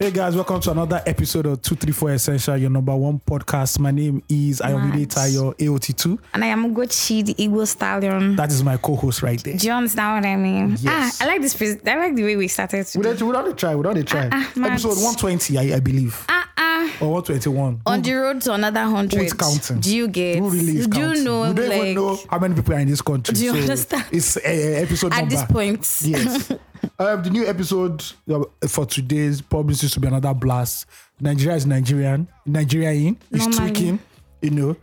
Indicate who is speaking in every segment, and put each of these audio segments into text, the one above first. Speaker 1: Hey guys, welcome to another episode of 234 Essential, your number one podcast. My name is Ayomide
Speaker 2: Max.
Speaker 1: Tayo AOT2.
Speaker 2: And I am Gucci, the Igbo stallion.
Speaker 1: That is my co host right there.
Speaker 2: Do you understand what I mean?
Speaker 1: Yes.
Speaker 2: Ah, I like this. Pres- I like the way we started
Speaker 1: We
Speaker 2: today.
Speaker 1: don't, we don't try, we don't try.
Speaker 2: ah, Max.
Speaker 1: Episode 120, I, I believe,
Speaker 2: Ah ah.
Speaker 1: or 121.
Speaker 2: On the road to another hundred.
Speaker 1: Who's counting?
Speaker 2: Do you get?
Speaker 1: Who really is
Speaker 2: Do
Speaker 1: counting?
Speaker 2: you know?
Speaker 1: we don't
Speaker 2: like
Speaker 1: even know how many people are in this country.
Speaker 2: Do you understand?
Speaker 1: It's uh, episode
Speaker 2: at
Speaker 1: number.
Speaker 2: this point.
Speaker 1: Yes. um, the new episode uh, for today's probably is to be another blast. Nigeria is Nigerian. Nigeria in is
Speaker 2: Normally.
Speaker 1: tweaking, you know.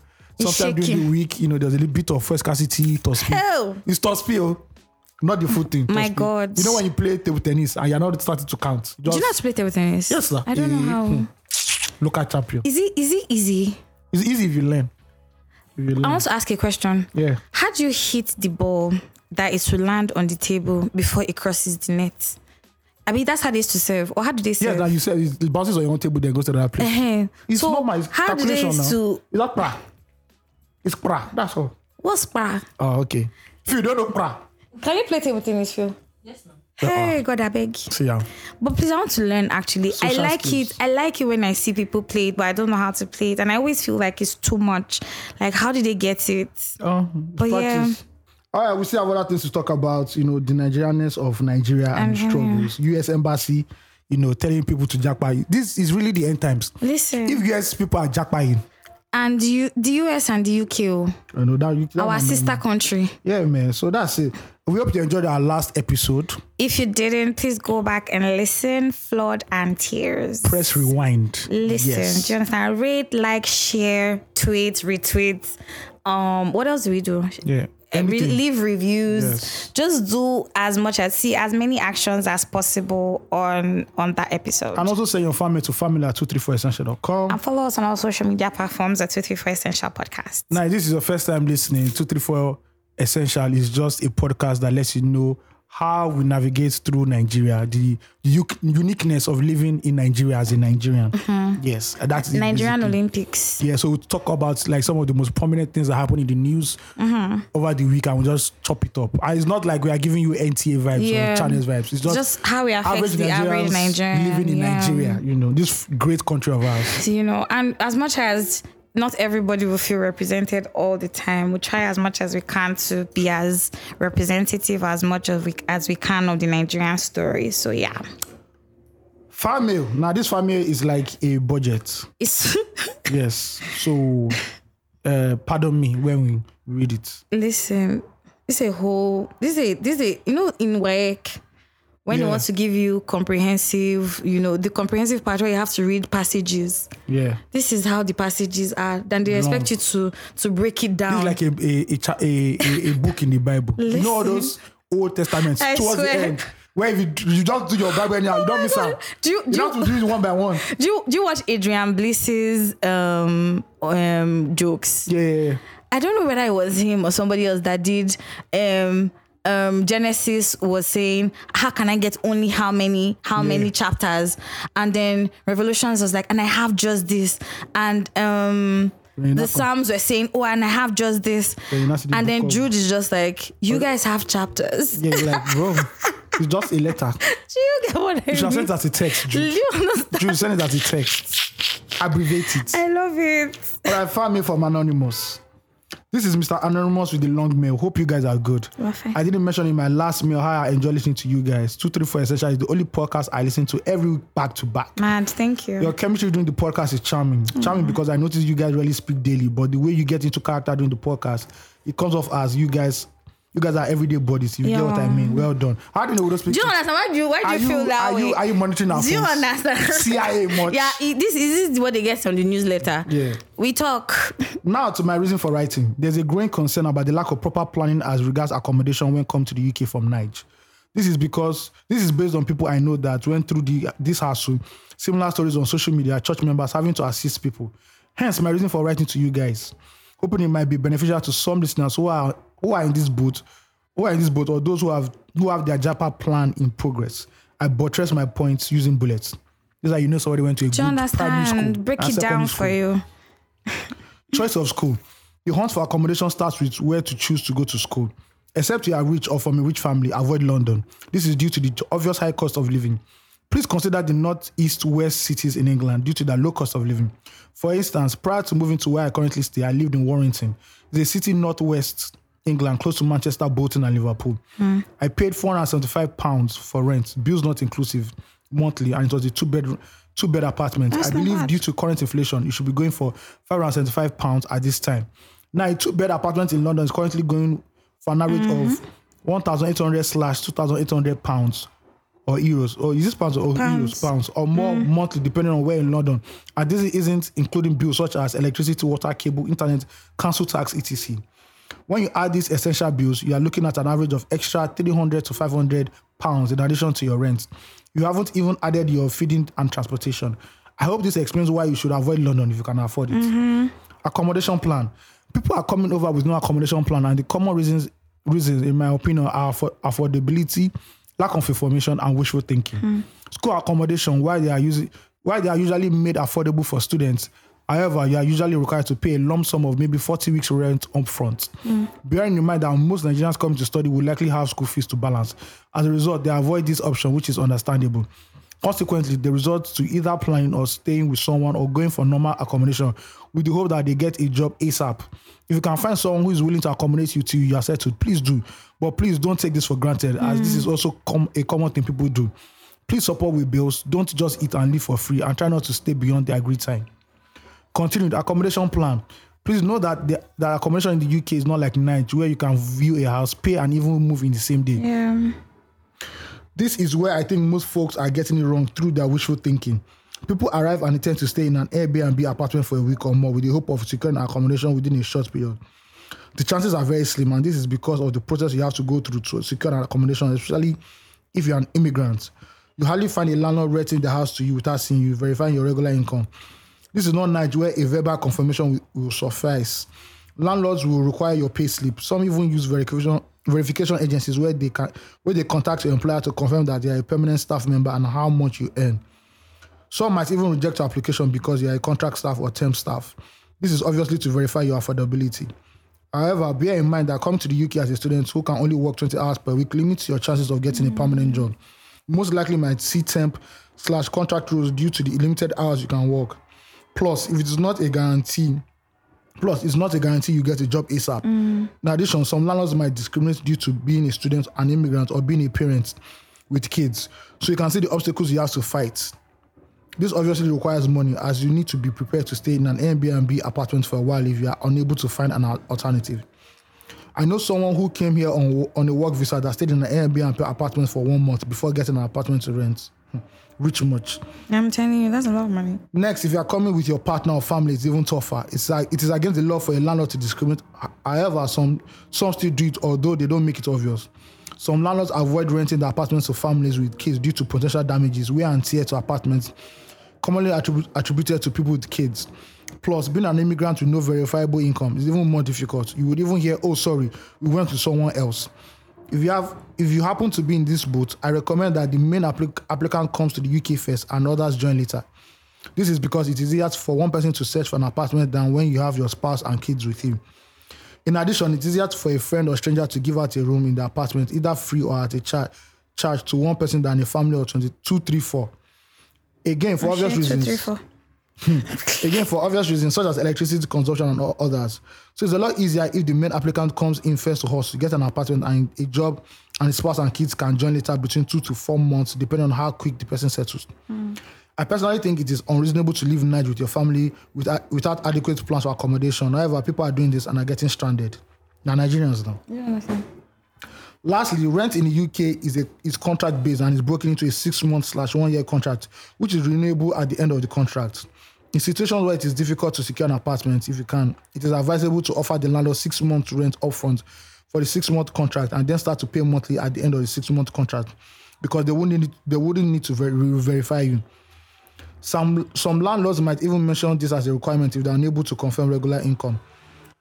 Speaker 1: Sometimes
Speaker 2: It's
Speaker 1: during the
Speaker 2: shaking.
Speaker 1: week, you know, there's a little bit of first scarcity, Tospi.
Speaker 2: Oh.
Speaker 1: It's Tospi, oh. Not the food thing.
Speaker 2: My
Speaker 1: Tospi.
Speaker 2: God.
Speaker 1: You know when you play table tennis and you're not starting to count.
Speaker 2: Do
Speaker 1: Just
Speaker 2: you not split everything? Yes.
Speaker 1: Yes, sir.
Speaker 2: I don't
Speaker 1: Eh,
Speaker 2: know how.
Speaker 1: local champion.
Speaker 2: Is it is it easy?
Speaker 1: It's easy if you learn. If you
Speaker 2: I
Speaker 1: learn.
Speaker 2: want to ask a question.
Speaker 1: yeah.
Speaker 2: How do you hit the ball that is to land on the table before it crosses the net? I mean, that's how they used to serve. Or how do they
Speaker 1: Yeah,
Speaker 2: serve?
Speaker 1: now you said it bounces on your own table, then goes to another place.
Speaker 2: Eh-heh.
Speaker 1: It's
Speaker 2: so
Speaker 1: not my
Speaker 2: how do they
Speaker 1: calculation
Speaker 2: used
Speaker 1: now.
Speaker 2: to?
Speaker 1: It's not pra. It's pra. That's all.
Speaker 2: What's pra?
Speaker 1: Oh, okay. If you don't know pra,
Speaker 2: Can you play table tennis, Phil? Yes, ma'am. Hey, God, I beg.
Speaker 1: see ya.
Speaker 2: But please, I want to learn actually.
Speaker 1: Social
Speaker 2: I like
Speaker 1: skills.
Speaker 2: it. I like it when I see people play it, but I don't know how to play it. And I always feel like it's too much. Like, how did they get it?
Speaker 1: Oh,
Speaker 2: But
Speaker 1: All right, we still have other things to talk about. You know, the Nigerianness of Nigeria and
Speaker 2: Mhm.
Speaker 1: struggles. U.S. embassy, you know, telling people to jackpot. This is really the end times.
Speaker 2: Listen.
Speaker 1: If U.S. people are jackpotting,
Speaker 2: and you, the US and the UK, oh,
Speaker 1: you know that, you, that
Speaker 2: our
Speaker 1: one,
Speaker 2: sister
Speaker 1: Man.
Speaker 2: country.
Speaker 1: Yeah, man. So that's it. We hope you enjoyed our last episode.
Speaker 2: If you didn't, please go back and listen. Flood and tears.
Speaker 1: Press rewind.
Speaker 2: Listen,
Speaker 1: Yes.
Speaker 2: do you understand? Rate, like, share, tweet, retweet. Um, what else do we do?
Speaker 1: yeah.
Speaker 2: Uh, re-
Speaker 1: Anything.
Speaker 2: leave reviews
Speaker 1: Yes.
Speaker 2: just do as much as see as many actions as possible on on that episode
Speaker 1: And also send your family to family at 234essential.com.
Speaker 2: and follow us on our social media platforms at 234 essential podcast
Speaker 1: Now, if this is your first time listening, 234 Essential is just a podcast that lets you know how we navigate through Nigeria, the u- uniqueness of living in Nigeria as a Nigerian. Yes, and that's it,
Speaker 2: Mm-hmm. nigerian
Speaker 1: basically.
Speaker 2: olympics
Speaker 1: Yeah, so we talk about like some of the most prominent things that happen in the news
Speaker 2: Mm-hmm.
Speaker 1: over the week, and we just chop it up. And it's not like we are giving you NTA vibes or
Speaker 2: Yeah.
Speaker 1: channels vibes. It's just,
Speaker 2: just how it affects the average
Speaker 1: Nigerians
Speaker 2: nigerian
Speaker 1: living in
Speaker 2: yeah.
Speaker 1: Nigeria. You know, this great country of ours.
Speaker 2: you know and as much as not everybody will feel represented all the time we try as much as we can to be as representative as much as we as we can of the nigerian story so yeah
Speaker 1: Farm meal. Now, this farm meal is like a budget.
Speaker 2: it's
Speaker 1: Yes. So, uh, pardon me when we read it.
Speaker 2: Listen, this a whole this a this a you know in work when
Speaker 1: Yeah.
Speaker 2: they want to give you comprehensive, you know, the comprehensive part where you have to read passages.
Speaker 1: Yeah.
Speaker 2: This is how the passages are. Then they expect you to to break it
Speaker 1: It's
Speaker 2: down.
Speaker 1: like a a, a, cha- a, a, a book in the Bible. You know all those Old Testaments
Speaker 2: I
Speaker 1: towards the
Speaker 2: swear. Oh
Speaker 1: end. Where if you, d- you just do your Bible anyhow, you don't miss
Speaker 2: God.
Speaker 1: out.
Speaker 2: Do you- do
Speaker 1: have to
Speaker 2: you-
Speaker 1: do it one by one.
Speaker 2: do you do you watch Adrian Bliss's um um jokes?
Speaker 1: Yeah, yeah, yeah.
Speaker 2: I don't know whether it was him or somebody else that did um um Genesis was saying, How can I get only how many, how many chapters? And then Revelations was like, and I have just this. And um
Speaker 1: Then you
Speaker 2: the
Speaker 1: knock on-
Speaker 2: Psalms were saying, Oh, and I have just this.
Speaker 1: Then you knock on the
Speaker 2: and then
Speaker 1: book
Speaker 2: Jude is just like, You guys have chapters.
Speaker 1: Yeah, you're like, bro, it's just a letter.
Speaker 2: Do you get what I
Speaker 1: You should have sent
Speaker 2: mean?
Speaker 1: it as a text,
Speaker 2: Do
Speaker 1: Jude.
Speaker 2: you understand?
Speaker 1: Jude, send it as a text. Abbreviate it.
Speaker 2: I love it.
Speaker 1: All right, found me from Anonymous. This is Mr. Anonymous with the long mail. Hope you guys are good.
Speaker 2: We're fine.
Speaker 1: I didn't mention in my last mail how I enjoy listening to you guys. 234 Essential is the only podcast I listen to every week back to back.
Speaker 2: Mad, thank you.
Speaker 1: Your chemistry during the podcast is charming.
Speaker 2: Mm-hmm.
Speaker 1: Charming because I notice you guys really speak daily, but the way you get into character during the podcast, it comes off as you guys you guys are everyday bodies. You get what I
Speaker 2: Yeah.
Speaker 1: mean? Well done. How do you know we don't speak?
Speaker 2: do you
Speaker 1: to-
Speaker 2: understand? Why do you, why do
Speaker 1: are
Speaker 2: you, feel that
Speaker 1: are
Speaker 2: way?
Speaker 1: you are you monitoring our
Speaker 2: Do you
Speaker 1: phones?
Speaker 2: understand?
Speaker 1: CIA much?
Speaker 2: Yeah, it, this, this is what they get from the newsletter.
Speaker 1: Yeah.
Speaker 2: We talk.
Speaker 1: Now to my reason for writing. There's a growing concern about the lack of proper planning as regards accommodation when come to the UK from Niger. This is because this is based on people I know that went through the this hassle. Similar stories on social media, church members having to assist people. Hence my reason for writing to you guys, hoping it might be beneficial to some listeners who are who are in this boat, who are in this boat, or those who have who have their JAPA plan in progress. I buttress my points using bullets. This is how you know somebody went to a
Speaker 2: Do you
Speaker 1: good primary school.
Speaker 2: understand? Break
Speaker 1: and
Speaker 2: it
Speaker 1: secondary
Speaker 2: down
Speaker 1: school
Speaker 2: for you.
Speaker 1: choice of school. The hunt for accommodation starts with where to choose to go to school. Except you are rich or from a rich family, avoid London. This is due to the obvious high cost of living. Please consider the northeast west cities in England due to their low cost of living. For instance, prior to moving to where I currently stay, I lived in Warrington, the city northwest England, close to Manchester, Bolton, and Liverpool. I paid four hundred seventy-five pounds for rent, bills not inclusive, monthly, and it was a two-bed two-bed apartment. I
Speaker 2: not
Speaker 1: believe
Speaker 2: bad.
Speaker 1: due to current inflation, it should be going for five hundred seventy-five pounds at this time. Now, a two-bed apartment in London is currently going for an average of
Speaker 2: Mm-hmm.
Speaker 1: one thousand eight hundred slash two thousand eight hundred pounds or euros or is this pounds or euros pounds or more
Speaker 2: Mm.
Speaker 1: monthly depending on where in london and this isn't including bills such as electricity water cable internet council tax etc when you add these essential bills you are looking at an average of extra 300 to 500 pounds in addition to your rent you haven't even added your feeding and transportation i hope this explains why you should avoid london if you can afford it accommodation plan people are coming over with no accommodation plan and the common reasons reasons in my opinion are for affordability lack of information and wishful thinking school accommodation why they are using why they are usually made affordable for students However, you are usually required to pay a lump sum of maybe 40 weeks rent up front. Bearing in mind that most Nigerians coming to study will likely have school fees to balance. As a result, they avoid this option, which is understandable. Consequently, they resort to either planning or staying with someone or going for normal accommodation with the hope that they get a job ASAP. If you can find someone who is willing to accommodate you till you are settled, please do. But please don't take this for granted, as this is also com- a common thing people do. Please support with bills. Don't just eat and live for free and try not to stay beyond the agreed time continued accommodation plan. Please know that the that accommodation in the UK is not like Night, where you can view a house, pay, and even move in the same day.
Speaker 2: Yeah.
Speaker 1: This is where I think most folks are getting it wrong through their wishful thinking. People arrive and intend to stay in an Airbnb apartment for a week or more with the hope of securing accommodation within a short period. The chances are very slim, and this is because of the process you have to go through to secure an accommodation, especially if you're an immigrant. You hardly find a landlord renting the house to you without seeing you, verifying your regular income. This is not Nigeria where a verbal confirmation will, will suffice. Landlords will require your pay slip. Some even use verification verification agencies where they can where they contact your employer to confirm that they are a permanent staff member and how much you earn. Some might even reject your application because you are a contract staff or temp staff. This is obviously to verify your affordability. However, bear in mind that coming to the UK as a student who can only work 20 hours per week limits your chances of getting a permanent job. Most likely might see temp slash contract rules due to the limited hours you can work. Plus, if it is not a guarantee, plus it's not a guarantee you get a job ASAP. In addition, some landlords might discriminate due to being a student, an immigrant, or being a parent with kids. So you can see the obstacles you have to fight. This obviously requires money as you need to be prepared to stay in an Airbnb apartment for a while if you are unable to find an al- alternative. I know someone who came here on, wo- on a work visa that stayed in an Airbnb apartment for one month before getting an apartment to rent. Hmm. Rich much.
Speaker 2: I'm telling you, that's a lot of money.
Speaker 1: Next, if you are coming with your partner or family, it's even tougher. It's like it is against the law for a landlord to discriminate. However, some some still do it, although they don't make it obvious. Some landlords avoid renting the apartments to families with kids due to potential damages, wear and tear to apartments, commonly attribute, attributed to people with kids. Plus, being an immigrant with no verifiable income is even more difficult. You would even hear, "Oh, sorry, we went to someone else." If you have, if you happen to be in this boat, I recommend that the main applic- applicant comes to the UK first and others join later. This is because it is easier for one person to search for an apartment than when you have your spouse and kids with you. In addition, it is easier for a friend or stranger to give out a room in the apartment, either free or at a char- charge to one person than a family of 22, 3, 4. Again, for obvious
Speaker 2: Share two,
Speaker 1: reasons
Speaker 2: three, four.
Speaker 1: again for obvious reasons such as electricity consumption and o- others. So it's a lot easier if the main applicant comes in first to us to get an apartment and a job, and his spouse and kids can join later between two to four months, depending on how quick the person settles. I personally think it is unreasonable to leave Nigeria with your family without, without adequate plans for accommodation. However, people are doing this and are getting stranded. Now Nigerians now.
Speaker 2: You understand?
Speaker 1: Lastly, rent in the UK is a, is contract based and is broken into a six month slash one year contract, which is renewable at the end of the contract. In situations where it is difficult to secure an apartment, if you can, it is advisable to offer the landlord six months rent upfront for the six month contract and then start to pay monthly at the end of the six month contract, because they wouldn't need, they wouldn't need to ver- re- verify you. Some some landlords might even mention this as a requirement if they are unable to confirm regular income.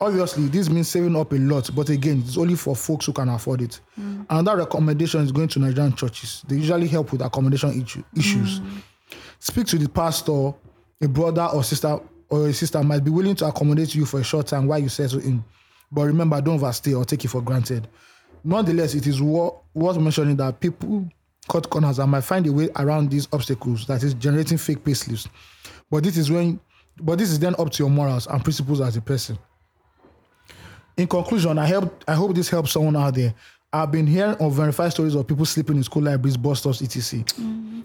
Speaker 1: Obviously, this means saving up a lot, but again, it's only for folks who can afford it. Another recommendation is going to Nigerian churches. They usually help with accommodation issue, issues. Speak to the pastor, a brother or sister or a sister might be willing to accommodate you for a short time while you settle in. But remember, don't overstay or take it for granted. Nonetheless, it is wor- worth mentioning that people cut corners and might find a way around these obstacles that is generating fake payslips but this is when but this is then up to your morals and principles as a person in conclusion i help i hope this helps someone out there i've been hearing of verified stories of people sleeping in school libraries bus stops etc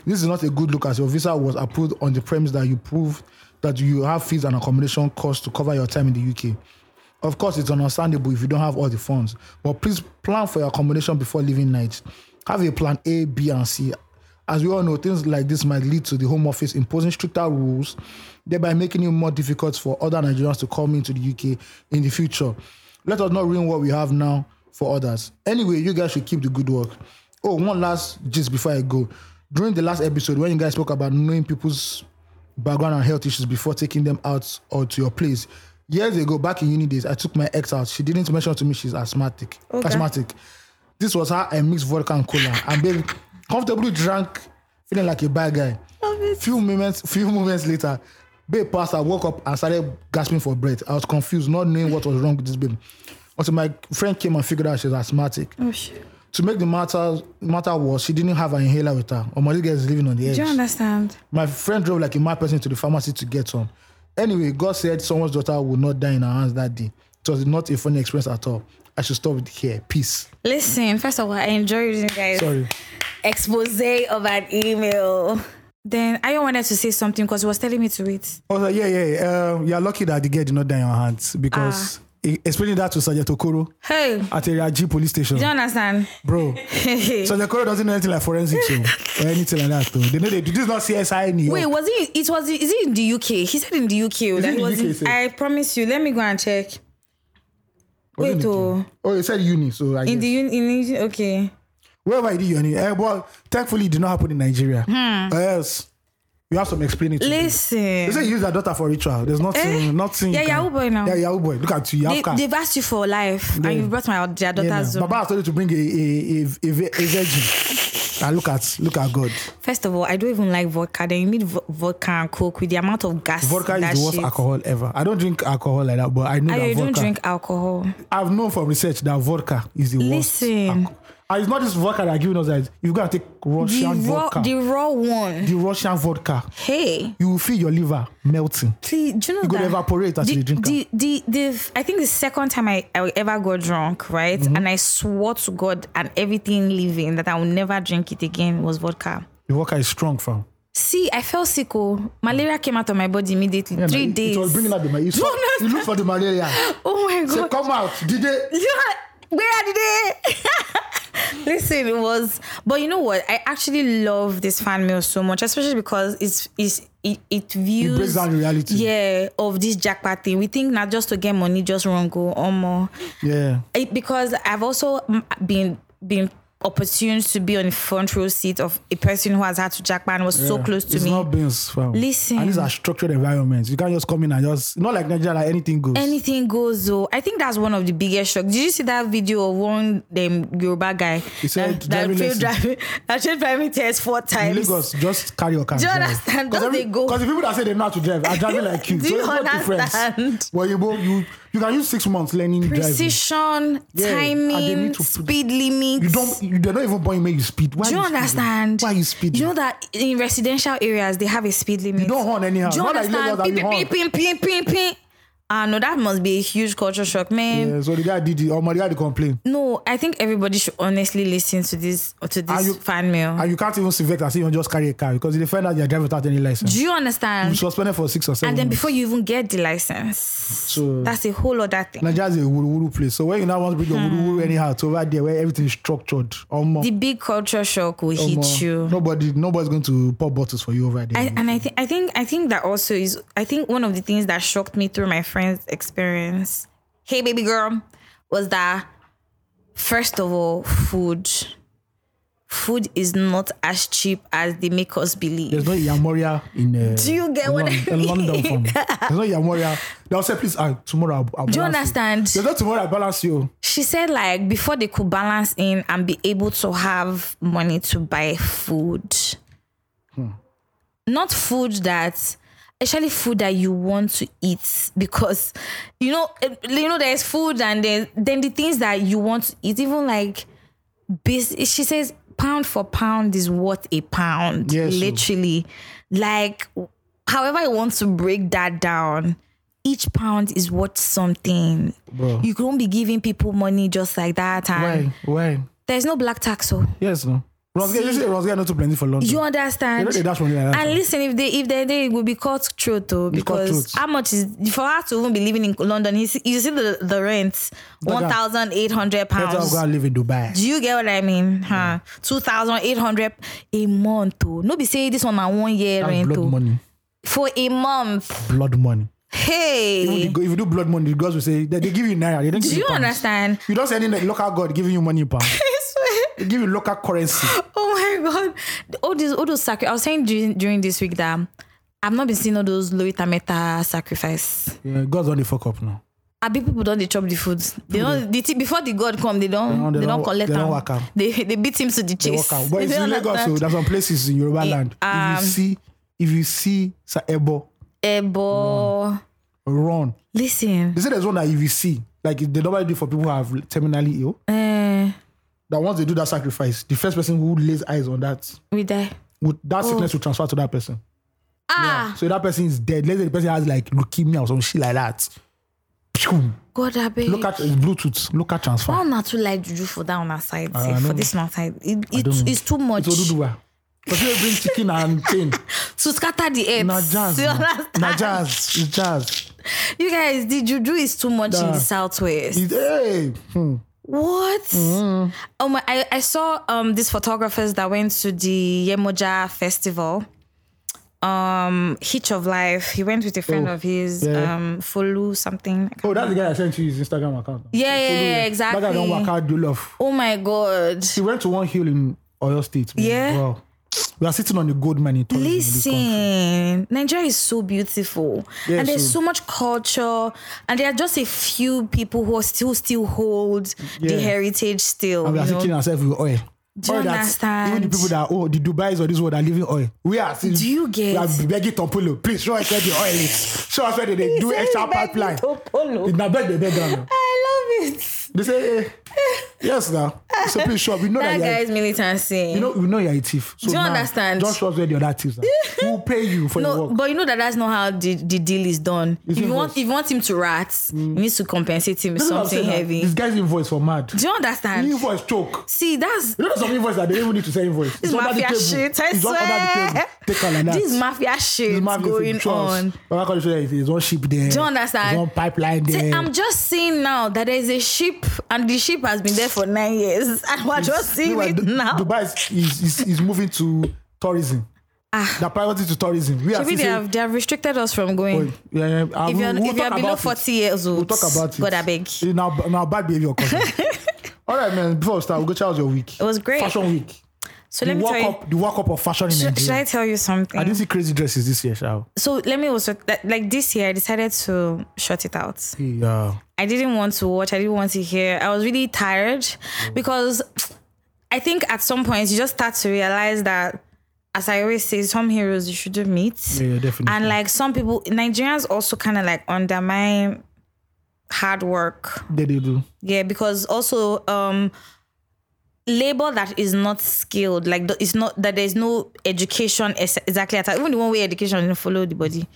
Speaker 1: this is not a good look as your visa was approved on the premise that you proved that you have fees and accommodation costs to cover your time in the uk of course it's understandable if you don't have all the funds but please plan for your accommodation before leaving night have a plan a b and c as we all know, things like this might lead to the Home Office imposing stricter rules, thereby making it more difficult for other Nigerians to come into the UK in the future. Let us not ruin what we have now for others. Anyway, you guys should keep the good work. Oh, one last gist before I go. During the last episode, when you guys spoke about knowing people's background and health issues before taking them out or to your place, years ago, back in uni days, I took my ex out. She didn't mention to me she's asthmatic.
Speaker 2: Okay.
Speaker 1: Asthmatic. This was her and mixed vodka and cola. And babe, comfortably drank, feeling like a bad guy.
Speaker 2: Love it.
Speaker 1: Few moments, few moments later, babe passed. I woke up and started gasping for breath. I was confused, not knowing what was wrong with this babe. Until my friend came and figured out she's asthmatic.
Speaker 2: Oh shit.
Speaker 1: To make the matter matter worse, she didn't have an inhaler with her. Or my girl is living on the edge.
Speaker 2: Do you understand?
Speaker 1: My friend drove like a mad person to the pharmacy to get some. Anyway, God said someone's daughter would not die in her hands that day. It was not a funny experience at all. I should stop it here. Peace.
Speaker 2: Listen, first of all, I enjoyed you guys.
Speaker 1: Sorry.
Speaker 2: Expose of an email. Then I wanted to say something because he was telling me to wait.
Speaker 1: Also, Oh, yeah, yeah, yeah. Uh, you're lucky that the girl did not die in your hands because
Speaker 2: Ah.
Speaker 1: e- explaining that to Sergeant Okoro
Speaker 2: Hey, do
Speaker 1: at a G police station,
Speaker 2: you understand?
Speaker 1: bro. Sergeant Okoro doesn't know anything like forensics or, or anything like that. Though. They know they do. This is not CSI in New York.
Speaker 2: Wait, was it? It was. Is it in the UK? He said in the UK.
Speaker 1: it
Speaker 2: that
Speaker 1: in
Speaker 2: he
Speaker 1: the
Speaker 2: was
Speaker 1: UK,
Speaker 2: in-
Speaker 1: he said?
Speaker 2: I promise you. Let me go and check.
Speaker 1: Wasn't
Speaker 2: Wait,
Speaker 1: it?
Speaker 2: oh,
Speaker 1: Oh, you said uni, so I
Speaker 2: in
Speaker 1: guess.
Speaker 2: the uni- in the- okay.
Speaker 1: Wherever you did uni, eh, but thankfully it did not happen in Nigeria. Or else you have some explaining to do. They say
Speaker 2: Hmm. Listen,
Speaker 1: you use that daughter for ritual. There's nothing,
Speaker 2: Eh?
Speaker 1: nothing. you
Speaker 2: Yeah,
Speaker 1: can-
Speaker 2: Yahoo boy now.
Speaker 1: Yeah, Yahoo boy. Look at you, Yahoo
Speaker 2: they,
Speaker 1: cat.
Speaker 2: they've asked you for life,
Speaker 1: Yeah.
Speaker 2: and you brought my their
Speaker 1: Yeah,
Speaker 2: daughter's
Speaker 1: now.
Speaker 2: Zoom.
Speaker 1: Baba has told you to bring a a, a, a, vi- a virgin. Now look at look at God.
Speaker 2: First of all, I don't even like vodka. Then you meet vo- vodka and coke with the amount of gas.
Speaker 1: Vodka
Speaker 2: in that
Speaker 1: is the worst
Speaker 2: shit.
Speaker 1: alcohol ever. I don't drink alcohol like that, but I know
Speaker 2: I
Speaker 1: that
Speaker 2: you
Speaker 1: vodka.
Speaker 2: don't drink alcohol.
Speaker 1: I've known from research that vodka is the worst.
Speaker 2: Listen.
Speaker 1: alco- And it's not this vodka that are giving us that. You've got to take
Speaker 2: The
Speaker 1: Russian
Speaker 2: raw,
Speaker 1: vodka.
Speaker 2: the raw one.
Speaker 1: the Russian vodka.
Speaker 2: hey,
Speaker 1: You will feel your liver melting.
Speaker 2: please, do you know
Speaker 1: You
Speaker 2: that
Speaker 1: could evaporate as
Speaker 2: the,
Speaker 1: you drink
Speaker 2: The, the, the, I think the second time I, I ever got drunk, right,
Speaker 1: Mm-hmm.
Speaker 2: and I swore to God and everything living that I will never drink it again was vodka.
Speaker 1: The vodka is strong, fam.
Speaker 2: See, I fell sick. Oh, malaria came out of my body immediately.
Speaker 1: Yeah,
Speaker 2: Three
Speaker 1: man, it-
Speaker 2: days.
Speaker 1: It was bringing out the malaria. You, saw-
Speaker 2: no.
Speaker 1: you look for the malaria.
Speaker 2: oh my god.
Speaker 1: Say, come out. Did they?
Speaker 2: Yeah, where are they? Listen, it was, but you know what? I actually love this fan mail so much, especially because it's it's it, it views
Speaker 1: breaks down reality.
Speaker 2: Yeah, of this jackpot thing. We think not just to get money, just wrong go or more.
Speaker 1: Yeah.
Speaker 2: It, because I've also mm, been been opportune to be on the front row seat of a person who has had to jackpot and was so
Speaker 1: Yeah.
Speaker 2: close to
Speaker 1: it's
Speaker 2: me.
Speaker 1: not beans, fam.
Speaker 2: Listen.
Speaker 1: And these are structured environments. You can't just come in and just not like Nigeria, like anything goes.
Speaker 2: Anything goes though. I think that's one of the biggest shocks. Did you see that video of one um, Yoruba guy
Speaker 1: He said
Speaker 2: that, that
Speaker 1: driving
Speaker 2: failed
Speaker 1: lesson.
Speaker 2: driving that failed driving test four
Speaker 1: in
Speaker 2: times?
Speaker 1: Lagos, just carry your car.
Speaker 2: Do you understand? Just they go.
Speaker 1: Because the people that say they know how to drive are driving like you.
Speaker 2: Do
Speaker 1: so
Speaker 2: you
Speaker 1: it's no difference.
Speaker 2: understand?
Speaker 1: Well, you, go- you you can use six months learning driving.
Speaker 2: Precision,
Speaker 1: Yeah, and they
Speaker 2: timing,
Speaker 1: need to put-
Speaker 2: speed limits.
Speaker 1: You don't. You, they're not even born you make you speed. Why
Speaker 2: Do you
Speaker 1: speeding?
Speaker 2: understand?
Speaker 1: Why you speed?
Speaker 2: You know that in residential areas they have a speed limit. You
Speaker 1: don't horn anyhow.
Speaker 2: Do you
Speaker 1: Not like
Speaker 2: understand?
Speaker 1: Lagos that we
Speaker 2: Ping, ping, ping, ping, ping, ping. Ah no, that must be a huge culture shock, man.
Speaker 1: yeah, so the guy did it. Or my guy did complain.
Speaker 2: No, I think everybody should honestly listen to this to
Speaker 1: Are
Speaker 2: this
Speaker 1: you-
Speaker 2: fan mail.
Speaker 1: And you can't even select as if you just carry a car because they find out you're driving without any license.
Speaker 2: Do you
Speaker 1: You
Speaker 2: understand?
Speaker 1: suspended for six or seven.
Speaker 2: and then
Speaker 1: months.
Speaker 2: before you even get the license,
Speaker 1: So-
Speaker 2: that's a whole other thing.
Speaker 1: Nigeria is a wuru place. So when you now want to bring your wuru
Speaker 2: Hmm.
Speaker 1: wuru anyhow to over there where everything is structured, omo,
Speaker 2: the big culture shock will
Speaker 1: omo,
Speaker 2: hit you.
Speaker 1: Nobody, nobody's going to pop bottles for you over there.
Speaker 2: I, and I think I think I think that also is I think one of the things that shocked me through my friend's experience. Hey baby girl, was that first of all food. Food is not as cheap as they make us believe.
Speaker 1: There's no Yamoria in. Uh,
Speaker 2: Do you get what I
Speaker 1: London,
Speaker 2: mean?
Speaker 1: London from. There's no Yamoria. They'll say, please, uh, tomorrow I'll, I'll balance
Speaker 2: Do you
Speaker 1: You.
Speaker 2: understand?
Speaker 1: There's no tomorrow I'll balance you.
Speaker 2: she said like before they could balance in and be able to have money to buy food not food that actually food that you want to eat because you know eh, you know there's food and then then the things that you want to eat even like basic she says pound for pound is what a pound,
Speaker 1: Yes, so-
Speaker 2: literally. Like, however you want to break that down, each pound is worth something.
Speaker 1: Bro.
Speaker 2: You can't be giving people money just like that. And
Speaker 1: Why? Why?
Speaker 2: there's no black tax. So
Speaker 1: Yes, no. Rosgay, you say Rosgay not too plenty for London.
Speaker 2: you
Speaker 1: They
Speaker 2: understand?
Speaker 1: don't dey dash money like that.
Speaker 2: and listen, if they if they they will be caught truth though,
Speaker 1: Be caught
Speaker 2: because
Speaker 1: truth.
Speaker 2: how much is for her to even be living in London? You see, you see the the rent
Speaker 1: guy-
Speaker 2: one thousand eight hundred
Speaker 1: Better
Speaker 2: pounds.
Speaker 1: go and live in Dubai.
Speaker 2: Do you get what I mean? Huh? Two thousand eight hundred a month. Oh. No be say this one na one year
Speaker 1: That's
Speaker 2: rent
Speaker 1: blood
Speaker 2: oh.
Speaker 1: money.
Speaker 2: for a month.
Speaker 1: Blood money. Even
Speaker 2: Hey.
Speaker 1: the- If you do blood money, the girls will say they, they give you naira. They don't give
Speaker 2: Do you
Speaker 1: pounds.
Speaker 2: understand?
Speaker 1: You don't send in the local god giving you money in pound.
Speaker 2: I swear.
Speaker 1: They give you local currency.
Speaker 2: Oh my god! All these, all those sacri- I was saying during, during this week that I've not been seeing all those Lorita Meta sacrifice.
Speaker 1: Yeah, gods don't dey fuck up now.
Speaker 2: I be people don't they chop the food. They don't the tea, before the god come. They don't.
Speaker 1: No, they
Speaker 2: they,
Speaker 1: don't-
Speaker 2: don't, collect
Speaker 1: they don't
Speaker 2: am.
Speaker 1: work am.
Speaker 2: They they beat him to the
Speaker 1: They
Speaker 2: chase.
Speaker 1: work out. But it's
Speaker 2: You
Speaker 1: in Lagos, so
Speaker 2: understand?
Speaker 1: there's some places in Yoruba
Speaker 2: Eh,
Speaker 1: land. if
Speaker 2: um,
Speaker 1: you see, if you see Sir Ebo
Speaker 2: Eh, but
Speaker 1: Mm. run,
Speaker 2: listen.
Speaker 1: they say there's one that if you see, like they normally do for people who have terminally ill,
Speaker 2: Eh,
Speaker 1: that once they do that sacrifice, the first person who lays eyes on that,
Speaker 2: we die.
Speaker 1: would that
Speaker 2: Oh.
Speaker 1: sickness will transfer to that person.
Speaker 2: Ah,
Speaker 1: So that person is dead. Let's say the person has like leukemia or some shit like that. Pew!
Speaker 2: God, I beg.
Speaker 1: Look at it's Bluetooth, look at transfer.
Speaker 2: Why not to like juju for that on our side?
Speaker 1: Ah, I
Speaker 2: for
Speaker 1: don't
Speaker 2: this one side, it,
Speaker 1: don't
Speaker 2: it,
Speaker 1: know.
Speaker 2: it's too much
Speaker 1: It's Oduduwa. Because you bring chicken and chain.
Speaker 2: to scatter the earth.
Speaker 1: Na jazz.
Speaker 2: You
Speaker 1: na.
Speaker 2: understand?
Speaker 1: Na jazz. It's jazz.
Speaker 2: You guys, the juju is too much in
Speaker 1: Nah.
Speaker 2: the southwest.
Speaker 1: It's, hey. Hmm.
Speaker 2: What?
Speaker 1: Mm.
Speaker 2: Oh my! I, I saw um these photographers that went to the Yemoja festival. Um, Hitch of Life. He went with a friend
Speaker 1: Oh,
Speaker 2: of his,
Speaker 1: yeah.
Speaker 2: um, Folu something.
Speaker 1: Oh, that's the guy I sent you his Instagram account.
Speaker 2: Yeah, yeah,
Speaker 1: Follow
Speaker 2: yeah,
Speaker 1: him.
Speaker 2: exactly.
Speaker 1: That guy don't work out, do love.
Speaker 2: Oh my god!
Speaker 1: He went to one hill in Oyo State. man.
Speaker 2: Yeah.
Speaker 1: Wow. We are sitting on a gold mine in tourism in this country.
Speaker 2: Listen, Nigeria is so beautiful,
Speaker 1: Yeah,
Speaker 2: and there's
Speaker 1: so-
Speaker 2: so, much culture, and there are just a few people who are still still hold
Speaker 1: Yeah.
Speaker 2: the heritage still.
Speaker 1: And we are
Speaker 2: you know?
Speaker 1: sitting ourselves with oil.
Speaker 2: Do you
Speaker 1: Oil that-
Speaker 2: understand?
Speaker 1: Even the people that, oh, the Dubais or this world are living oil. We are still.
Speaker 2: Do you get-
Speaker 1: We are begging Tompolo. Please show us where the oil is. Show us where they, they do
Speaker 2: said
Speaker 1: extra
Speaker 2: we beg
Speaker 1: pipeline.
Speaker 2: Topolo.
Speaker 1: Now beg the beggar.
Speaker 2: I love it.
Speaker 1: They say, eh, yes, now. So please show up. We know that,
Speaker 2: That
Speaker 1: you are-
Speaker 2: guy's militancy.
Speaker 1: You know, you know you're a thief. So
Speaker 2: Do you
Speaker 1: now,
Speaker 2: understand?
Speaker 1: Just show us where the other thieves are. Who will pay you for your
Speaker 2: No,
Speaker 1: work?
Speaker 2: but you know that that's not how the, the deal is done.
Speaker 1: It's Mm.
Speaker 2: if you
Speaker 1: invoice.
Speaker 2: want, if you want him to rat, you need to compensate him with
Speaker 1: This is what I'm
Speaker 2: something
Speaker 1: saying now.
Speaker 2: heavy.
Speaker 1: This guy's invoice for mad.
Speaker 2: Do you understand?
Speaker 1: Invoice choke.
Speaker 2: See, that's
Speaker 1: You know there's some invoice that they don't even need to say invoice.
Speaker 2: this
Speaker 1: It's under the
Speaker 2: mafia
Speaker 1: table.
Speaker 2: shit. I
Speaker 1: it's just under the
Speaker 2: swear,
Speaker 1: table. Take her like that.
Speaker 2: this mafia shit
Speaker 1: This mafia
Speaker 2: going
Speaker 1: thing, trust.
Speaker 2: on.
Speaker 1: But I can't show you there's one ship there.
Speaker 2: Do you understand?
Speaker 1: There's one pipeline
Speaker 2: See,
Speaker 1: there.
Speaker 2: I'm just seeing now that there is a ship, and the ship has been there for nine years, and we're just seeing
Speaker 1: Meanwhile,
Speaker 2: it
Speaker 1: Du-
Speaker 2: now.
Speaker 1: Dubai is, is, is, is moving to tourism.
Speaker 2: Ah.
Speaker 1: They're pivoting to tourism. We are
Speaker 2: Maybe
Speaker 1: still
Speaker 2: they
Speaker 1: saying-
Speaker 2: have they have restricted us from going.
Speaker 1: Wait, yeah, yeah, uh,
Speaker 2: if
Speaker 1: we'll-
Speaker 2: you're
Speaker 1: we'll
Speaker 2: if you're
Speaker 1: talk
Speaker 2: below
Speaker 1: about it.
Speaker 2: 40 years old,
Speaker 1: We'll talk about it.
Speaker 2: God, I beg.
Speaker 1: Eh, Now, now bad behavior. cousin. All right, man. Before we start, we'll go check out your week. It
Speaker 2: was great.
Speaker 1: Fashion week.
Speaker 2: So
Speaker 1: The
Speaker 2: let me
Speaker 1: walk
Speaker 2: tell you.
Speaker 1: up, the walk up of fashion in
Speaker 2: Should, should
Speaker 1: Nigeria.
Speaker 2: I tell you something?
Speaker 1: I didn't see crazy dresses this year, shall
Speaker 2: so let me also like- like this year i decided to shut it out
Speaker 1: Yeah.
Speaker 2: i didn't want to watch i didn't want to hear i was really tired because i think at some point you just start to realize that as i always say some heroes you shouldn't meet
Speaker 1: Yeah, yeah, definitely.
Speaker 2: and like some people nigerians also kind of like undermine hard work
Speaker 1: They, they do.
Speaker 2: yeah, because also um labor that is not skilled, like th- it's not that there's no education ex- exactly at all. Even the one way education didn't follow the body.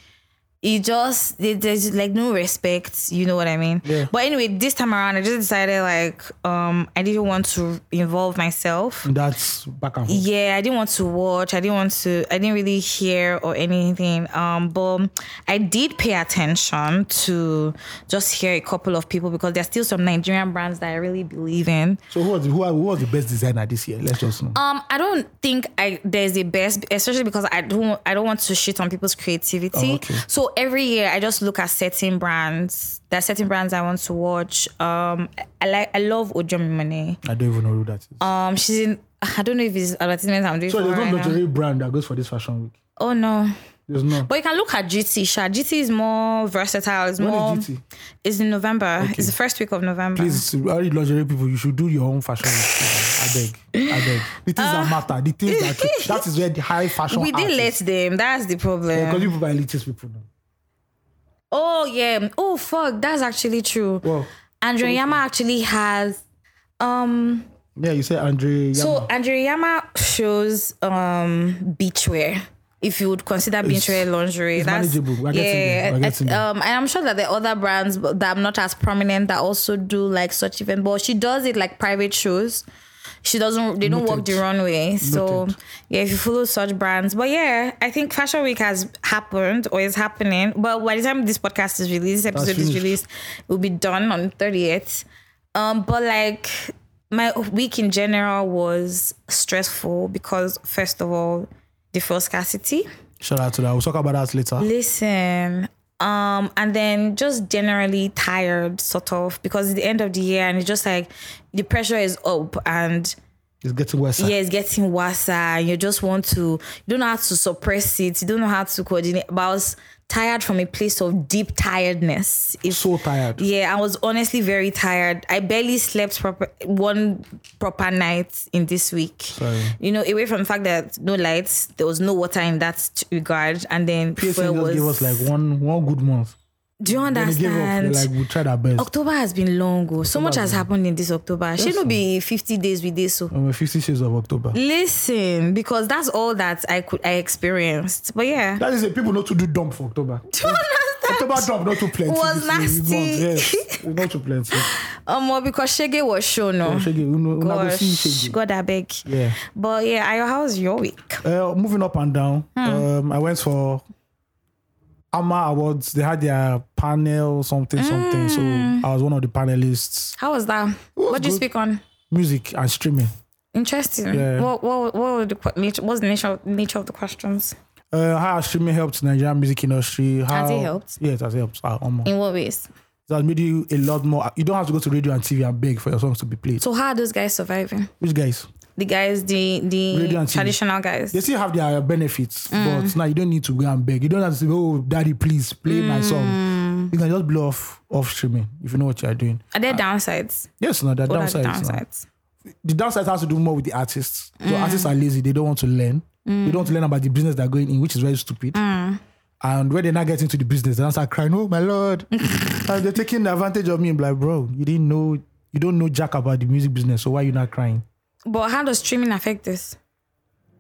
Speaker 2: It just there- there's like no respect, you know what I mean?
Speaker 1: Yeah.
Speaker 2: But anyway, this time around I just decided like um I didn't want to involve myself.
Speaker 1: That's back and forth.
Speaker 2: Yeah, I didn't want to watch. I didn't want to. I didn't really hear or anything. Um, but I did pay attention to just hear a couple of people because there's still some Nigerian brands that I really believe in.
Speaker 1: So who was the, who, are- who was the best designer this year? Let's just know.
Speaker 2: Um, I don't think I there's a best, especially because I don't I don't want to shit on people's creativity.
Speaker 1: Oh, okay.
Speaker 2: So every year I just look at certain brands. There are certain brands I want to watch. Um, I, I like I love Ojomimone.
Speaker 1: I don't even know who that is.
Speaker 2: Um, she's in. I don't know if it's advertisement I'm doing
Speaker 1: so
Speaker 2: for
Speaker 1: there's no
Speaker 2: her right now.
Speaker 1: lingerie brand that goes for this fashion week.
Speaker 2: Oh no.
Speaker 1: There's no.
Speaker 2: But you can look at GT. Sha GT is more versatile. It's
Speaker 1: When is
Speaker 2: more.
Speaker 1: GT?
Speaker 2: It's in November. It's the first week of November.
Speaker 1: Please, all you lingerie people, you should do your own fashion week. I beg. I beg. The things that matter. The things that that is where the high fashion
Speaker 2: Uh, We did um, let
Speaker 1: artists-
Speaker 2: them. That's the problem.
Speaker 1: because you people are elitist people now.
Speaker 2: oh yeah. Oh
Speaker 1: Oh,
Speaker 2: fuck. That's actually true.
Speaker 1: Well,
Speaker 2: Andre Yama actually has. Um.
Speaker 1: Yeah, you say Andre. Yama.
Speaker 2: So Andreyama shows um beachwear. If you would consider beachwear lingerie,
Speaker 1: it's manageable. We're getting there.
Speaker 2: yeah.
Speaker 1: We're getting there.
Speaker 2: um, and I'm sure that there are other brands but that I'm not as prominent that also do like such event, but she does it like private shows. She doesn't. They don't walk the runway. So
Speaker 1: Noted.
Speaker 2: yeah, if you follow such brands, but yeah, I think Fashion Week has happened or is happening. But by the time this podcast is released, this episode is
Speaker 1: finished.
Speaker 2: released, it will be done on thirtieth. Um, but like my week in general was stressful because first of all, the fuel scarcity.
Speaker 1: Shout out to that. We'll talk about that later.
Speaker 2: Listen, um, and then just generally tired, sort of, because it's the end of the year and it's just like the pressure is up and
Speaker 1: It's getting worse.
Speaker 2: yeah, it's getting worse. And you just want to, you don't know how to suppress it. You don't know how to coordinate. But I was tired from a place of deep tiredness. If
Speaker 1: So tired.
Speaker 2: yeah, I was honestly very tired. I barely slept proper one proper night in this week.
Speaker 1: Sorry.
Speaker 2: You know, away from the fact that no lights, there was no water in that t- regard, and then
Speaker 1: PSN
Speaker 2: fuel
Speaker 1: just
Speaker 2: was.
Speaker 1: gave us like one one good month.
Speaker 2: do you
Speaker 1: Then they gave up. They're
Speaker 2: understand?
Speaker 1: Like we tried our best.
Speaker 2: October has been long. oh. So much has happened in this October. She
Speaker 1: oh.
Speaker 2: will be fifty days with this. So
Speaker 1: Um, 50 Shades of October.
Speaker 2: listen, because that's all that I could I experienced. But yeah,
Speaker 1: That is it. People not to do dump for October.
Speaker 2: do you understand?
Speaker 1: October dump not too plenty.
Speaker 2: Was
Speaker 1: this year, this
Speaker 2: nasty.
Speaker 1: month, yes, not too plenty.
Speaker 2: Um, well, because Shege was shown. No,
Speaker 1: Shege, you know, una go see
Speaker 2: gosh,
Speaker 1: Shege.
Speaker 2: God, I beg.
Speaker 1: Yeah.
Speaker 2: But yeah, Ayo, how was your week?
Speaker 1: Uh, moving up and down,
Speaker 2: Hmm.
Speaker 1: um, I went for AMA Awards. They had their panel, something, something. So
Speaker 2: Hmm.
Speaker 1: I was one of the panelists.
Speaker 2: How was that? What do you
Speaker 1: good.
Speaker 2: speak on?
Speaker 1: Music and streaming.
Speaker 2: Interesting.
Speaker 1: Yeah.
Speaker 2: What what what were the que- nature? What's the nature of, nature of the questions?
Speaker 1: Uh, how has streaming helped Nigerian music industry? How,
Speaker 2: it helped?
Speaker 1: Yes, has it helped. Uh, um,
Speaker 2: In what ways?
Speaker 1: it has made you a lot more. You don't have to go to radio and TV and beg for your songs to be played.
Speaker 2: So how are those guys surviving?
Speaker 1: Which guys?
Speaker 2: The guys, the
Speaker 1: Radio
Speaker 2: the
Speaker 1: and TV.
Speaker 2: traditional guys.
Speaker 1: they still have their benefits,
Speaker 2: Mm.
Speaker 1: but now you don't need to go and beg. You don't have to say, "Oh, daddy, please play my song."
Speaker 2: Mm.
Speaker 1: You can just blow off off streaming if you know what you are doing.
Speaker 2: Are there downsides?
Speaker 1: Yes, no, the
Speaker 2: What
Speaker 1: downside.
Speaker 2: are the downsides?
Speaker 1: The downside has to do more with the artists. So artists are lazy; they don't want to learn. They don't want to learn about the business they're going in, which is very stupid. And when they now get into the business, they now start crying, "Oh my lord!" and they're taking advantage of me. I'm like, bro, you didn't know, you don't know jack about the music business, so why are you not crying?
Speaker 2: But how does streaming affect this?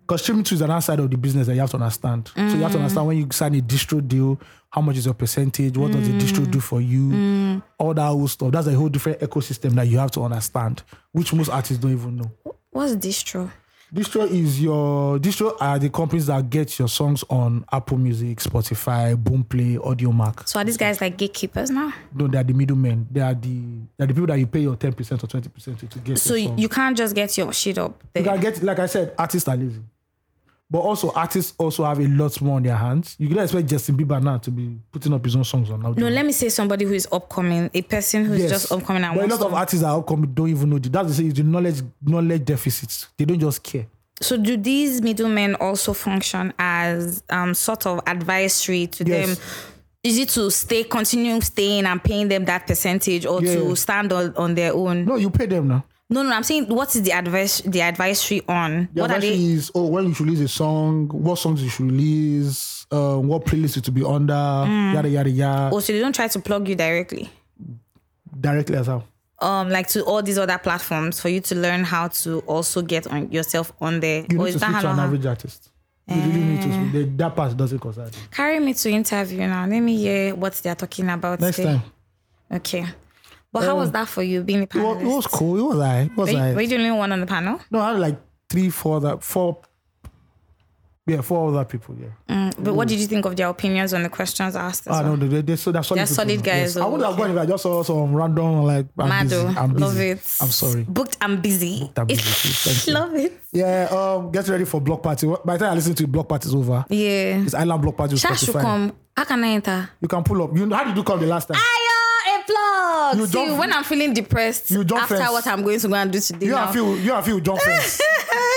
Speaker 1: Because streaming too is another side of the business that you have to understand. So you have to understand when you sign a distro deal, how much is your percentage, what does the distro do for you, all that whole stuff. That's a whole different ecosystem that you have to understand, which most artists don't even know.
Speaker 2: What's distro?
Speaker 1: Distro is your distro are the companies that get your songs on Apple Music, Spotify, Boomplay, AudioMac.
Speaker 2: So are these guys like gatekeepers now?
Speaker 1: No, they are the middlemen. They are the they are the people that you pay your ten percent or twenty percent to get.
Speaker 2: So
Speaker 1: your song.
Speaker 2: you can't just get your shit up.
Speaker 1: You
Speaker 2: There.
Speaker 1: can get, like I said, artists are lazy. But also, artists also have a lot more on their hands. You don't expect Justin Bieber now to be putting up his own songs on now.
Speaker 2: No, let me say somebody who is upcoming, a person who's just upcoming and
Speaker 1: But a
Speaker 2: wants
Speaker 1: lot of
Speaker 2: to.
Speaker 1: artists are upcoming don't even know. The, that's the thing, it's the knowledge knowledge deficits. They don't just care.
Speaker 2: So do these middlemen also function as um sort of advisory to
Speaker 1: Yes.
Speaker 2: them? Is it to stay continue staying and paying them that percentage or
Speaker 1: Yeah.
Speaker 2: to stand on, on their own?
Speaker 1: No, you pay them now.
Speaker 2: No, no, I'm saying what is the advice the advisory on?
Speaker 1: The
Speaker 2: what are
Speaker 1: advisory
Speaker 2: they
Speaker 1: is oh when you should release a song, what songs you should release, um, what playlist it to be under, yada yada yada.
Speaker 2: oh so they don't try to plug you directly.
Speaker 1: Directly as well.
Speaker 2: Um like to all these other platforms for you to learn how to also get on yourself on there.
Speaker 1: You need
Speaker 2: or Oh, is
Speaker 1: to
Speaker 2: that
Speaker 1: speak
Speaker 2: how
Speaker 1: to an
Speaker 2: how-
Speaker 1: average artist. You really need to speak. They- That part doesn't concern you.
Speaker 2: carry me to interview now? Let me hear what they're talking about
Speaker 1: Next
Speaker 2: today.
Speaker 1: time.
Speaker 2: Okay. But how was that for you being a
Speaker 1: It was,
Speaker 2: panelist?
Speaker 1: it was cool. It was like it was
Speaker 2: Were you,
Speaker 1: like
Speaker 2: were you the only one on the panel?
Speaker 1: No, I had like three, four other four yeah, four other people, yeah.
Speaker 2: But what did you think of their opinions on the questions asked? As
Speaker 1: Mm, Ah,
Speaker 2: well?
Speaker 1: no, they, they, so they're solid,
Speaker 2: They're
Speaker 1: people.
Speaker 2: solid guys,
Speaker 1: Yes. I
Speaker 2: oh,
Speaker 1: wouldn't have gone if I just saw some random, like, I'm busy.
Speaker 2: Mado,
Speaker 1: I'm busy.
Speaker 2: love it.
Speaker 1: I'm sorry.
Speaker 2: Booked and busy.
Speaker 1: I'm busy, thank you.
Speaker 2: love it.
Speaker 1: Yeah, um, get ready for Block Party. By the time I listen to it, Block Party's over.
Speaker 2: Yeah.
Speaker 1: It's Island Block Party. on
Speaker 2: Sha should
Speaker 1: Spotify.
Speaker 2: come. Ah, How can I enter?
Speaker 1: You can pull up. You know, How did you come the last time?
Speaker 2: Ayo, applause.
Speaker 1: You
Speaker 2: You
Speaker 1: jump-
Speaker 2: See, when I'm feeling depressed,
Speaker 1: You jump
Speaker 2: after
Speaker 1: first.
Speaker 2: what I'm going to go and do today
Speaker 1: You
Speaker 2: now.
Speaker 1: and Phil, you and Phil jump first.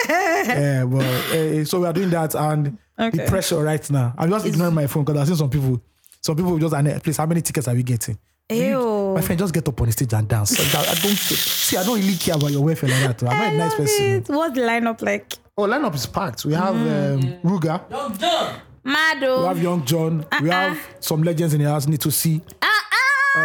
Speaker 1: yeah, but eh, so we are doing that and the
Speaker 2: Okay.
Speaker 1: pressure right now. I'm just ignoring my phone because I've seen some people. Some people just and eh, please, how many tickets are we getting?
Speaker 2: Ew.
Speaker 1: My friend, just get up on the stage and dance. I I don't see. I don't really care about your welfare like that. I'm not
Speaker 2: I
Speaker 1: a nice
Speaker 2: love
Speaker 1: person.
Speaker 2: it. Mm. What's the lineup like?
Speaker 1: Oh, lineup is packed. We have um, Ruga. We have
Speaker 2: Mado.
Speaker 1: Young John.
Speaker 2: Uh-uh.
Speaker 1: We have some legends in the house. Need to see.
Speaker 2: Ah, ah.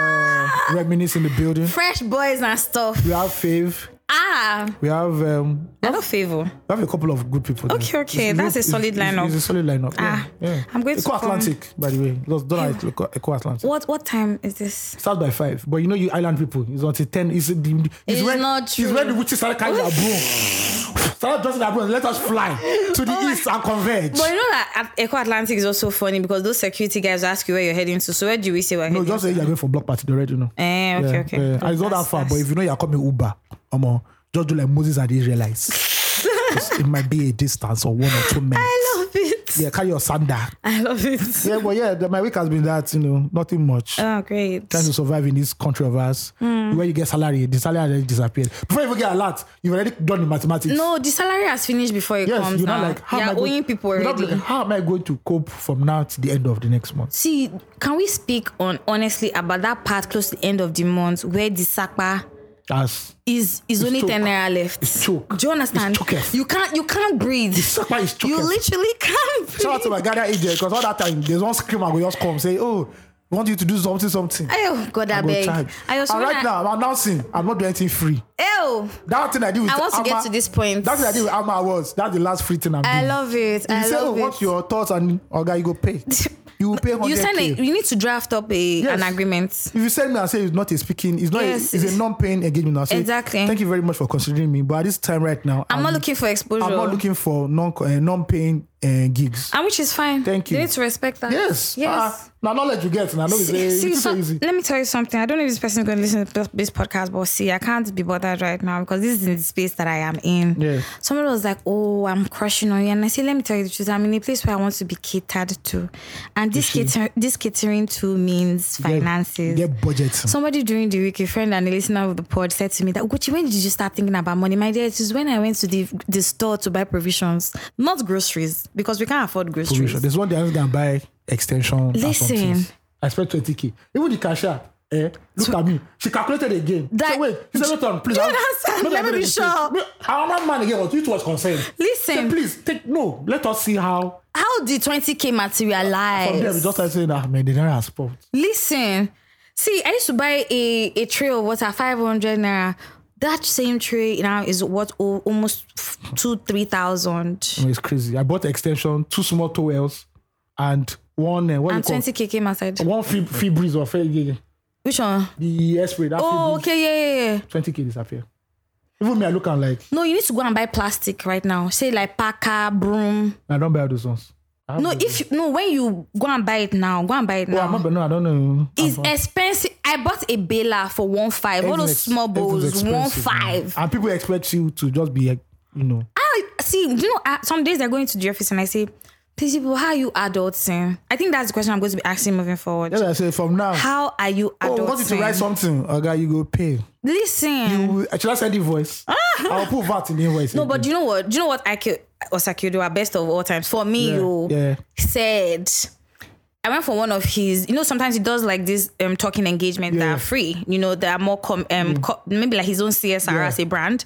Speaker 1: Uh, Reminisce in the building.
Speaker 2: Fresh boys and stuff.
Speaker 1: We have Fave.
Speaker 2: Ah,
Speaker 1: We have um,
Speaker 2: I don't favor.
Speaker 1: we have a couple of good people. there.
Speaker 2: Okay, okay,
Speaker 1: It's-
Speaker 2: that's a
Speaker 1: it's-
Speaker 2: solid
Speaker 1: it's- it's-
Speaker 2: lineup.
Speaker 1: It's a solid lineup.
Speaker 2: Ah,
Speaker 1: yeah, yeah.
Speaker 2: I'm going to
Speaker 1: Eco Atlantic, by the way. Because don't like Eco- Eco Atlantic.
Speaker 2: What what time is this?
Speaker 1: Start by five, but you know you island people. It's until ten. It's the. It's,
Speaker 2: It's
Speaker 1: when,
Speaker 2: not
Speaker 1: It's
Speaker 2: true.
Speaker 1: when the witches started carrying their broom. Started dressing their broom. Let us fly to the east and converge.
Speaker 2: Oh But you know that at Echo Atlantic is also funny because those security guys ask you where you're heading to. So where do we say we're
Speaker 1: No,
Speaker 2: heading?
Speaker 1: just say you're going for block party. They already know.
Speaker 2: Eh, okay,
Speaker 1: Yeah,
Speaker 2: okay.
Speaker 1: yeah, yeah. And it's not that
Speaker 2: That's-
Speaker 1: far, but
Speaker 2: that's-
Speaker 1: if you know you're coming Uber, omo, just do like Moses and the Israelites. Just- it might be a distance or one or two minutes.
Speaker 2: I love it.
Speaker 1: yeah, carry your sandal.
Speaker 2: I love it.
Speaker 1: yeah, but yeah, the, my week has been that, you know, nothing much.
Speaker 2: Oh, great.
Speaker 1: Trying to survive in this country of ours,
Speaker 2: Hmm.
Speaker 1: where you get salary, the salary already disappeared. Before you even get a lot, you've already done the mathematics.
Speaker 2: No, the salary has finished before it
Speaker 1: yes,
Speaker 2: comes
Speaker 1: you're
Speaker 2: now.
Speaker 1: not like, how
Speaker 2: You're
Speaker 1: am I go-
Speaker 2: owing people
Speaker 1: you're not
Speaker 2: already.
Speaker 1: like, how am I going to cope from now to the end of the next month?
Speaker 2: See, can we speak on honestly about that part close to the end of the month where the sakpa
Speaker 1: As
Speaker 2: is is only
Speaker 1: choke.
Speaker 2: ten naira left?
Speaker 1: It's choke.
Speaker 2: Do you
Speaker 1: It's
Speaker 2: understand?
Speaker 1: choke.
Speaker 2: you can't you can't breathe.
Speaker 1: supper is choking.
Speaker 2: You literally can't breathe.
Speaker 1: Shout out to my Ghana agent because all that time there's one screamer will just come say, "Oh, we want you to do something, something."
Speaker 2: Oh God, I,
Speaker 1: I go
Speaker 2: beg.
Speaker 1: charge.
Speaker 2: I also
Speaker 1: and right
Speaker 2: wanna-
Speaker 1: now I'm announcing I'm not doing anything free.
Speaker 2: Ew.
Speaker 1: That thing I did with
Speaker 2: I want to get
Speaker 1: Amma-
Speaker 2: to this point.
Speaker 1: That thing I did with Amma was that's the last free thing I'm
Speaker 2: I
Speaker 1: doing.
Speaker 2: love it.
Speaker 1: If you
Speaker 2: I
Speaker 1: say,
Speaker 2: love
Speaker 1: "Oh, what's
Speaker 2: it.
Speaker 1: your thoughts?" and Oga, you go pay. You will pay.
Speaker 2: you sign a,
Speaker 1: 100K.
Speaker 2: you need to draft up a an
Speaker 1: Yes.
Speaker 2: agreement.
Speaker 1: If you send me and say it's not a speaking, it's not.
Speaker 2: Yes.
Speaker 1: A, it's a non-paying engagement. I'll say,
Speaker 2: Exactly.
Speaker 1: Thank you very much for considering me, but at this time right now,
Speaker 2: I'm not looking for exposure.
Speaker 1: I'm not looking for non uh, non-paying uh, gigs.
Speaker 2: and which is fine.
Speaker 1: Thank you.
Speaker 2: You need to respect that.
Speaker 1: yes.
Speaker 2: Yes.
Speaker 1: Ah, now knowledge you get. Now know it's, uh,
Speaker 2: See, see,
Speaker 1: it's so
Speaker 2: so-
Speaker 1: easy.
Speaker 2: let me tell you something. I don't know if this person is going to listen to this podcast, but see, I can't be bothered right now because this is in the space that I am in.
Speaker 1: Yeah.
Speaker 2: Someone was like, "Oh, I'm crushing on you," and I say, "Let me tell you the truth. I'm in a place where I want to be catered to, and this
Speaker 1: see.
Speaker 2: cater- this catering to means finances."
Speaker 1: Get budget.
Speaker 2: Somebody during the week, a friend and a listener of the pod said to me that, Gucci, when did you start thinking about money? My dear, it is when I went to the, the store to buy provisions, not groceries, because we can't afford groceries.
Speaker 1: Provision. There's one that can buy extension.
Speaker 2: Listen.
Speaker 1: Listen. I spent 20k. Even the cashier. Eh, look at me. She calculated again.
Speaker 2: That-
Speaker 1: so wait, he said, wait on, please.
Speaker 2: Do you
Speaker 1: I-
Speaker 2: understand?
Speaker 1: not that
Speaker 2: Let me
Speaker 1: I
Speaker 2: be
Speaker 1: made a mistake.
Speaker 2: sure.
Speaker 1: Me- Our man man again, but it was concerned.
Speaker 2: Listen.
Speaker 1: Say, please take no. Let us see how.
Speaker 2: How did 20K
Speaker 1: From there, we
Speaker 2: materialize?
Speaker 1: just started saying, ah, man, the dinner has popped.
Speaker 2: Listen, see, I used to buy a, a tray of water, 500 naira. That same tray now is what oh, almost f- two, 3,000.
Speaker 1: No, it's crazy. I bought extension, two small towels, and one uh, what
Speaker 2: And
Speaker 1: do you
Speaker 2: 20K came outside.
Speaker 1: call, one free, free breeze or fair yeah, yeah.
Speaker 2: Which one?
Speaker 1: the air spray. That
Speaker 2: Oh,
Speaker 1: free
Speaker 2: okay, yeah, yeah, yeah.
Speaker 1: breeze, 20k disappear. Even me, I look and like
Speaker 2: No, you need to go and buy plastic right now. Say like packer, broom.
Speaker 1: I don't buy all those ones. I have
Speaker 2: No,
Speaker 1: those ones.
Speaker 2: if you, no, when you go and buy it now, go and buy it
Speaker 1: Oh, I'm
Speaker 2: now.
Speaker 1: not, no, I don't know.
Speaker 2: It's
Speaker 1: I'm-
Speaker 2: expensive. I bought a bailer for one five. All those
Speaker 1: Everything's-
Speaker 2: small bowls,
Speaker 1: everything's
Speaker 2: one
Speaker 1: expensive, man.
Speaker 2: five.
Speaker 1: And people expect you to just be, like, you know,
Speaker 2: I see. You know, I, some days I go into the office and I say, "Please, people, how are you adulting?" I think that's the question I'm going to be asking moving forward.
Speaker 1: as I say, from now,
Speaker 2: How are you
Speaker 1: oh,
Speaker 2: adulting?
Speaker 1: want you to write something, okay, you go pay.
Speaker 2: Listen.
Speaker 1: You- Mm. Should I send the voice?
Speaker 2: Ah.
Speaker 1: I'll put VAT in the invoice.
Speaker 2: no, but do you know what? Do you know what I could Osakio do our best of all times for me?
Speaker 1: Yeah,
Speaker 2: You
Speaker 1: yeah.
Speaker 2: said I went for one of his. You know, sometimes he does like this um, talking engagement that
Speaker 1: Yeah. Mm.
Speaker 2: are free. You know, that are more com, um, co- maybe like his own CSR
Speaker 1: Yeah.
Speaker 2: as a brand.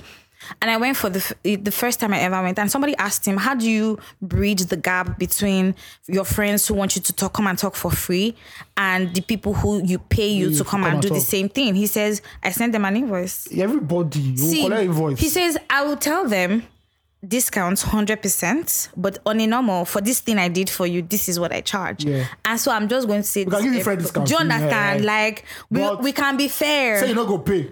Speaker 2: And I went for the f- the first time I ever went, and somebody asked him, "How do you bridge the gap between your friends who want you to talk, come and talk for free, and the people who you pay you
Speaker 1: Yeah,
Speaker 2: to come, and do the
Speaker 1: Mm, talk.
Speaker 2: same thing?" He says, "I sent them an invoice."
Speaker 1: Everybody, you
Speaker 2: See,
Speaker 1: collect invoice.
Speaker 2: He says, I will tell them discounts 100%, but on a normal, for this thing I did for you, this is what I charge.
Speaker 1: Yeah.
Speaker 2: And so I'm just going to say,
Speaker 1: can give you fair
Speaker 2: Do you
Speaker 1: discounts.
Speaker 2: understand?
Speaker 1: Yeah.
Speaker 2: Like, we,
Speaker 1: But-
Speaker 2: we can be fair.
Speaker 1: Say you not go pay.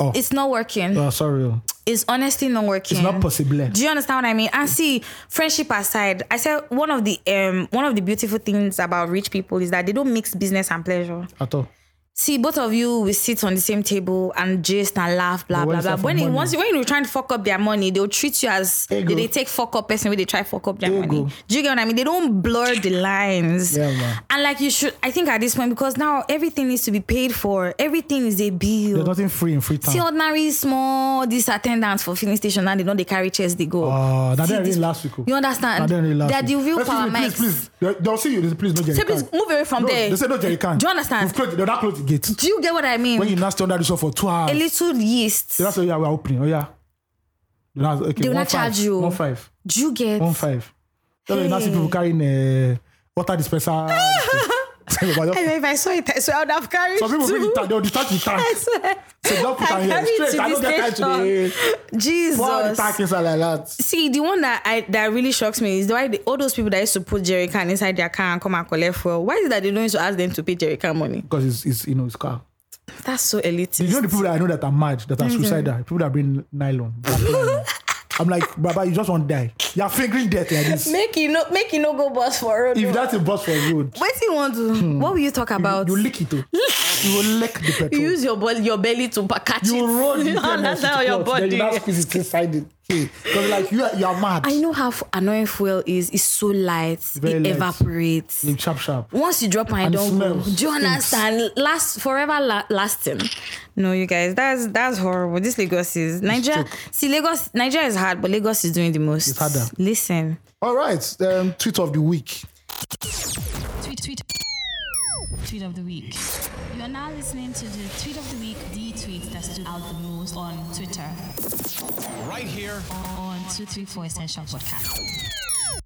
Speaker 1: Oh,
Speaker 2: it's not working.
Speaker 1: oh, sorry. oh.
Speaker 2: It's honestly not working.
Speaker 1: It's not possible. eh.
Speaker 2: Do you understand what I mean? And see, friendship aside, I said one of the um one of the beautiful things about rich people is that they don't mix business and pleasure.
Speaker 1: At all.
Speaker 2: See, both of you will sit on the same table and gist and laugh,
Speaker 1: But
Speaker 2: blah
Speaker 1: when
Speaker 2: blah
Speaker 1: it's
Speaker 2: blah.
Speaker 1: not for
Speaker 2: When it,
Speaker 1: money.
Speaker 2: once you- when you're trying to fuck up their money, they'll treat you as
Speaker 1: There you
Speaker 2: they,
Speaker 1: go.
Speaker 2: they take fuck up person when they try fuck up their
Speaker 1: There you
Speaker 2: money.
Speaker 1: go.
Speaker 2: Do you get what I mean? They don't blur the lines.
Speaker 1: Yeah, man.
Speaker 2: And like you should, I think at this point because now everything needs to be paid for. Everything is a
Speaker 1: There's
Speaker 2: bill.
Speaker 1: nothing free in free
Speaker 2: See
Speaker 1: time.
Speaker 2: ordinary small these attendants for filling station now they know they carry chairs they go.
Speaker 1: Oh, that
Speaker 2: See
Speaker 1: didn't
Speaker 2: this-
Speaker 1: read last week. oh.
Speaker 2: You
Speaker 1: That
Speaker 2: understand?
Speaker 1: didn't read last
Speaker 2: They're the
Speaker 1: week.
Speaker 2: real
Speaker 1: Excuse
Speaker 2: power
Speaker 1: me,
Speaker 2: mics.
Speaker 1: Please, please. They'll see you. Please, no jerry
Speaker 2: So please
Speaker 1: can.
Speaker 2: move away from
Speaker 1: No,
Speaker 2: there.
Speaker 1: They say no jerry can.
Speaker 2: Do you understand?
Speaker 1: We've closed, they'll not close the gate.
Speaker 2: Do you get what I mean?
Speaker 1: When you now stand under the shop for two hours.
Speaker 2: a little yeast.
Speaker 1: They don't say, yeah, we're opening. Oh, yeah. They don't say, okay,
Speaker 2: They will
Speaker 1: one
Speaker 2: not
Speaker 1: five,
Speaker 2: charge you.
Speaker 1: One five.
Speaker 2: Do you get?
Speaker 1: One five. Hey. You now see people carrying uh, water dispenser. But I don't-
Speaker 2: I know if I saw it, I swear I would have carried
Speaker 1: Some people
Speaker 2: two.
Speaker 1: bring the tank, they'll distract the tank.
Speaker 2: I swear.
Speaker 1: So don't put
Speaker 2: I
Speaker 1: am here.
Speaker 2: carried to
Speaker 1: Straight, I
Speaker 2: the
Speaker 1: don't get time today. Pour the
Speaker 2: Jesus.
Speaker 1: tank inside like that.
Speaker 2: See, the one that I that really shocks me is why the, all those people that used to put jerry can inside their car and come and collect fuel. Why is it that they don't used to ask them to pay jerry can money?
Speaker 1: Because it's, it's, you know, it's car.
Speaker 2: That's so elitist.
Speaker 1: You know the people that I know that are mad, that are suicidal, people that bring nylon. black nylon. I'm like, Baba, you just won't die. You're fingering death like this.
Speaker 2: Make you no make you no go bus for road.
Speaker 1: If
Speaker 2: What
Speaker 1: that's a bus for road,
Speaker 2: do you want to? What will you talk about?
Speaker 1: you lick it. oh. you will lick the petrol.
Speaker 2: You
Speaker 1: You,
Speaker 2: use your bol- your belly to pa- catch it.
Speaker 1: roll the
Speaker 2: You
Speaker 1: petrol.
Speaker 2: understand your
Speaker 1: Then you
Speaker 2: body.
Speaker 1: now squeeze it inside it. Because like you are, you are mad.
Speaker 2: I know how f- annoying fuel is. It's so light.
Speaker 1: Very
Speaker 2: it
Speaker 1: light.
Speaker 2: evaporates.
Speaker 1: You chop sharp.
Speaker 2: Once you drop and,
Speaker 1: And
Speaker 2: it don't go.
Speaker 1: smells.
Speaker 2: Do you understand? Last forever la- lasting. No, you guys, that's that's horrible. This Lagos is Nigeria. See, Lagos, Nigeria is hard, but Lagos is doing the most.
Speaker 1: It's harder.
Speaker 2: Listen,
Speaker 1: All right. Um, tweet of the week.
Speaker 3: tweet tweet tweet of the week. You are now listening to the tweet of the week, the tweet that stood out the most on Twitter.
Speaker 4: right here.
Speaker 3: On two three four essential podcast.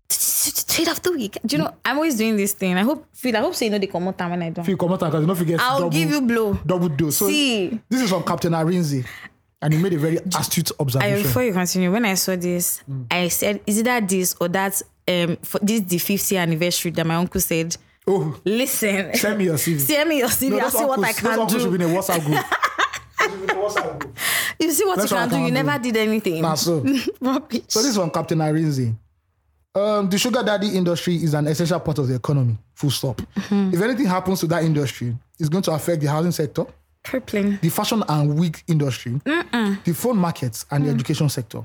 Speaker 2: tweet of the week. Do you know? I'm always doing this thing. I hope, Phil. I hope so you know they come out when I don't.
Speaker 1: If you come out because don't forget,
Speaker 2: I'll
Speaker 1: double,
Speaker 2: give you blow.
Speaker 1: double dose. So
Speaker 2: See.
Speaker 1: this is from Captain Arinzi, and he made a very astute
Speaker 2: I,
Speaker 1: observation.
Speaker 2: before you continue, when I saw this,
Speaker 1: Mm.
Speaker 2: I said, "Is it that this or that? Um, for this the 50th anniversary that my uncle said.
Speaker 1: oh,
Speaker 2: Listen,
Speaker 1: send me your CV.
Speaker 2: send me your CV.
Speaker 1: No,
Speaker 2: I'll
Speaker 1: those
Speaker 2: see what I
Speaker 1: uncles-
Speaker 2: can
Speaker 1: those uncles
Speaker 2: do.
Speaker 1: should be in a WhatsApp group. They should be in a WhatsApp group.
Speaker 2: You see what you
Speaker 1: That's what
Speaker 2: can
Speaker 1: I
Speaker 2: do. You
Speaker 1: can do.
Speaker 2: never did anything.
Speaker 1: Nah, so.
Speaker 2: Rubbish.
Speaker 1: So this is from Captain Arinze. Um, the sugar daddy industry is an essential part of the economy. Full stop.
Speaker 2: Mm-hmm.
Speaker 1: If anything happens to that industry, it's going to affect the housing sector,
Speaker 2: crippling.
Speaker 1: the fashion and wig industry, the phone markets, and
Speaker 2: Mm.
Speaker 1: the education sector.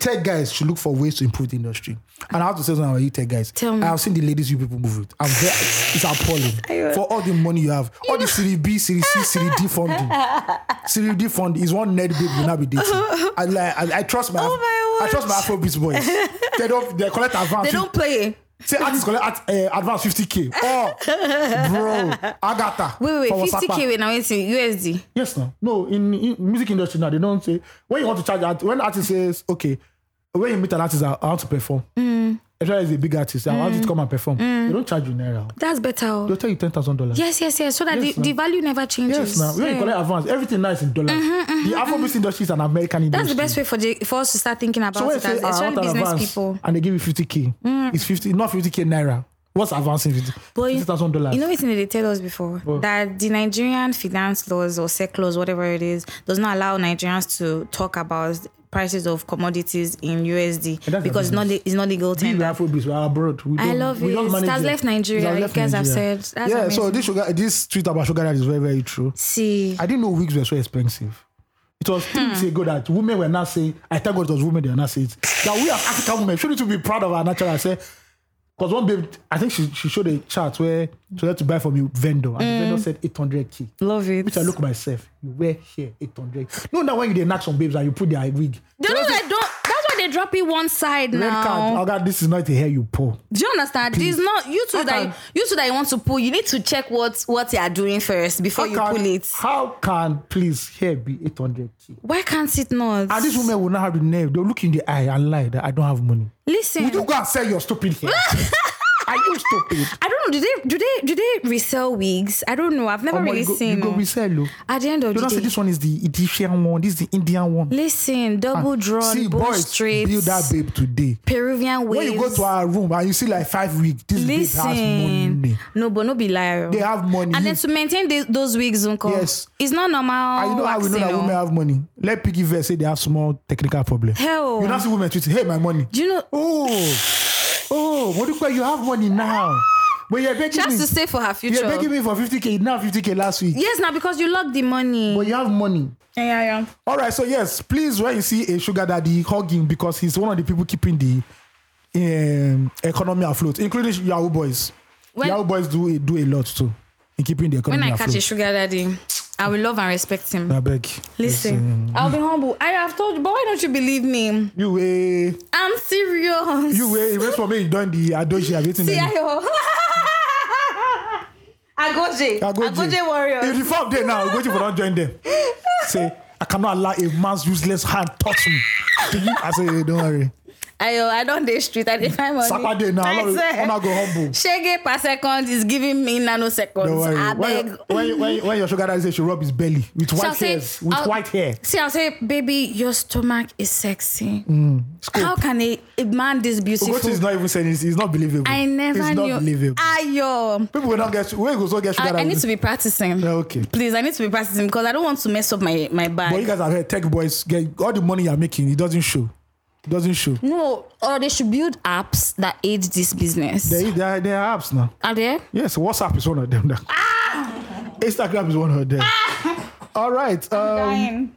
Speaker 1: Tech guys should look for ways to improve the industry. And I have to say something about you tech guys.
Speaker 2: Tell me.
Speaker 1: I have seen the ladies you people move with. I'm very, it's appalling.
Speaker 2: know.
Speaker 1: For all the money you have, all the Series B, Series C, Series D funding. Series D fund is one nerd babe will not be dating. I, like, I, I trust my,
Speaker 2: Oh my
Speaker 1: I trust my Afrobeat boys. they don't, they collect advance.
Speaker 2: They don't play.
Speaker 1: Say artists collect uh, advance 50k. Oh, bro, Agatha.
Speaker 2: Wait, wait,
Speaker 1: for
Speaker 2: wait.
Speaker 1: Wasapa.
Speaker 2: 50k. Wait, now it's USD.
Speaker 1: Yes, no, no. In, in music industry now, they don't say when you want to charge. art- When artist says, okay, when you meet an artist, I, I want to perform.
Speaker 2: Mm.
Speaker 1: Especially as a big artist, I want you to come and perform. They don't charge you naira.
Speaker 2: That's better. oh.
Speaker 1: They'll tell you ten thousand dollars.
Speaker 2: Mm. Yes, yes, yes. So that
Speaker 1: Yes,
Speaker 2: the, the value never changes.
Speaker 1: Yes, now when you
Speaker 2: Yeah.
Speaker 1: collect advance, everything now is in dollars. the Afrobeat industry is an American industry.
Speaker 2: Uh-huh, That's the best way for the, for us to start thinking about
Speaker 1: So when you
Speaker 2: it
Speaker 1: say
Speaker 2: as
Speaker 1: I
Speaker 2: especially
Speaker 1: want an
Speaker 2: business
Speaker 1: advance,
Speaker 2: people. Mm.
Speaker 1: and they give you fifty k, it's fifty, not fifty k naira. What's advancing fifty
Speaker 2: But you-
Speaker 1: thousand dollars?
Speaker 2: You know what they tell us before? That the Nigerian finance laws or SEC laws, whatever it is, does not allow Nigerians to talk about prices of commodities in
Speaker 1: And
Speaker 2: USD
Speaker 1: that's
Speaker 2: because it's not,
Speaker 1: business.
Speaker 2: it's not legal
Speaker 1: These
Speaker 2: tender.
Speaker 1: Afrobeats were abroad. We
Speaker 2: I
Speaker 1: don't-
Speaker 2: love
Speaker 1: we
Speaker 2: it.
Speaker 1: don't
Speaker 2: It
Speaker 1: manage
Speaker 2: has
Speaker 1: it.
Speaker 2: left Nigeria,
Speaker 1: It has
Speaker 2: you guys have
Speaker 1: Nigeria.
Speaker 2: said. That's
Speaker 1: yeah, so
Speaker 2: amazing.
Speaker 1: this sugar, this tweet about sugar daddy is very, very true.
Speaker 2: See.
Speaker 1: I didn't know wigs were so expensive. It was
Speaker 2: Hmm.
Speaker 1: three weeks ago that women were not saying, I thank God it was women, they were not saying it. That we as African women shouldn't we be proud of our natural. I said, because one babe, I think she, she showed a chart where she had to buy from a vendor, and
Speaker 2: Hmm.
Speaker 1: the vendor said 800k.
Speaker 2: Love it.
Speaker 1: Which I look myself, you wear here 800. No, now when you dey knock some babes and you put their wig.
Speaker 2: They know they don't. That's why they drop it one side
Speaker 1: Red
Speaker 2: now.
Speaker 1: card, oh God, this is not the hair you pull.
Speaker 2: Do you understand? It's not you two
Speaker 1: How
Speaker 2: that
Speaker 1: can-
Speaker 2: you two that you want to pull. You need to check what what you are doing first before you
Speaker 1: how can,
Speaker 2: pull it.
Speaker 1: How can please here be 800k?
Speaker 2: Why can't it not?
Speaker 1: And these women will not have the nerve. They'll look in the eye and lie that I don't have money.
Speaker 2: Listen,
Speaker 1: Would you go and sell your stupid hair? Are you stupid?
Speaker 2: I don't know. Do they do they do they resell wigs? I don't know. I've never
Speaker 1: Omo,
Speaker 2: really
Speaker 1: you go,
Speaker 2: seen.
Speaker 1: you go
Speaker 2: them.
Speaker 1: resell. oh. You
Speaker 2: At the end of
Speaker 1: do
Speaker 2: the
Speaker 1: not say
Speaker 2: day,
Speaker 1: this one is the Egyptian one. This is the Indian one. Ah,
Speaker 2: listen, double drawn,
Speaker 1: see,
Speaker 2: bone
Speaker 1: boys,
Speaker 2: straight,
Speaker 1: build that babe today.
Speaker 2: Peruvian
Speaker 1: When
Speaker 2: waves.
Speaker 1: you go to our room and you see like five weeks, this babe has money.
Speaker 2: listen, no, but no be liar.
Speaker 1: They have money.
Speaker 2: and
Speaker 1: You-
Speaker 2: then to maintain the, those wigs, uncle,
Speaker 1: Yes.
Speaker 2: it's not normal.
Speaker 1: And you know how we know
Speaker 2: waxing,
Speaker 1: that
Speaker 2: oh.
Speaker 1: women have money? Let Piggy Verse say they have small technical problem.
Speaker 2: Hell.
Speaker 1: You now see women tweeting, hey, my money.
Speaker 2: Do you know?
Speaker 1: Oh, oh, what do you call you have money now? But you're begging
Speaker 2: Just
Speaker 1: me.
Speaker 2: to save for her future.
Speaker 1: you're begging me for 50k now, 50k last week.
Speaker 2: Yes, now because you locked the money.
Speaker 1: But you have money.
Speaker 2: Yeah, yeah, yeah.
Speaker 1: All right, so yes, please when you see a sugar daddy hug him because he's one of the people keeping the um, economy afloat, including Yahoo boys.
Speaker 2: When-
Speaker 1: Yahoo boys do a- do a lot too in keeping the
Speaker 2: When
Speaker 1: economy
Speaker 2: I
Speaker 1: afloat.
Speaker 2: catch a sugar daddy, I will love and respect him.
Speaker 1: I beg.
Speaker 2: Listen, I'll be humble. I have told you, but why don't you believe me?
Speaker 1: You way,
Speaker 2: I'm serious.
Speaker 1: you way. Wait for me. You done the adoji. I've eaten
Speaker 2: See, I
Speaker 1: them.
Speaker 2: Agoje.
Speaker 1: Agoje.
Speaker 2: Agoje warrior.
Speaker 1: In the fourth day now, Agoje for not join them. Say, I cannot allow a man's useless hand touch me. To you, I say, don't worry.
Speaker 2: I, I don't dey street. I dey find money.
Speaker 1: Saturday now,
Speaker 2: I
Speaker 1: I'm not-
Speaker 2: swear.
Speaker 1: I'm not go humble.
Speaker 2: Shege per second is giving me
Speaker 1: Don't
Speaker 2: nanoseconds.
Speaker 1: worry.
Speaker 2: I
Speaker 1: When,
Speaker 2: beg.
Speaker 1: when, when, when your sugar daddy says she rub his belly with
Speaker 2: So
Speaker 1: white
Speaker 2: I'll say-
Speaker 1: hairs, with
Speaker 2: I'll-
Speaker 1: white hair.
Speaker 2: See, I'll say, baby, your stomach is sexy.
Speaker 1: Mm,
Speaker 2: How can a, a man this
Speaker 1: Ogochi
Speaker 2: beautiful?
Speaker 1: is not even saying it's, it's not believable.
Speaker 2: I never
Speaker 1: it's not
Speaker 2: knew.
Speaker 1: believable.
Speaker 2: Ayo.
Speaker 1: People will not get where you go so get sugar
Speaker 2: I, I
Speaker 1: daddy.
Speaker 2: need to be practicing.
Speaker 1: Yeah, okay.
Speaker 2: Please, I need to be practicing because I don't want to mess up my, my bag.
Speaker 1: But you guys are here, tech boys. Get all the money you're making. It doesn't show. It doesn't show.
Speaker 2: no, or they should build apps that aid this business.
Speaker 1: There, there, are, there are apps now.
Speaker 2: Are there?
Speaker 1: Yes, WhatsApp is one of them. now. Instagram is one of them. All right. Um,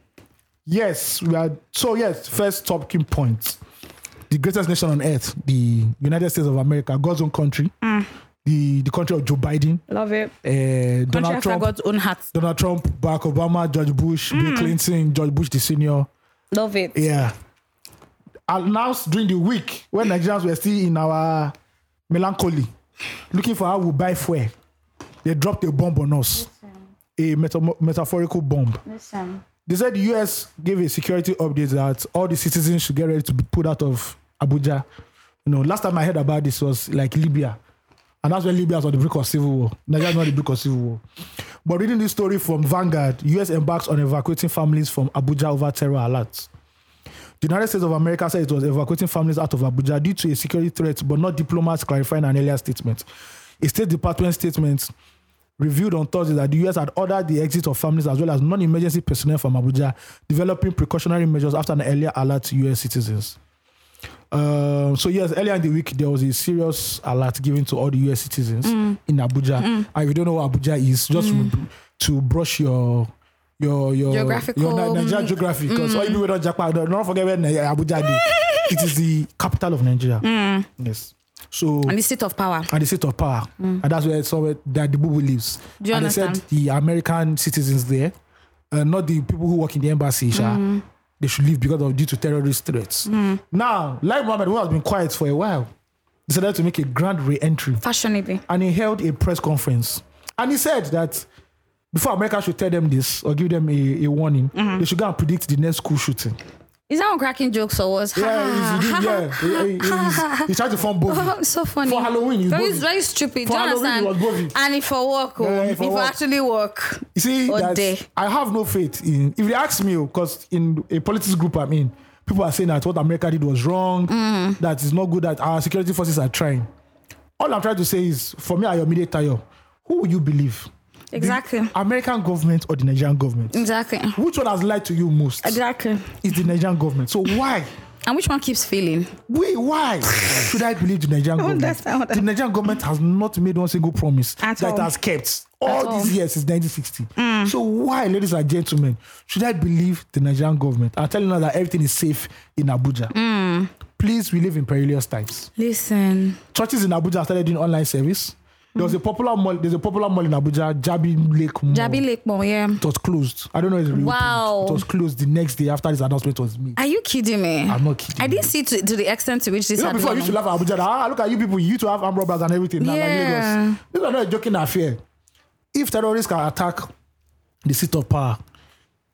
Speaker 1: yes, we are. So yes, first talking point. The greatest nation on earth, the United States of America, God's own country, the the country of Joe Biden,
Speaker 2: Love it.
Speaker 1: uh,
Speaker 2: Country
Speaker 1: Donald
Speaker 2: after
Speaker 1: Trump,
Speaker 2: God's own heart.
Speaker 1: Donald Trump, Barack Obama, George Bush, Bill Clinton, George Bush the senior.
Speaker 2: Love it.
Speaker 1: Yeah. Announced during the week when Nigerians were still in our melancholy, looking for how we buy fuel. They dropped a bomb on us, a meta- metaphorical bomb.
Speaker 2: Listen.
Speaker 1: They said the US gave a security update that all the citizens should get ready to be put out of Abuja. You know, last time I heard about this was like Libya. And that's when Libya was on the brink of civil war. Nigeria was not the brink of civil war. But reading this story from Vanguard, US embarks on evacuating families from Abuja over terror alerts. The United States of America said it was evacuating families out of Abuja due to a security threat, but not diplomats clarifying an earlier statement. A State Department statement revealed on Thursday that the US had ordered the exit of families as well as non emergency personnel from Abuja, developing precautionary measures after an earlier alert to US citizens. Um, so, yes, earlier in the week, there was a serious alert given to all the US citizens
Speaker 2: Mm.
Speaker 1: in Abuja. And if you don't know what Abuja is, just to brush your. Your, your
Speaker 2: Geographical- Mm.
Speaker 1: your Ni- Nigerian geography because all you people don't jackpot don't, don't forget where Ni- Abuja is it is the capital of Nigeria yes so
Speaker 2: Mm. And the seat of power.
Speaker 1: and the seat of power. And that's where somewhere that the Bubu lives.
Speaker 2: Do you
Speaker 1: and they said
Speaker 2: understand?
Speaker 1: the American citizens there, uh, not the people who work in the embassy, sha, they should leave because of due to terrorist threats. Now, like Mohammed, who has been quiet for a while, decided to make a grand re-entry
Speaker 2: Fashionably.
Speaker 1: and he held a press conference. And he said that before America should tell them this or give them a, a warning, they should go and predict the next school shooting.
Speaker 2: Is that on cracking jokes or what?
Speaker 1: Yeah, he, did, yeah. He, he- he's- he tried to form both.
Speaker 2: Oh, so funny.
Speaker 1: For Halloween, it's
Speaker 2: very,
Speaker 1: Bovi.
Speaker 2: very stupid.
Speaker 1: For
Speaker 2: Do you
Speaker 1: Halloween, it
Speaker 2: understand?
Speaker 1: was Bovi.
Speaker 2: And if for work, oh,
Speaker 1: Yeah, if
Speaker 2: if
Speaker 1: for
Speaker 2: you
Speaker 1: work.
Speaker 2: actually work,
Speaker 1: You see,
Speaker 2: Or
Speaker 1: that
Speaker 2: they.
Speaker 1: I have no faith in. If they ask me, because in a politics group I'm in, people are saying that what America did was wrong,
Speaker 2: Mm.
Speaker 1: that is not good, that our security forces are trying. All I'm trying to say is, for me, Ayomide Tayo, who will you believe?
Speaker 2: Exactly. Mm.
Speaker 1: The American government or the Nigerian government?
Speaker 2: exactly,
Speaker 1: Which one has lied to you most?
Speaker 2: exactly.
Speaker 1: It's the Nigerian government. So why?
Speaker 2: And which one keeps failing?
Speaker 1: We why should I believe the Nigerian government?
Speaker 2: understand what
Speaker 1: The Nigerian government has not made one single promise
Speaker 2: At
Speaker 1: that it
Speaker 2: all.
Speaker 1: has kept all
Speaker 2: At all. Mm.
Speaker 1: these years since 1960. So why, ladies and gentlemen, should I believe the Nigerian government? I'm telling us that everything is safe in Abuja.
Speaker 2: Mm.
Speaker 1: Please, we live in perilous times.
Speaker 2: Listen,
Speaker 1: Churches in Abuja started doing online service. There was a popular mall. There's a popular mall in Abuja, Jabi Lake Mall.
Speaker 2: Mm. Jabi Lake Mall, yeah.
Speaker 1: It was closed. I don't know. If it's reopened.
Speaker 2: Wow.
Speaker 1: It was closed the next day after this announcement was made.
Speaker 2: Are you kidding me?
Speaker 1: I'm not kidding
Speaker 2: I didn't see to, to the extent to which this
Speaker 1: You know,
Speaker 2: happened.
Speaker 1: before I used to laugh at Abuja, that, ah, look at you people, you to have armed robbers and everything. now,
Speaker 2: Yeah.
Speaker 1: Like Lagos. This is not a joking affair. If terrorists can attack the seat of power,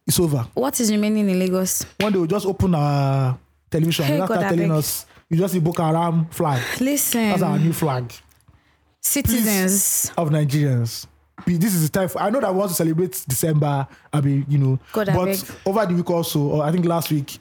Speaker 1: it's over.
Speaker 2: what is remaining in Lagos?
Speaker 1: One day we'll just open our television
Speaker 2: Hey,
Speaker 1: and they'll
Speaker 2: God,
Speaker 1: start
Speaker 2: I
Speaker 1: telling
Speaker 2: beg.
Speaker 1: us, you just see Boko Haram flag. That's our
Speaker 2: Listen,
Speaker 1: new flag.
Speaker 2: citizens.
Speaker 1: Of Nigerians. Be- This is the time for, I know that we want to celebrate December, I mean, you know,
Speaker 2: God, I
Speaker 1: but
Speaker 2: beg.
Speaker 1: over the week also, or I think last week,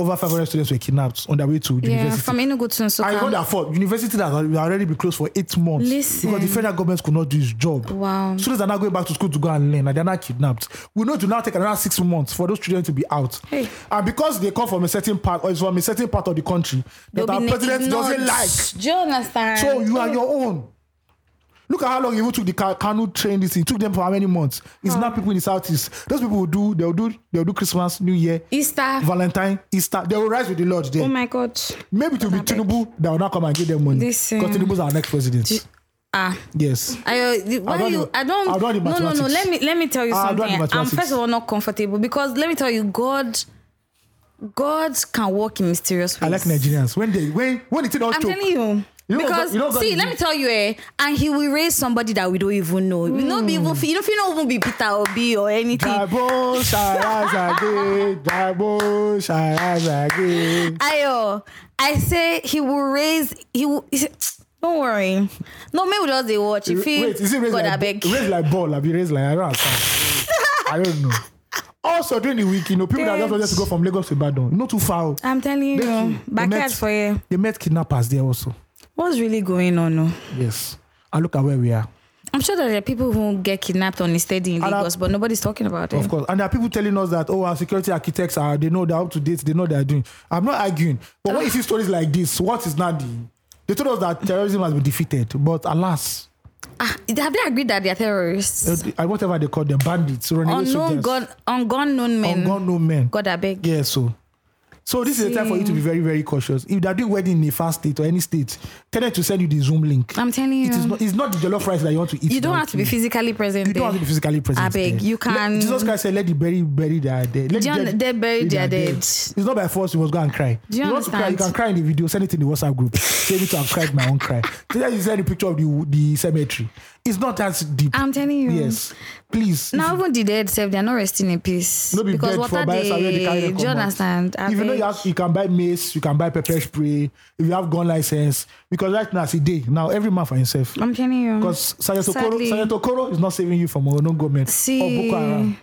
Speaker 1: over 500 students were kidnapped on their way to
Speaker 2: Yeah,
Speaker 1: university.
Speaker 2: from Enugu to
Speaker 1: I know
Speaker 2: Nsukka.
Speaker 1: that for university that will already be closed for eight months
Speaker 2: Listen.
Speaker 1: because the federal government could not do its job.
Speaker 2: Wow.
Speaker 1: Students are now going back to school to go and learn, and they're not kidnapped. We know to now take another six months for those children to be out.
Speaker 2: Hey.
Speaker 1: And because they come from a certain part or it's from a certain part of the country
Speaker 2: They'll
Speaker 1: that our
Speaker 2: be na-
Speaker 1: president doesn't
Speaker 2: ignored.
Speaker 1: like,
Speaker 2: Do you understand?
Speaker 1: so you are your own. Look at how long it even took the Ka- Kanu train this thing. It took them for how many months? It's now people in the southeast. Those people will do. They'll do. They'll do Christmas, New Year,
Speaker 2: Easter.
Speaker 1: Valentine, Easter. They will rise with the Lord. There.
Speaker 2: Oh my God.
Speaker 1: Maybe it will be
Speaker 2: Not bad.
Speaker 1: Tinubu that will not come and give them money. Because
Speaker 2: Listen.
Speaker 1: Tinubu's our next president.
Speaker 2: Ah.
Speaker 1: Yes.
Speaker 2: I, uh, why
Speaker 1: don't
Speaker 2: you?
Speaker 1: know.
Speaker 2: I don't.
Speaker 1: I don't do
Speaker 2: no, no, no.
Speaker 1: mathematics.
Speaker 2: Let me let me tell you
Speaker 1: I don't do
Speaker 2: something. I'm
Speaker 1: mathematics.
Speaker 2: first of all not comfortable because let me tell you, God, God can work in mysterious ways.
Speaker 1: I like Nigerians. When they when when it all
Speaker 2: I'm
Speaker 1: took,
Speaker 2: telling you.
Speaker 1: You know
Speaker 2: because
Speaker 1: God- you know God
Speaker 2: see,
Speaker 1: is
Speaker 2: let
Speaker 1: big.
Speaker 2: me tell you, eh, and he will raise somebody that we don't even know. You know, be even
Speaker 1: Mm.
Speaker 2: you know, if you don't even be Peter or B or anything.
Speaker 1: Jaibo Sharazade, Jaibo Sharazade.
Speaker 2: Ayo, I say he will raise. He will. he say, don't worry. No, me will just dey watch. If he,
Speaker 1: Wait, is it raised
Speaker 2: God
Speaker 1: like,
Speaker 2: abeg.
Speaker 1: raised like ball? Have you raised like I don't understand. I don't know. Also during the week, you know, people that just wanted to go from Lagos to Ibadan, not too far. oh.
Speaker 2: I'm telling
Speaker 1: They-
Speaker 2: you,
Speaker 1: they
Speaker 2: backyard
Speaker 1: met-
Speaker 2: for you.
Speaker 1: They met kidnappers there also.
Speaker 2: What's really going on? oh?
Speaker 1: Yes. And look at where we are.
Speaker 2: I'm sure that there are people who get kidnapped on a steady in
Speaker 1: And I-
Speaker 2: Lagos, but nobody's talking about it.
Speaker 1: Of course. And there are people telling us that, oh, our security architects are, they know they're up to date, they know they're doing. I'm not arguing. But when you see stories like this, what is not the. They told us that terrorism has been defeated, but alas,
Speaker 2: Ah, have they agreed that they are terrorists?
Speaker 1: uh, whatever they call them, bandits, renegade
Speaker 2: Unknown
Speaker 1: soldiers,
Speaker 2: gun, unknown men.
Speaker 1: ungone no men.
Speaker 2: God, I beg.
Speaker 1: Yeah, so. So this is the time for you to be very, very cautious. If they're doing wedding in a fast state or any state, tell them to send you the Zoom link.
Speaker 2: I'm telling
Speaker 1: It is
Speaker 2: you.
Speaker 1: not, it's not the jollof rice that you want to eat.
Speaker 2: You don't
Speaker 1: now,
Speaker 2: have to be
Speaker 1: too.
Speaker 2: physically present
Speaker 1: You don't have to
Speaker 2: there.
Speaker 1: be physically present.
Speaker 2: Abeg,
Speaker 1: there.
Speaker 2: you
Speaker 1: Let-
Speaker 2: can-
Speaker 1: Jesus Christ said, "Let the bury bury their dead." Let
Speaker 2: Do you
Speaker 1: the
Speaker 2: un- they bury their dead.
Speaker 1: It's not by force. You must go and cry.
Speaker 2: Do you
Speaker 1: want to cry? You can
Speaker 2: understand?
Speaker 1: cry in the video. Send it in the WhatsApp group. Say me to have cried my own cry. Today you send a picture of the the cemetery. It's not that deep.
Speaker 2: I'm telling you.
Speaker 1: Yes, please.
Speaker 2: Now even the dead self, they are not resting in peace.
Speaker 1: no be
Speaker 2: because
Speaker 1: bed
Speaker 2: water
Speaker 1: for bias and where they carry
Speaker 2: they,
Speaker 1: them
Speaker 2: do you
Speaker 1: come out.
Speaker 2: understand? I
Speaker 1: Even though
Speaker 2: beg.
Speaker 1: you, have, you can buy mace, you can buy pepper spray. If you have gun license, because right now it's a day. Now every man for himself.
Speaker 2: I'm telling you.
Speaker 1: Because Sergeant Okoro,
Speaker 2: Sadly.
Speaker 1: Sergeant Okoro is not saving you from no government or
Speaker 2: See,
Speaker 1: Boko Haram.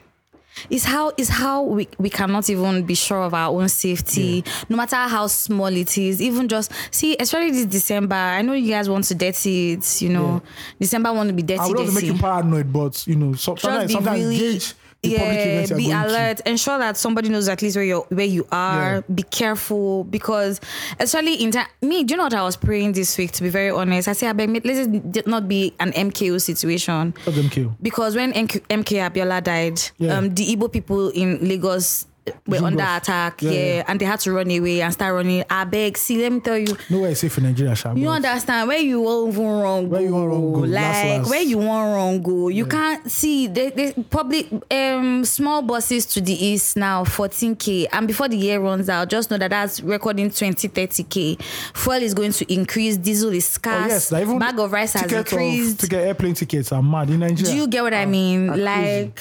Speaker 2: it's how it's how we, we cannot even be sure of our own safety no matter how small it is even just see especially this december i know you guys want to dirty it you know december want to be dirty
Speaker 1: I would also make
Speaker 2: dirty.
Speaker 1: you paranoid, but you know, so,
Speaker 2: just
Speaker 1: sometimes,
Speaker 2: be
Speaker 1: sometimes
Speaker 2: really
Speaker 1: gauge the public
Speaker 2: yeah
Speaker 1: events you're
Speaker 2: be
Speaker 1: going
Speaker 2: alert ensure that somebody knows at least where you where you are be careful because especially in time me do you know what i was praying this week to be very honest i say i beg me let it not be an mko situation
Speaker 1: to. Let them kill.
Speaker 2: because when MK, MK Abiola died,
Speaker 1: Yeah.
Speaker 2: um, the Igbo people in Lagos eh, were
Speaker 1: Zimbof.
Speaker 2: under attack,
Speaker 1: Yeah,
Speaker 2: yeah,
Speaker 1: yeah.
Speaker 2: and they had to run away and start running. I beg, see, let me tell you,
Speaker 1: Nowhere is safe in Nigeria, Sha.
Speaker 2: you
Speaker 1: but
Speaker 2: understand where you won't even wrong
Speaker 1: Where you wan run go,
Speaker 2: like
Speaker 1: last, last.
Speaker 2: where you want wrong go. You can't see the, the public um small buses to the east now 14k, and before the year runs out, just know that that's recording 20 30k. Fuel is going to increase, diesel is
Speaker 1: Oh,
Speaker 2: scarce,
Speaker 1: yes, like even
Speaker 2: bag of rice has
Speaker 1: tickets of-
Speaker 2: increased.
Speaker 1: ticket airplane tickets are mad in Nigeria.
Speaker 2: Do you get what I mean?
Speaker 1: Uh, crazy.
Speaker 2: Like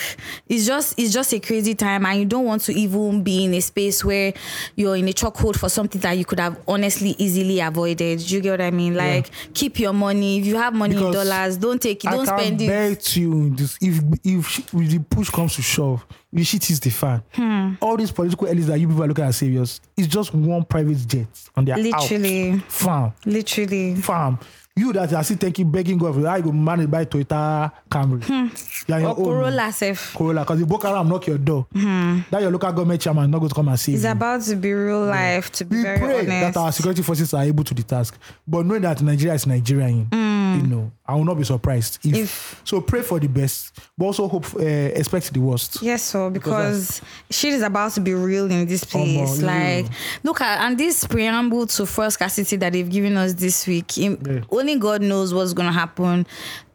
Speaker 2: it's just it's just a crazy time and you don't want to even be in a space where you're in a chokehold for something that you could have honestly easily avoided. Do you get what I mean? Like keep your money. If you have money
Speaker 1: Because
Speaker 2: in dollars, don't take it,
Speaker 1: I
Speaker 2: don't
Speaker 1: can
Speaker 2: spend it.
Speaker 1: bet you in this. If if, sh- if the push comes to shove, the shit is the fan.
Speaker 2: Hmm.
Speaker 1: All these political elites that you people are looking at serious, it's just one private jet on their
Speaker 2: Literally.
Speaker 1: farm,
Speaker 2: Literally.
Speaker 1: farm. You that are still thinking, begging God, for how you go manage by Toyota Camry, You're your
Speaker 2: Hmm.
Speaker 1: own.
Speaker 2: Or Corolla self.
Speaker 1: Corolla, because the Boko Haram knock your door.
Speaker 2: Hmm.
Speaker 1: That your local government chairman is not going to come and save
Speaker 2: It's
Speaker 1: you.
Speaker 2: about to be real life, to be
Speaker 1: we
Speaker 2: very
Speaker 1: pray that
Speaker 2: honest.
Speaker 1: our security forces are able to the task. But knowing that Nigeria is Nigerian, you know, I will not be surprised if,
Speaker 2: Hmm. If-
Speaker 1: So pray for the best, but also hope, uh, expect the worst.
Speaker 2: Yes, so because shit is about to be real in this
Speaker 1: Omo,
Speaker 2: place.
Speaker 1: yeah.
Speaker 2: like, look at and this preamble to first scarcity that they've given us this week. im- Only God knows what's gonna happen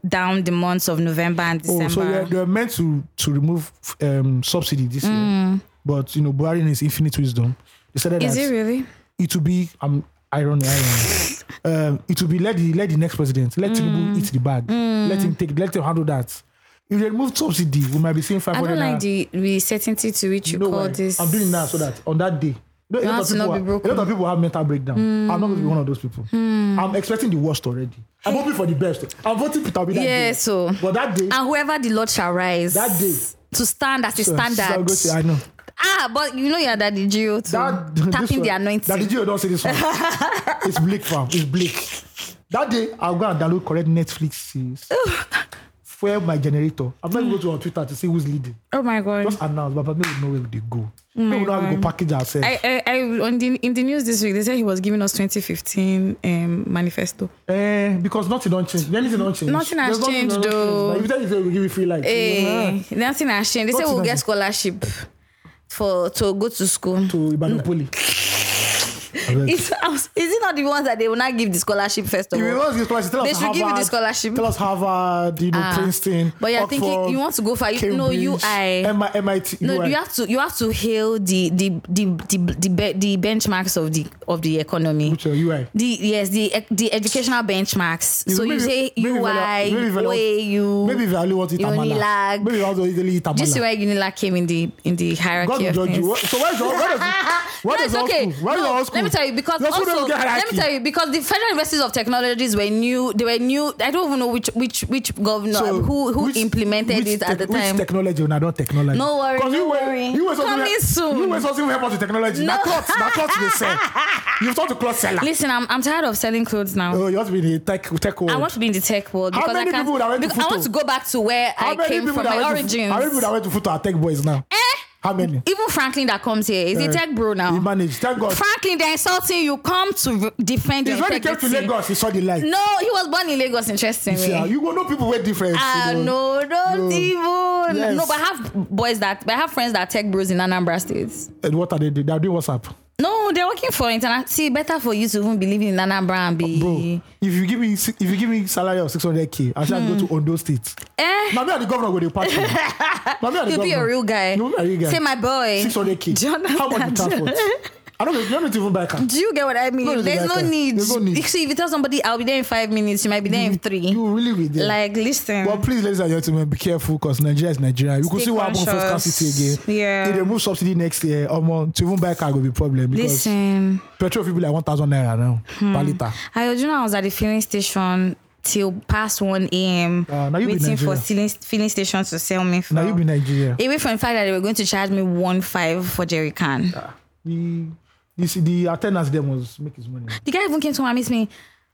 Speaker 2: down the months of November and
Speaker 1: Oh,
Speaker 2: December.
Speaker 1: so they were- they were meant to to remove um, subsidy this year, but you know, Buhari in his infinite wisdom decided
Speaker 2: Hmm. is
Speaker 1: that
Speaker 2: it really?
Speaker 1: it will be um irony irony. um, it will be let the let the next president
Speaker 2: Mm.
Speaker 1: let Tinubu eat the bag. Let him take let him handle that. If they remove subsidy, we might be seeing five
Speaker 2: I
Speaker 1: hundred.
Speaker 2: don't like the, the certainty to which you
Speaker 1: No
Speaker 2: call
Speaker 1: way.
Speaker 2: this.
Speaker 1: I'm doing that so that on that day. You know, a
Speaker 2: want
Speaker 1: lot, of
Speaker 2: to not
Speaker 1: people
Speaker 2: be
Speaker 1: are,
Speaker 2: broken. Mm.
Speaker 1: a lot of people have mental breakdown. I'm not going to be one of those people. I'm expecting the worst already. I'm hoping for the best. I'm voting Peter Obi that
Speaker 2: Yeah,
Speaker 1: day.
Speaker 2: so-
Speaker 1: but that day,
Speaker 2: And whoever the Lord shall rise
Speaker 1: That day.
Speaker 2: to stand as a
Speaker 1: so- so I'll
Speaker 2: standard.
Speaker 1: go to- I know
Speaker 2: ah, but you know you're oh, that Gio too.
Speaker 1: that this
Speaker 2: tapping
Speaker 1: one-
Speaker 2: the anointing.
Speaker 1: That you don't say this one. it's bleak, fam. It's bleak. That day, I'll go and download correct Netflix series. Fuel my generator. I'm not even going to on Twitter to see who's leading.
Speaker 2: oh my god.
Speaker 1: Just announce, but maybe we know where they go. Maybe we know how we go package ourselves.
Speaker 2: Mm, I, I, I on the in the news this week they said he was giving us 2015 um, manifesto.
Speaker 1: Eh, because nothing don't change. Anything don't change.
Speaker 2: Nothing has
Speaker 1: There's
Speaker 2: changed,
Speaker 1: that don't
Speaker 2: though.
Speaker 1: change. Like, if they say we give you free light,
Speaker 2: Hey,
Speaker 1: eh,
Speaker 2: nothing has changed. They said
Speaker 1: Nothing
Speaker 2: we'll get
Speaker 1: has-
Speaker 2: scholarship for to go to school.
Speaker 1: to
Speaker 2: Mm.
Speaker 1: Ibadan Poly.
Speaker 2: It's, I was- is it not the ones that they will not give the scholarship first of
Speaker 1: If you
Speaker 2: all?
Speaker 1: want this scholarship, tell
Speaker 2: They
Speaker 1: us
Speaker 2: should
Speaker 1: Harvard,
Speaker 2: give you the scholarship.
Speaker 1: Tell us Harvard, you know,
Speaker 2: Ah,
Speaker 1: Princeton.
Speaker 2: but you're
Speaker 1: Oxford,
Speaker 2: thinking- you want to go for- you- no,
Speaker 1: Cambridge,
Speaker 2: UI.
Speaker 1: MI, MIT.
Speaker 2: No,
Speaker 1: UI.
Speaker 2: you have to you have to hail the the the the, the, be- the benchmarks of the of the economy.
Speaker 1: Which are UI.
Speaker 2: The yes the the educational benchmarks. so you
Speaker 1: Maybe-
Speaker 2: say
Speaker 1: maybe
Speaker 2: UI,
Speaker 1: Velo- maybe Velo-
Speaker 2: OAU,
Speaker 1: Maybe if I only want it Tamala.
Speaker 2: Unilag.
Speaker 1: Maybe I also easily eat
Speaker 2: Do you see
Speaker 1: Tamala.
Speaker 2: where Unilag came in the in the hierarchy
Speaker 1: God will
Speaker 2: of
Speaker 1: judge
Speaker 2: things?
Speaker 1: you. So where's your, where does, where
Speaker 2: no,
Speaker 1: does
Speaker 2: it's
Speaker 1: your
Speaker 2: okay.
Speaker 1: school? Where
Speaker 2: no,
Speaker 1: does your school?
Speaker 2: Let me
Speaker 5: tell you because
Speaker 1: Your food
Speaker 5: also
Speaker 1: don't get
Speaker 5: let
Speaker 1: hierarchy.
Speaker 5: me tell you because the Federal Universities of Technologies were new. They were new. I don't even know which which which governor
Speaker 1: So,
Speaker 5: who who
Speaker 1: which-
Speaker 5: implemented
Speaker 1: which
Speaker 5: it at
Speaker 1: tech-
Speaker 5: the time.
Speaker 1: Which technology, una don technology.
Speaker 5: No worry,
Speaker 1: 'Cause you
Speaker 5: no
Speaker 1: were-
Speaker 5: worry.
Speaker 1: You were supposed to-
Speaker 5: Coming soon.
Speaker 1: You were supposed to help us with technology. No. Na
Speaker 5: No.
Speaker 1: cloth, na cloth they sell. You talk to cloth seller.
Speaker 2: Listen, I'm, I'm tired of selling clothes now.
Speaker 1: Oh, you want to be in the tech tech world.
Speaker 5: I want to be in the tech world
Speaker 1: How
Speaker 5: because
Speaker 1: many
Speaker 5: I can't.
Speaker 1: people that went to
Speaker 5: because I want
Speaker 1: Futo?
Speaker 5: to go back to where
Speaker 1: how
Speaker 5: I
Speaker 1: many
Speaker 5: came
Speaker 1: people
Speaker 5: from,
Speaker 1: that
Speaker 5: my
Speaker 1: went to-
Speaker 5: origins.
Speaker 1: How many people that went to foot are tech boys now?
Speaker 5: eh?
Speaker 1: How many?
Speaker 5: Even Franklin that comes here is
Speaker 1: Eh,
Speaker 5: a tech bro now.
Speaker 1: He managed. Thank God.
Speaker 5: Franklin, they're insulting you. Come to re- defend your
Speaker 1: It's when he came to
Speaker 5: integrity.
Speaker 1: Lagos, he saw the light.
Speaker 5: No, he was born in Lagos.
Speaker 1: You see, ah,
Speaker 5: Interestingly.
Speaker 1: you go know people were different.
Speaker 5: Ah
Speaker 1: you know.
Speaker 5: no, don't
Speaker 1: No.
Speaker 5: even.
Speaker 1: Yes.
Speaker 5: No, but I have boys that, but I have friends that are tech bros in Anambra states.
Speaker 1: And what are they doing? They are doing WhatsApp.
Speaker 5: No, they're working for internet. See, better for you to even believe in Anambra and be.
Speaker 1: Bro, if you give me si- if you give me salary of 600k, I shall
Speaker 5: Hmm.
Speaker 1: go to Ondo State.
Speaker 5: Eh,
Speaker 1: Now me and the governor go dey party. Now me and the
Speaker 5: you'll be a
Speaker 1: governor.
Speaker 5: real guy.
Speaker 1: No, me and the guy.
Speaker 5: Say my boy.
Speaker 1: 600k.
Speaker 5: Jonathan.
Speaker 1: How much you transport? I don't know. You don't need to even buy a car.
Speaker 5: Do you get what I mean?
Speaker 1: No,
Speaker 5: There's no
Speaker 1: Rebecca.
Speaker 5: need.
Speaker 1: There's no need.
Speaker 5: See, if you tell somebody I'll be there in five minutes, you might be there in three.
Speaker 1: You really be there.
Speaker 5: like, listen.
Speaker 1: But please, ladies and gentlemen, be careful because Nigeria is Nigeria. You could
Speaker 5: Stay
Speaker 1: see what happened first
Speaker 5: conscious.
Speaker 1: city again.
Speaker 5: Yeah.
Speaker 1: If they move subsidy next year, um, to even buy car will be problem because
Speaker 5: listen. Hmm.
Speaker 1: petrol will be like 1,000 naira now per liter.
Speaker 2: I you know I was at the filling station till past 1 a.m.
Speaker 1: Ah, now you be
Speaker 2: waiting for
Speaker 1: Nigeria.
Speaker 2: filling, filling station to sell me fuel.
Speaker 1: Now you be Nigeria.
Speaker 2: Away from the fact that they were going to charge me one five for jerry can.
Speaker 1: The, you see, the attendance them was make his money.
Speaker 2: The guy even came to me and miss me.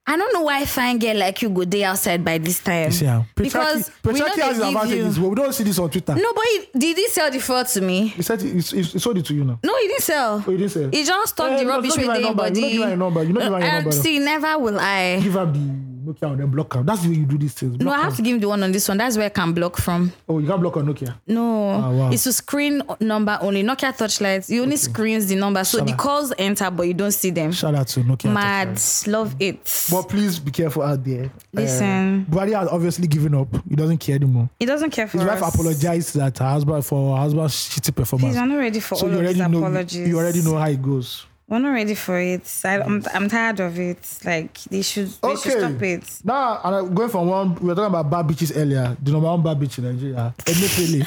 Speaker 2: I don't know why fine girl like you go day outside by this time.
Speaker 1: See, ah,
Speaker 2: because
Speaker 1: patriarchy,
Speaker 2: we know
Speaker 1: patriarchy
Speaker 2: they
Speaker 1: has its
Speaker 2: give you.
Speaker 1: advantages, but we don't see this on Twitter.
Speaker 2: No, but he, did he sell the fuel to me?
Speaker 1: He said he, he, he sold it to you now.
Speaker 2: No, he didn't sell.
Speaker 1: Oh, he didn't sell.
Speaker 2: He just talked
Speaker 1: Eh,
Speaker 2: the
Speaker 1: you must
Speaker 2: rubbish
Speaker 1: not give
Speaker 2: with
Speaker 1: her your number.
Speaker 2: anybody.
Speaker 1: You not give her your number. You not give her your
Speaker 2: And
Speaker 1: number.
Speaker 2: See, never will I.
Speaker 1: Give her the Nokia on them, block her. That's the way you do these things.
Speaker 2: No,
Speaker 1: Block
Speaker 2: I
Speaker 1: her.
Speaker 2: have to give him the one on this one. That's where I can block from.
Speaker 1: Oh, you can't block on Nokia.
Speaker 2: No,
Speaker 1: Ah, wow.
Speaker 2: it's a screen number only. Nokia touchlights. You only screens the number, so
Speaker 1: Shut
Speaker 2: the
Speaker 1: up.
Speaker 2: calls enter, but you don't see them.
Speaker 1: Shout out to Nokia.
Speaker 2: Mad, love it.
Speaker 1: But please be careful out there.
Speaker 2: Listen.
Speaker 1: Uh, Buhari has obviously given up. He doesn't care anymore.
Speaker 2: He doesn't care for
Speaker 1: His
Speaker 2: us.
Speaker 1: wife apologized that her husband for her husband's shitty performance.
Speaker 2: Please, I'm not ready for
Speaker 1: so
Speaker 2: all
Speaker 1: you
Speaker 2: of
Speaker 1: already
Speaker 2: these
Speaker 1: know
Speaker 2: apologies.
Speaker 1: you already know how it goes.
Speaker 2: We're not ready for it. I, I'm, I'm tired of it. Like they should, they should stop it.
Speaker 1: Now and I'm going from one we were talking about bad beaches earlier, the number one bad beach in Nigeria. Emefele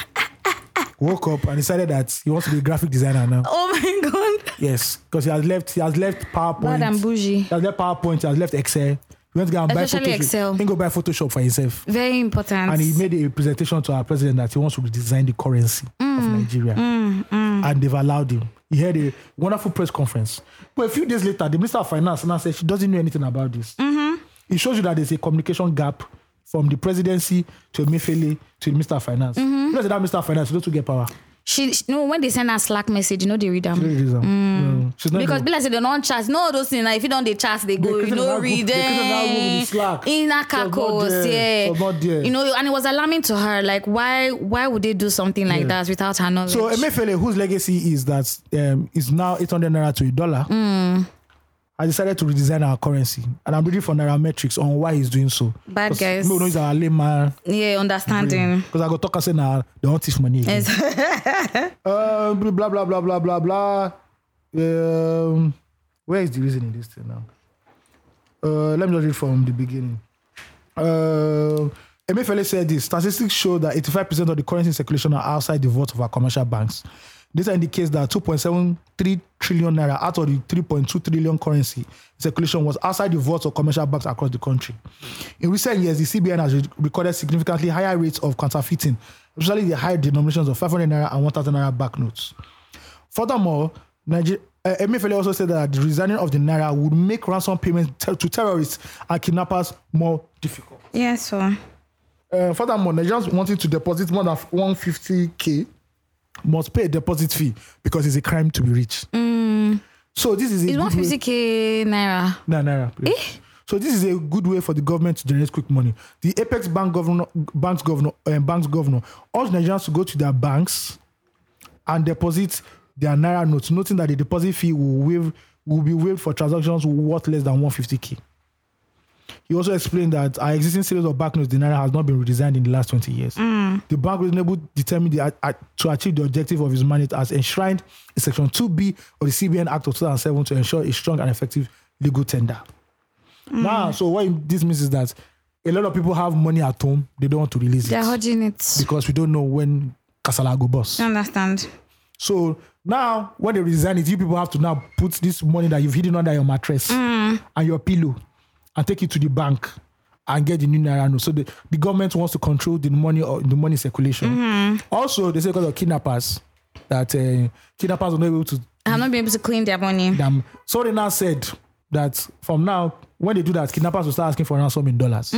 Speaker 1: woke up and decided that he wants to be a graphic designer now.
Speaker 2: Oh my god.
Speaker 1: Yes. Because he has left he has left PowerPoint.
Speaker 2: Bad and bougie.
Speaker 1: He has left PowerPoint, he has left Excel. He went to go and
Speaker 2: Especially
Speaker 1: buy Photoshop.
Speaker 2: Excel.
Speaker 1: He go buy Photoshop for himself.
Speaker 2: Very important.
Speaker 1: and he made a presentation to our president that he wants to design the currency of Nigeria, and they've allowed him. He had a wonderful press conference, but a few days later, the minister of finance now said she doesn't know anything about this. It shows you that there's a communication gap from the presidency to Mifele to the minister of finance. You know, say that minister of finance, you don't get power.
Speaker 2: she, she no when they send her Slack message, you know they read them.
Speaker 1: That's the reason. Yeah. She's not
Speaker 5: Because
Speaker 1: the-
Speaker 5: be like say they don't chat. No, those things. Like, if you don't they chat, they go.
Speaker 1: created
Speaker 5: you
Speaker 1: another
Speaker 5: know,
Speaker 1: group.
Speaker 5: read
Speaker 1: They created another group
Speaker 5: them.
Speaker 1: with Slack. So
Speaker 5: In a
Speaker 1: not
Speaker 5: cacos,
Speaker 1: there.
Speaker 5: yeah.
Speaker 1: So not there.
Speaker 5: You know, and it was alarming to her. Like, why, why would they do something like that without her knowledge?
Speaker 1: So Emefele, whose legacy is that um, is now 800 naira to a dollar,
Speaker 2: Hmm.
Speaker 1: I decided to redesign our currency, and I'm reading for Naira Metrics on why he's doing so.
Speaker 2: Bad
Speaker 1: 'Cause
Speaker 2: guys.
Speaker 1: No, no, he's our layman.
Speaker 2: yeah, understanding.
Speaker 1: Because I got talk and say, nah, they want thief money. Again.
Speaker 2: Yes.
Speaker 1: Uh, blah blah blah blah blah blah. Um, where is the reason in this thing now? Uh, let me just read from the beginning. Uh, Emefiele said this statistics show that 85% of the currency in circulation are outside the vault of our commercial banks. Data indicates that 2.73 trillion naira out of the 3.2 trillion currency in circulation was outside the vaults of commercial banks across the country. In recent years, the CBN has re- recorded significantly higher rates of counterfeiting, especially the high denominations of 500 naira and 1,000 naira banknotes. Furthermore, Niger- uh, Emefiele also said that the resigning of the naira would make ransom payments ter- to terrorists and kidnappers more difficult.
Speaker 2: Yeah, so
Speaker 1: Uh, furthermore, Nigerians wanting to deposit more than 150k must pay a deposit fee because it's a crime to be rich. So this is a
Speaker 2: it's
Speaker 1: good way-
Speaker 2: 150k naira.
Speaker 1: Nah, naira, please. So this is a good way for the government to generate quick money. The Apex Bank governor, banks governor, um, banks governor, urged Nigerians to go to their banks and deposit their naira notes, noting that the deposit fee will waive will be waived for transactions worth less than 150k. He also explained that our existing series of banknotes, the naira, has not been redesigned in the last 20 years. The bank was able to determine the, uh, to achieve the objective of its mandate as enshrined in Section 2B of the CBN Act of 2007 to ensure a strong and effective legal tender. Now, so what it- this means is that a lot of people have money at home, they don't want to release
Speaker 2: They're
Speaker 1: it
Speaker 2: hodging it.
Speaker 1: because we don't know when Kasala go bust.
Speaker 2: Understand.
Speaker 1: So now when they resign it, you people have to now put this money that you've hidden under your mattress
Speaker 2: Mm.
Speaker 1: and your pillow and take it to the bank and get the new naira note. So the, the government wants to control the money or the money circulation.
Speaker 2: Mm-hmm.
Speaker 1: Also, they say because of kidnappers that uh, kidnappers are not able to
Speaker 2: I'm not being able to clean their money.
Speaker 1: them. So they now said that from now, when they do that, kidnappers will start asking for ransom in dollars.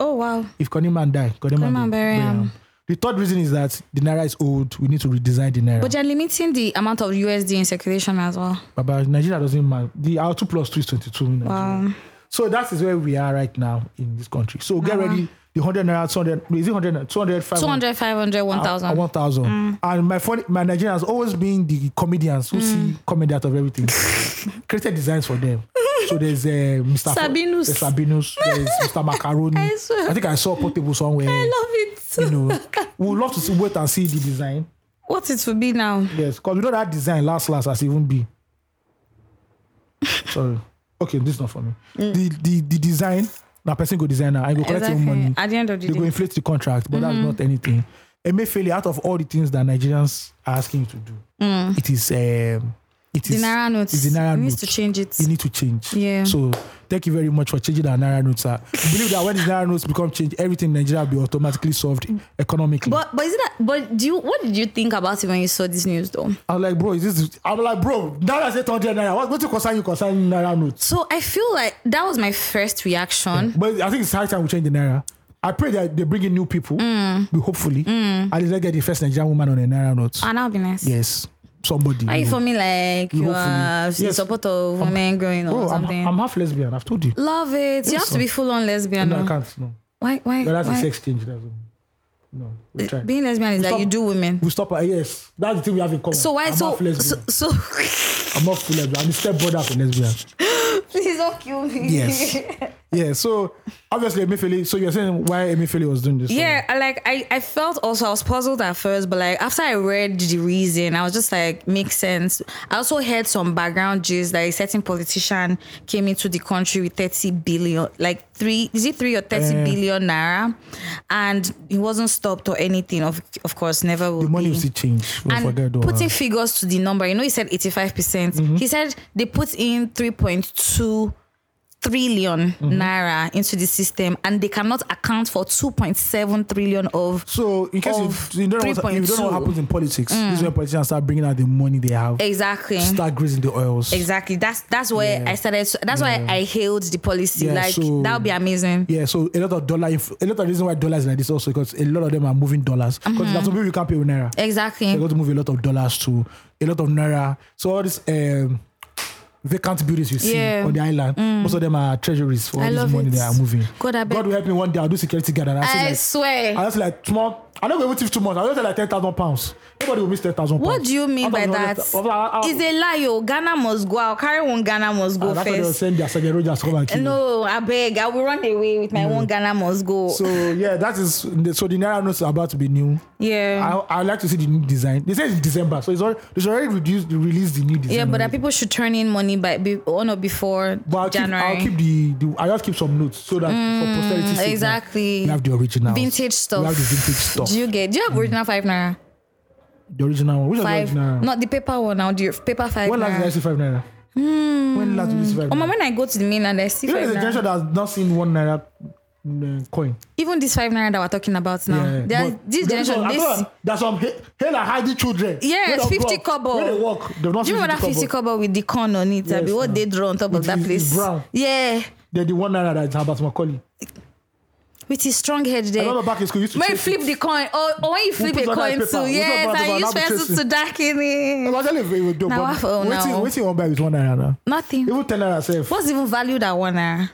Speaker 2: Oh wow.
Speaker 1: If Connie man die, Connie man,
Speaker 2: man
Speaker 1: will
Speaker 2: bury him.
Speaker 1: The third reason is that the naira is old. We need to redesign the naira.
Speaker 2: But they're limiting the amount of USD in circulation as well.
Speaker 1: But, but Nigeria doesn't matter. The our two plus two is twenty two. Wow. So that is where we are right now in this country. So get ready. The hundred naira, two hundred. Is it hundred? Uh-huh. Two hundred, five
Speaker 2: 200, 500, 1000.
Speaker 1: One thousand. Mm. And my funny, my Nigerian has always been the comedians who see comedy out of everything. Created designs for them. So there's uh, Mr. Fo-
Speaker 2: Sabinus.
Speaker 1: there's Sabinus. There's Mr. Macaroni. I,
Speaker 2: swear.
Speaker 1: think I saw portable somewhere.
Speaker 2: I love
Speaker 1: You
Speaker 2: it.
Speaker 1: know, we would love to see, wait and see the design.
Speaker 2: What it would be now?
Speaker 1: Yes, because we know that design last last as even be. Sorry. Okay, this is not for me.
Speaker 2: Mm.
Speaker 1: The the the design, now person go design now. I go collect your money.
Speaker 2: At the end of the
Speaker 1: They go
Speaker 2: day.
Speaker 1: inflate the contract, but
Speaker 2: Mm-hmm.
Speaker 1: that's not anything. Emefiele, out of all the things that Nigerians are asking you to do, it is um it
Speaker 2: Mm. The
Speaker 1: is
Speaker 2: Naira notes.
Speaker 1: It's the Naira
Speaker 2: we need
Speaker 1: notes.
Speaker 2: to change it.
Speaker 1: You need to change.
Speaker 2: Yeah.
Speaker 1: So thank you very much for changing our Naira notes. sir. Believe that when the Naira notes become changed, everything in Nigeria will be automatically solved economically.
Speaker 2: But but is it that but do you what did you think about it when you saw this news though?
Speaker 1: I was like, bro, is this? I'm like, bro, now that's 800 naira. What, what's it concern you concerning naira notes?
Speaker 2: So I feel like that was my first reaction.
Speaker 1: But I think it's high time we change the naira. I pray that they bring in new people,
Speaker 2: Mm.
Speaker 1: we hopefully, and they get the first Nigerian woman on a naira note.
Speaker 2: And that would be nice.
Speaker 1: yes, somebody.
Speaker 2: Ah. Are you
Speaker 1: you know.
Speaker 2: for me like you
Speaker 1: Hopefully.
Speaker 2: are in
Speaker 1: Yes.
Speaker 2: support of women growing up
Speaker 1: Bro,
Speaker 2: or
Speaker 1: I'm,
Speaker 2: something? Mm.
Speaker 1: I'm half lesbian. I've told you.
Speaker 2: Love it. You have to be full on lesbian.
Speaker 1: No, I
Speaker 2: no?
Speaker 1: can't. No,
Speaker 2: Why why,
Speaker 1: no that's a
Speaker 2: why?
Speaker 1: sex change. That's no. We try.
Speaker 2: being lesbian is that
Speaker 1: stop-
Speaker 2: you do women.
Speaker 1: We stop. at yes, that's the thing we have in common.
Speaker 2: So why
Speaker 1: I'm
Speaker 2: so
Speaker 1: half lesbian.
Speaker 2: so, so
Speaker 1: I'm not full lesbian. I'm the stepbrother of a lesbian.
Speaker 2: please don't kill me.
Speaker 1: Yes. yeah. So obviously, Emefiele. So you're saying why Emefiele was doing this?
Speaker 2: Yeah, I like I, I felt also I was puzzled at first, but like after I read the reason, I was just like, makes sense. I also heard some background gist that a certain politician came into the country with 30 billion, like three is it three or thirty
Speaker 1: Eh.
Speaker 2: billion naira? And he wasn't stopped or anything, of of course, never will
Speaker 1: The money
Speaker 2: be
Speaker 1: is change. Don't
Speaker 2: and
Speaker 1: forget though.
Speaker 2: putting figures to the number. You know, he said 85%. percent
Speaker 1: Mm-hmm.
Speaker 2: He said they put in 3.2 trillion
Speaker 1: Mm-hmm.
Speaker 2: naira into the system and they cannot account for 2.7 trillion of.
Speaker 1: so in case
Speaker 2: of
Speaker 1: you, you, don't know what, you don't know
Speaker 2: 3.2.
Speaker 1: what happens in politics, this
Speaker 2: Mm.
Speaker 1: is when politicians start bringing out the money they have,
Speaker 2: Exactly.
Speaker 1: start greasing the oils.
Speaker 2: Exactly. That's that's where
Speaker 1: Yeah.
Speaker 2: I started. to- That's why I hailed the policy.
Speaker 1: Yeah,
Speaker 2: like
Speaker 1: so-
Speaker 2: that would be amazing.
Speaker 1: Yeah, so a lot of dollar, inf- a lot of reason why dollars like this also because a lot of them are moving dollars because
Speaker 2: Mm-hmm.
Speaker 1: that's what people can't pay with naira.
Speaker 2: Exactly.
Speaker 1: They're going to move a lot of dollars to a lot of naira. So all these um, vacant buildings you see
Speaker 2: Yeah. Mm.
Speaker 1: on the island, most of them are treasuries for all
Speaker 2: I
Speaker 1: this
Speaker 2: love
Speaker 1: money
Speaker 2: it.
Speaker 1: they are moving.
Speaker 2: God, I beg-
Speaker 1: God will help me one day. I'll do security guard and I'll say
Speaker 2: I
Speaker 1: like,
Speaker 2: swear.
Speaker 1: I just like small. I don't go even too much. I just like ten thousand pounds. Nobody will miss ten thousand pounds.
Speaker 2: what do you mean
Speaker 1: Out
Speaker 2: by
Speaker 1: of
Speaker 2: that?
Speaker 1: 100,000 I- I-
Speaker 2: It's a lie, yo. Ghana must go. I'll carry one Ghana must
Speaker 1: Ah,
Speaker 2: go
Speaker 1: that's why they were
Speaker 2: first.
Speaker 1: saying their Sergio Rogers come and kill. you.
Speaker 2: No, I beg. I will run away with my one Ghana must go.
Speaker 1: Mm. So yeah, that is so the naira notes are about to be new.
Speaker 2: yeah.
Speaker 1: I I like to see the new design. They say it's December, so it's already they should already reduce release the new design.
Speaker 2: Yeah, but that
Speaker 1: already.
Speaker 2: people should turn in money by be, on or before
Speaker 1: But I'll
Speaker 2: January.
Speaker 1: Keep, I'll keep the, the I just keep some notes so that for posterity's sake,
Speaker 2: exactly.
Speaker 1: now, We have the original
Speaker 2: vintage
Speaker 1: We
Speaker 2: stuff.
Speaker 1: have the vintage stuff. Mm.
Speaker 2: Do you get? Do you have original five naira?
Speaker 1: the original one. Which
Speaker 2: Five,
Speaker 1: is the original?
Speaker 2: not the paper one. Now the paper five
Speaker 1: when last did I
Speaker 2: naira.
Speaker 1: see five naira? When last did you see five
Speaker 2: Oh,
Speaker 1: naira?
Speaker 2: man, when I go to the mainland, I see
Speaker 1: You know,
Speaker 2: five
Speaker 1: there's a
Speaker 2: naira.
Speaker 1: generation that has not seen one naira mm, coin.
Speaker 2: Even this five naira that we're talking about now.
Speaker 1: Yeah,
Speaker 2: they are-
Speaker 1: but-
Speaker 2: this
Speaker 1: because
Speaker 2: generation,
Speaker 1: I
Speaker 2: this.
Speaker 1: thought There's some he- hell and hiding children.
Speaker 2: Yes,
Speaker 1: When they
Speaker 2: 50
Speaker 1: walk-
Speaker 2: kobo.
Speaker 1: When they walk, they've not
Speaker 2: Do you remember that 50 kobo with the corn on it? Abi?
Speaker 1: Yes,
Speaker 2: what
Speaker 1: now.
Speaker 2: they draw on top of
Speaker 1: With
Speaker 2: that
Speaker 1: his-
Speaker 2: place?
Speaker 1: his brown.
Speaker 2: Yeah,
Speaker 1: They're the one naira that's about Macaulay.
Speaker 2: with his strong head
Speaker 1: I
Speaker 2: there.
Speaker 1: remember back in school, you used to
Speaker 2: When you
Speaker 1: chase
Speaker 2: Eh. flip
Speaker 1: it.
Speaker 2: the coin, or, or when you flip
Speaker 1: put
Speaker 2: a
Speaker 1: on that
Speaker 2: coin
Speaker 1: paper?
Speaker 2: too,
Speaker 1: Who's
Speaker 2: yes,
Speaker 1: about to
Speaker 2: I use
Speaker 1: allow me
Speaker 2: pencil
Speaker 1: chase
Speaker 2: to darken
Speaker 1: I
Speaker 2: it.
Speaker 1: was telling you, we do,
Speaker 2: Now,
Speaker 1: but
Speaker 2: I feel
Speaker 1: waiting-
Speaker 2: now.
Speaker 1: waiting one buy with one naira now.
Speaker 2: Nothing.
Speaker 1: Even ten naira sef.
Speaker 2: What's even valued at one naira?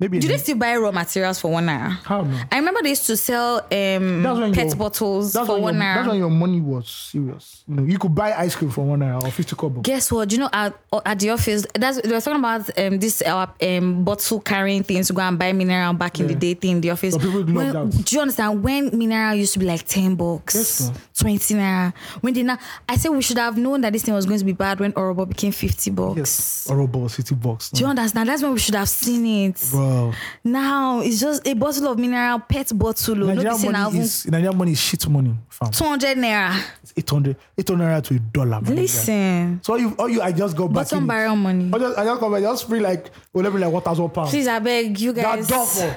Speaker 1: Maybe
Speaker 2: Do
Speaker 1: in-
Speaker 2: they still buy raw materials for one naira?
Speaker 1: How now?
Speaker 2: I remember they used to sell
Speaker 1: That's
Speaker 2: um,
Speaker 1: when
Speaker 2: pet
Speaker 1: your-
Speaker 2: bottles
Speaker 1: that's
Speaker 2: for
Speaker 1: when
Speaker 2: one
Speaker 1: your, That's when
Speaker 2: naira.
Speaker 1: your money was serious. You, know, you could buy ice cream for one naira or fifty kobo.
Speaker 2: Guess what? Do you know at, at the office, that's they were talking about um, this our um, bottle carrying things to go and buy mineral back in the
Speaker 1: Yeah.
Speaker 2: day thing in the office.
Speaker 1: But people love
Speaker 2: When-
Speaker 1: that.
Speaker 2: Do you understand? When mineral used to be like ten bucks,
Speaker 1: Yes, ma'am.
Speaker 2: twenty naira. When they now, I said we should have known that this thing was going to be bad when Orobo became fifty bucks.
Speaker 1: Yes, or a ball, city box.
Speaker 2: Do you understand? That's when we should have seen it.
Speaker 1: Bro, Wow.
Speaker 2: Now it's just a bottle of mineral, pet bottle. oh, No, be
Speaker 1: Nigerian
Speaker 2: say na
Speaker 1: money
Speaker 2: even
Speaker 1: is Nigerian money is shit money, fam.
Speaker 2: 200 naira.
Speaker 1: It's 800 800 naira to a dollar. man.
Speaker 2: Listen.
Speaker 1: So all you, all you, I just go back.
Speaker 2: Bottom
Speaker 1: in Oh, it.
Speaker 2: barrel money.
Speaker 1: I just, I just come back. Just free like, well, let me like 1,000 pounds.
Speaker 2: Please, I beg you
Speaker 1: That
Speaker 2: guys.
Speaker 1: double.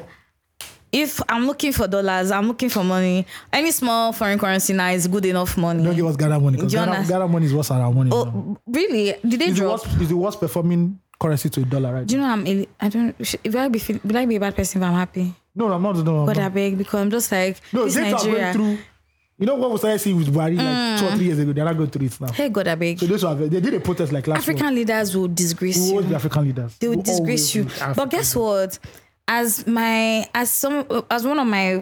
Speaker 2: If I'm looking for dollars, I'm looking for money. Any small foreign currency now is good enough money.
Speaker 1: Don't give us Ghana money. 'cause
Speaker 2: Do you
Speaker 1: Ghana,
Speaker 2: understand?
Speaker 1: Ghana money is worse than our money. now.
Speaker 2: oh, really? Did they
Speaker 1: it's, the
Speaker 2: drop?
Speaker 1: worst, it's the worst performing currency to a dollar, right?
Speaker 2: Do you know I'm? ill- I don't. Should, will I be? feel- Will I be a bad person if I'm happy?
Speaker 1: no, no, I'm not. No, I'm
Speaker 2: God,
Speaker 1: not.
Speaker 2: I beg because I'm just like
Speaker 1: No,
Speaker 2: uh, this
Speaker 1: dates
Speaker 2: Nigeria. Mm.
Speaker 1: are going through. You know what we started seeing with Buhari like two or three years ago? They're not going through it now.
Speaker 2: Hey, God, I beg.
Speaker 1: So those who have, they did a protest like last
Speaker 2: African leaders will disgrace
Speaker 1: week.
Speaker 2: you.
Speaker 1: Always be African leaders.
Speaker 2: they
Speaker 1: We'll
Speaker 2: would
Speaker 1: always
Speaker 2: disgrace you.
Speaker 1: be African
Speaker 2: But guess what? As my as some as one of my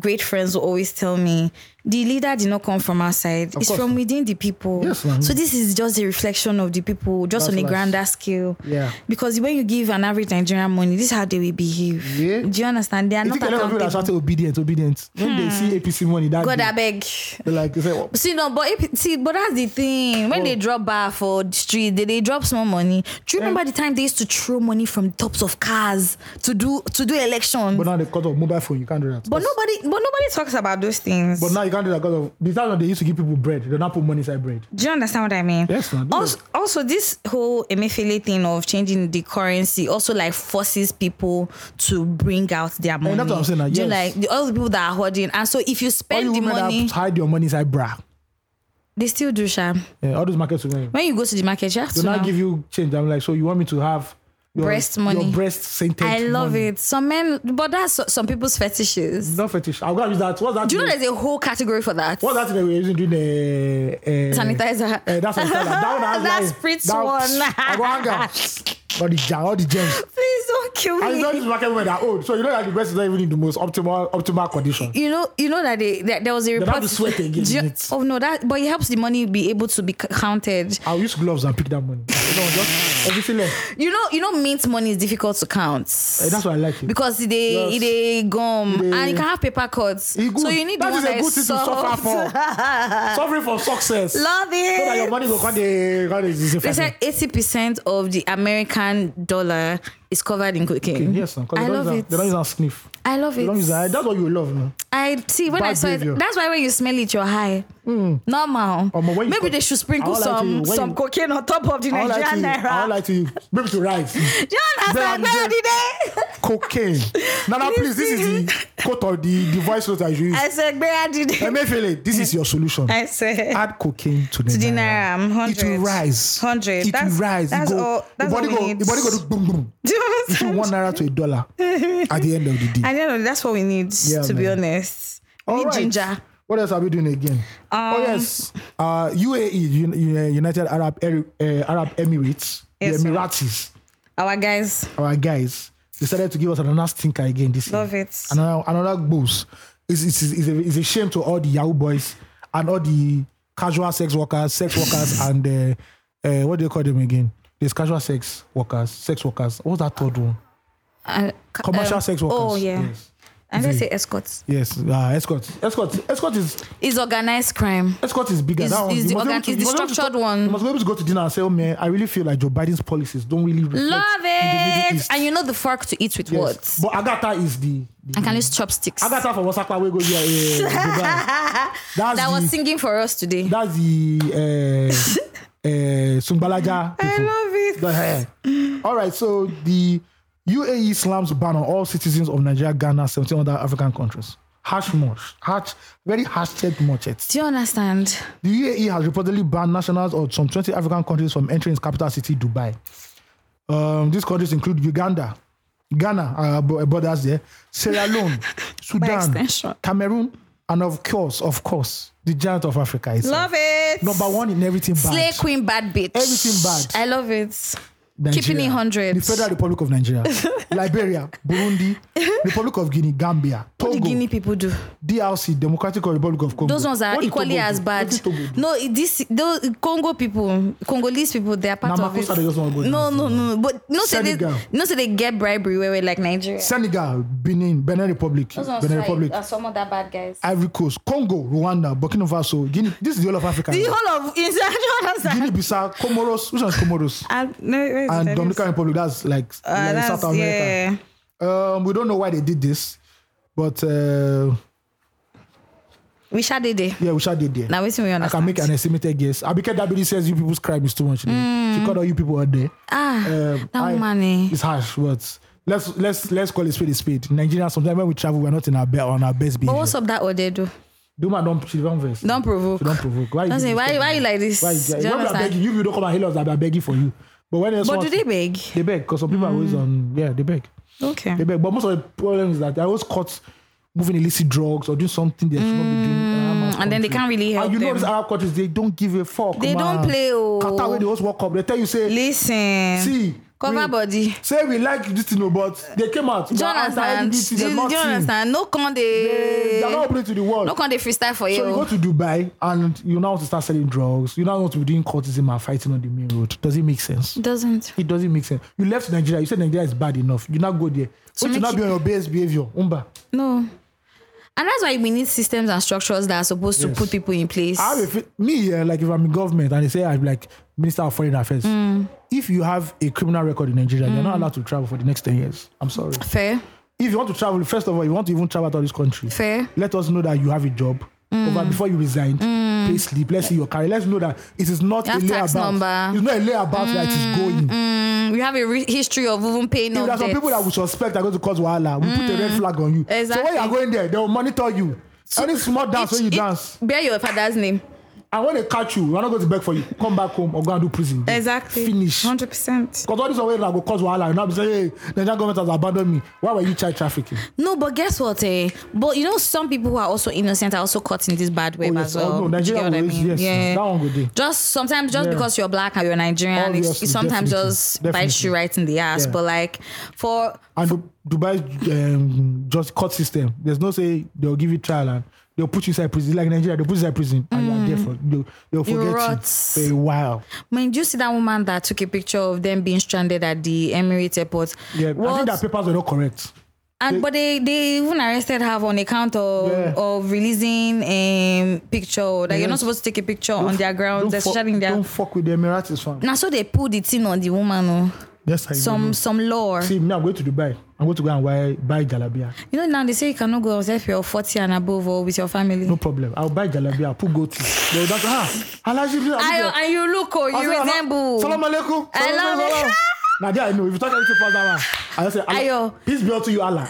Speaker 2: great friends will always tell me, the leader did not come from outside. it's
Speaker 1: course
Speaker 2: from
Speaker 1: not.
Speaker 2: within the people.
Speaker 1: Yes, ma'am.
Speaker 2: so this is just a reflection of the people, just
Speaker 1: That's
Speaker 2: on a
Speaker 1: right.
Speaker 2: grander scale.
Speaker 1: Yeah.
Speaker 2: Because when you give an average Nigerian money, this is how they will behave.
Speaker 1: Yeah.
Speaker 2: Do you understand? They are
Speaker 1: You
Speaker 2: not
Speaker 1: think a lot of people are
Speaker 2: accountable. Hmm.
Speaker 1: shouting obedient, obedient. When they see APC money, that
Speaker 2: God,
Speaker 1: day,
Speaker 2: I beg.
Speaker 1: they're like, they say, oh,
Speaker 2: See no, but if, see, but that's the thing. When they drop bar for the street, they, they drop small money. Do you remember the time they used to throw money from tops of cars to do to do elections?
Speaker 1: but
Speaker 2: But,
Speaker 1: now they cut off mobile phone. You can't do that.
Speaker 2: nobody, but nobody talks about those things.
Speaker 1: But now you can't do that because of the time that they used to give people bread. They don't put money inside bread.
Speaker 2: do you understand what I mean?
Speaker 1: Yes, ma'am, do
Speaker 2: Also, also, this whole Emefiele thing of changing the currency also like forces people to bring out their money.
Speaker 1: Oh, that's what I'm saying, like,
Speaker 2: Do you
Speaker 1: yes.
Speaker 2: like the, all the people that are hoarding, and so if you
Speaker 1: All
Speaker 2: spend
Speaker 1: you
Speaker 2: the
Speaker 1: women
Speaker 2: money,
Speaker 1: that hide your money inside bra.
Speaker 2: they still do, Sha.
Speaker 1: Yeah, all those markets women.
Speaker 2: When you go to the market, you have
Speaker 1: They
Speaker 2: to.
Speaker 1: now
Speaker 2: now-
Speaker 1: give you change. I'm like, so you want me to have your
Speaker 2: Breast money.
Speaker 1: Your breast scented.
Speaker 2: I love
Speaker 1: money.
Speaker 2: it. Some men, but that's so- some people's fetishes.
Speaker 1: Not fetish. I'm gonna use that. What's that?
Speaker 2: Do you
Speaker 1: thing?
Speaker 2: know there's a whole category for that?
Speaker 1: What's that thing that we were using doing the uh,
Speaker 2: Sanitizer.
Speaker 1: Uh, that's sanitizer. That one has
Speaker 2: That
Speaker 1: like-
Speaker 2: spritz
Speaker 1: that-
Speaker 2: one.
Speaker 1: I go hang out. All the jam, all the gems.
Speaker 2: Please don't kill
Speaker 1: And you know
Speaker 2: me.
Speaker 1: these market women are old, so you know that the breast is not even in the most optimal optimal condition.
Speaker 2: You know, you know that they that there was a
Speaker 1: have
Speaker 2: report.
Speaker 1: to sweat again
Speaker 2: Do you-
Speaker 1: in it.
Speaker 2: oh no, that but it helps the money be able to be c- counted.
Speaker 1: I'll use gloves and pick that money. no, just everything left.
Speaker 2: You know, you know, mint money is difficult to count.
Speaker 1: Eh, that's why I like it.
Speaker 2: because they
Speaker 1: Yes.
Speaker 2: yes. they gum
Speaker 1: They-
Speaker 2: and you can have paper cuts.
Speaker 1: It good.
Speaker 2: So you need
Speaker 1: That
Speaker 2: the one
Speaker 1: is a
Speaker 2: that
Speaker 1: good thing to suffer
Speaker 2: soft.
Speaker 1: for. Suffering for success.
Speaker 2: Love it.
Speaker 1: So that your money will come the come the
Speaker 2: They said eighty percent of the American dollar is covered in cocaine.
Speaker 1: Yes, now, 'cause
Speaker 2: I
Speaker 1: they don't use
Speaker 2: love
Speaker 1: that-
Speaker 2: it.
Speaker 1: They don't use that sniff.
Speaker 2: I love
Speaker 1: They
Speaker 2: it.
Speaker 1: don't use that. That's what you love, man.
Speaker 2: I see when I
Speaker 1: Bad
Speaker 2: saw
Speaker 1: behavior.
Speaker 2: it. That's why when you smell it, you're high. Normal.
Speaker 1: Omo, when you
Speaker 2: Maybe
Speaker 1: co-
Speaker 2: they
Speaker 1: I
Speaker 2: should sprinkle
Speaker 1: won't lie to you,
Speaker 2: some
Speaker 1: when
Speaker 2: some
Speaker 1: you-
Speaker 2: cocaine on top of the
Speaker 1: I like
Speaker 2: Nigerian
Speaker 1: to, I
Speaker 2: naira.
Speaker 1: like to, maybe to rise.
Speaker 2: John,
Speaker 1: Then
Speaker 2: I
Speaker 1: I'm
Speaker 2: said,
Speaker 1: just-
Speaker 2: day.
Speaker 1: cocaine. Now, now, please, this is the quote of the, the voice note I use.
Speaker 2: I said, where did it?
Speaker 1: Emefiele, this is your solution.
Speaker 2: I said.
Speaker 1: Add cocaine to the
Speaker 2: To the
Speaker 1: naira.
Speaker 2: naira, um,
Speaker 1: It will
Speaker 2: 100.
Speaker 1: rise.
Speaker 2: 100.
Speaker 1: It
Speaker 2: That's-
Speaker 1: will rise.
Speaker 2: that's
Speaker 1: it go,
Speaker 2: all- that's
Speaker 1: the
Speaker 2: all
Speaker 1: body
Speaker 2: we
Speaker 1: go,
Speaker 2: need.
Speaker 1: The body go do boom boom.
Speaker 2: Do you
Speaker 1: It will
Speaker 2: understand?
Speaker 1: one naira to a dollar at the end of the day.
Speaker 2: I don't know. That's what we need,
Speaker 1: Yeah,
Speaker 2: to be
Speaker 1: man.
Speaker 2: honest. We
Speaker 1: All
Speaker 2: need
Speaker 1: right.
Speaker 2: ginger.
Speaker 1: What else are we doing again? oh
Speaker 2: Um,
Speaker 1: yes, uh, UAE, Un- Un- United Arab Air- uh, Arab Emirates,
Speaker 2: Yes,
Speaker 1: the
Speaker 2: sir.
Speaker 1: Emiratis,
Speaker 2: Our guys.
Speaker 1: our guys decided to give us another stinker again this year.
Speaker 2: Love it.
Speaker 1: Another another boost. It's, it's, it's, a, it's a shame to all the Yahoo boys and all the casual sex workers, sex workers, and uh, uh, what do you call them again? There's casual sex workers, sex workers. What's that third one?
Speaker 2: Uh,
Speaker 1: Commercial
Speaker 2: um,
Speaker 1: sex workers.
Speaker 2: Oh, yeah.
Speaker 1: Yes.
Speaker 2: And let's
Speaker 1: Is
Speaker 2: say
Speaker 1: it-
Speaker 2: escorts.
Speaker 1: Yes, uh, escort. Escort. Escort is
Speaker 2: It's organized crime.
Speaker 1: escort is bigger.
Speaker 2: Is-
Speaker 1: that one.
Speaker 2: is
Speaker 1: you
Speaker 2: the
Speaker 1: must be
Speaker 2: organ-
Speaker 1: able to-
Speaker 2: is
Speaker 1: you
Speaker 2: the
Speaker 1: must be able to
Speaker 2: structured
Speaker 1: talk-
Speaker 2: one.
Speaker 1: You must be able to go to dinner and say, "Oh man, I really feel like Joe Biden's policies don't really reflect
Speaker 2: Love
Speaker 1: in the Middle
Speaker 2: it.
Speaker 1: East."
Speaker 2: And you know the fork to eat with
Speaker 1: Yes.
Speaker 2: what?
Speaker 1: But Agatha is the, the
Speaker 2: I can use chopsticks.
Speaker 1: Agatha from Osaka we go here. eh, Dubai. That's
Speaker 2: that
Speaker 1: the,
Speaker 2: was singing for us today.
Speaker 1: That's the uh, uh, Sungbalaja. people.
Speaker 2: it.
Speaker 1: The hair. All right, so the UAE slams ban on all citizens of Nigeria, Ghana, 17 other African countries. Harsh much, harsh, very hashtag much.
Speaker 2: Do you understand?
Speaker 1: The UAE has reportedly banned nationals of some 20 African countries from entering its capital city, Dubai. Um, these countries include Uganda, Ghana, uh, bro- borders there, Sierra Leone, Sudan,
Speaker 2: extension.
Speaker 1: Cameroon, and of course, of course, the giant of Africa itself.
Speaker 2: Love it.
Speaker 1: Number one in everything bad.
Speaker 2: Slay queen bad bitch.
Speaker 1: Everything bad.
Speaker 2: I love it.
Speaker 1: Nigeria,
Speaker 2: keeping it 100.
Speaker 1: The Federal Republic of Nigeria, Liberia, Burundi, Republic of Guinea, Gambia, Togo,
Speaker 2: What do Guinea people do?
Speaker 1: DRC, Democratic Republic of Congo.
Speaker 2: Those ones are
Speaker 1: What did
Speaker 2: equally
Speaker 1: Togo
Speaker 2: as
Speaker 1: do?
Speaker 2: bad.
Speaker 1: What did Togo do?
Speaker 2: No, it- this those Congo people, Congolese people, they are part
Speaker 1: Na
Speaker 2: of it.
Speaker 1: Makossa they just wanna go
Speaker 2: No,
Speaker 1: down.
Speaker 2: no, no, no. But no say they
Speaker 1: Senegal.
Speaker 2: no say they get bribery where we like Nigeria.
Speaker 1: Senegal, Benin, Benin Republic,
Speaker 2: Those ones
Speaker 1: Benin
Speaker 2: are-
Speaker 1: Republic,
Speaker 2: are some of that bad guys.
Speaker 1: Ivory Coast, Congo, Rwanda, Burkina Faso, Guinea. This is the whole of Africa.
Speaker 2: The whole of international.
Speaker 1: Guinea-Bissau, Comoros. Which one is Comoros?
Speaker 2: And, no, where is it?
Speaker 1: And
Speaker 2: I didn't
Speaker 1: Dominican Republic. That's like,
Speaker 2: Uh,
Speaker 1: like
Speaker 2: that's-
Speaker 1: South America.
Speaker 2: yeah.
Speaker 1: Um, we don't know why they did this, but uh,
Speaker 2: We shall did it.
Speaker 1: yeah, we shall did there.
Speaker 2: Now we see we
Speaker 1: I can
Speaker 2: understand.
Speaker 1: make an estimated guess. Abike Dabidi says you people's crime is too much. She called all you people out there.
Speaker 2: Mm. Ah,
Speaker 1: Um,
Speaker 2: that
Speaker 1: I-
Speaker 2: woman, eh.
Speaker 1: It's harsh, but let's let's let's call it speed is speed. Nigeria, sometimes when we travel, we're not in our be- on our best
Speaker 2: But
Speaker 1: behavior.
Speaker 2: what's up that Odedo?
Speaker 1: Duma don't she don't verse.
Speaker 2: Don't provoke.
Speaker 1: She don't provoke. Why? you
Speaker 2: That's
Speaker 1: do
Speaker 2: it.
Speaker 1: this
Speaker 2: Why,
Speaker 1: thing?
Speaker 2: why you like this?
Speaker 1: Why?
Speaker 2: Do you
Speaker 1: You, when we are
Speaker 2: understand?
Speaker 1: begging, you, you don't come and heal us. I'm begging for you. But when else
Speaker 2: But do
Speaker 1: wants-
Speaker 2: they beg? Hmm.
Speaker 1: They beg because some people are always on. Yeah, they beg.
Speaker 2: Okay.
Speaker 1: They beg. But most of the problem is that they are always caught moving illicit drugs or doing something they should not be doing. in Arab
Speaker 2: Hmm, and then
Speaker 1: country.
Speaker 2: they can't really help
Speaker 1: And you know
Speaker 2: them.
Speaker 1: these Arab countries, they don't give a fuck.
Speaker 2: They
Speaker 1: man.
Speaker 2: don't play, oh.
Speaker 1: Qatar, when they host World Cup, they tell you say,
Speaker 2: Listen.
Speaker 1: see,
Speaker 2: Cover
Speaker 1: we-
Speaker 2: body.
Speaker 1: Say we like this thing, but they came out.
Speaker 2: Do
Speaker 1: they
Speaker 2: you
Speaker 1: are
Speaker 2: understand? Do,
Speaker 1: anti-LGBT,
Speaker 2: do
Speaker 1: they're not
Speaker 2: you
Speaker 1: seen.
Speaker 2: understand? No con
Speaker 1: They,
Speaker 2: they.
Speaker 1: they're not open to the world.
Speaker 2: No con they freestyle
Speaker 1: So
Speaker 2: for
Speaker 1: you go to
Speaker 2: you.
Speaker 1: Dubai and you now want to start selling drugs. You now want to be doing courtism and fighting on the main road. Does it make sense?
Speaker 2: It doesn't.
Speaker 1: It doesn't make sense. You left Nigeria. You said Nigeria is bad enough. You now go there. So you
Speaker 2: make
Speaker 1: now
Speaker 2: it-
Speaker 1: be on your base behavior. Umba.
Speaker 2: No. And that's why we need systems and structures that are supposed to
Speaker 1: Yes.
Speaker 2: put people in place.
Speaker 1: I have a fe- me yeah, like if I'm in government and they say I'm like Minister of Foreign Affairs.
Speaker 2: Hmm.
Speaker 1: If you have a criminal record in Nigeria, you're not allowed to travel for the next ten years. I'm sorry.
Speaker 2: Fair.
Speaker 1: If you want to travel, first of all, you want to even travel out of this country.
Speaker 2: Fair. Hmm.
Speaker 1: Let us know that you have a job. Over before you resign, pay sleep. Let's see your career. Let's know that it is not
Speaker 2: You
Speaker 1: a
Speaker 2: have tax
Speaker 1: layabout.
Speaker 2: number. Hmm.
Speaker 1: It's not a layabout that it is going.
Speaker 2: Mm, we have a re- history of even paying
Speaker 1: If
Speaker 2: off
Speaker 1: there are some
Speaker 2: debts.
Speaker 1: people that we suspect are going to cause wahala, we put a red flag on you. So when you are
Speaker 2: Mm. Exactly.
Speaker 1: going there, they will monitor you. Any small dance when you
Speaker 2: Each- each-
Speaker 1: dance,
Speaker 2: Bear your father's name.
Speaker 1: and when they catch you, we are not going to beg for you. Come back home or go and do prison.
Speaker 2: Exactly.
Speaker 1: Finish. Because
Speaker 2: 100%.
Speaker 1: all this way that go cause wahala, you now be saying, "Hey, Nigerian government has abandoned me. Why were you child trafficking?"
Speaker 2: No, but guess what? Eh? But you know, some people who are also innocent are also caught in this bad web
Speaker 1: yes.
Speaker 2: as
Speaker 1: Oh,
Speaker 2: well.
Speaker 1: no,
Speaker 2: Do you
Speaker 1: Nigeria
Speaker 2: get what I
Speaker 1: will always-
Speaker 2: mean?
Speaker 1: yes,
Speaker 2: yeah.
Speaker 1: that one go dey.
Speaker 2: Just sometimes, just
Speaker 1: Yeah.
Speaker 2: because you're black and you're Nigerian, it's,
Speaker 1: Obviously,
Speaker 2: it sometimes
Speaker 1: definitely,
Speaker 2: just bites
Speaker 1: definitely.
Speaker 2: you right in the ass.
Speaker 1: Yeah.
Speaker 2: But like, for
Speaker 1: And Du- Dubai's um, just court system, there's no say they'll give you trial and they'll put you inside prison. Like Nigeria, they'll put you inside prison and you're there for they'll, they'll
Speaker 2: Mm. You
Speaker 1: forget you
Speaker 2: rot.
Speaker 1: for a while.
Speaker 2: I mean, do you see that woman that took a picture of them being stranded at the Emirates airport?
Speaker 1: Yeah, I
Speaker 2: What-
Speaker 1: think their papers were not correct.
Speaker 2: and but they they even arrested her on account of
Speaker 1: Yeah.
Speaker 2: of releasing a picture that you're not
Speaker 1: Yes.
Speaker 2: supposed to take a picture on
Speaker 1: Don't
Speaker 2: their
Speaker 1: f-
Speaker 2: grounds,
Speaker 1: don't fuck-
Speaker 2: especially in their.
Speaker 1: Don't fuck with the Emiratis, fam.
Speaker 2: Now so they pulled the thing on the woman. Oh.
Speaker 1: Yes, I
Speaker 2: Some
Speaker 1: know.
Speaker 2: some lore.
Speaker 1: Mm. See, me, I'm going to Dubai. I'm going to go and buy, buy Jalabia.
Speaker 2: You know, now they say you cannot go out if you're 40 and above or with your family.
Speaker 1: No problem. I'll buy Jalabia. I'll put goatee. They'll dance. Ah, Alaji, please.
Speaker 2: I,
Speaker 1: Alaji."
Speaker 2: and you look, oh,
Speaker 1: I
Speaker 2: you
Speaker 1: say, "Ala-
Speaker 2: resemble.
Speaker 1: Salam alaikum.
Speaker 2: I
Speaker 1: Salam
Speaker 2: love it.
Speaker 1: alaikum." Now, there I know. If you talk anything past that one, I just say, "Allah-
Speaker 2: Ayo.
Speaker 1: Peace be unto you, Allah.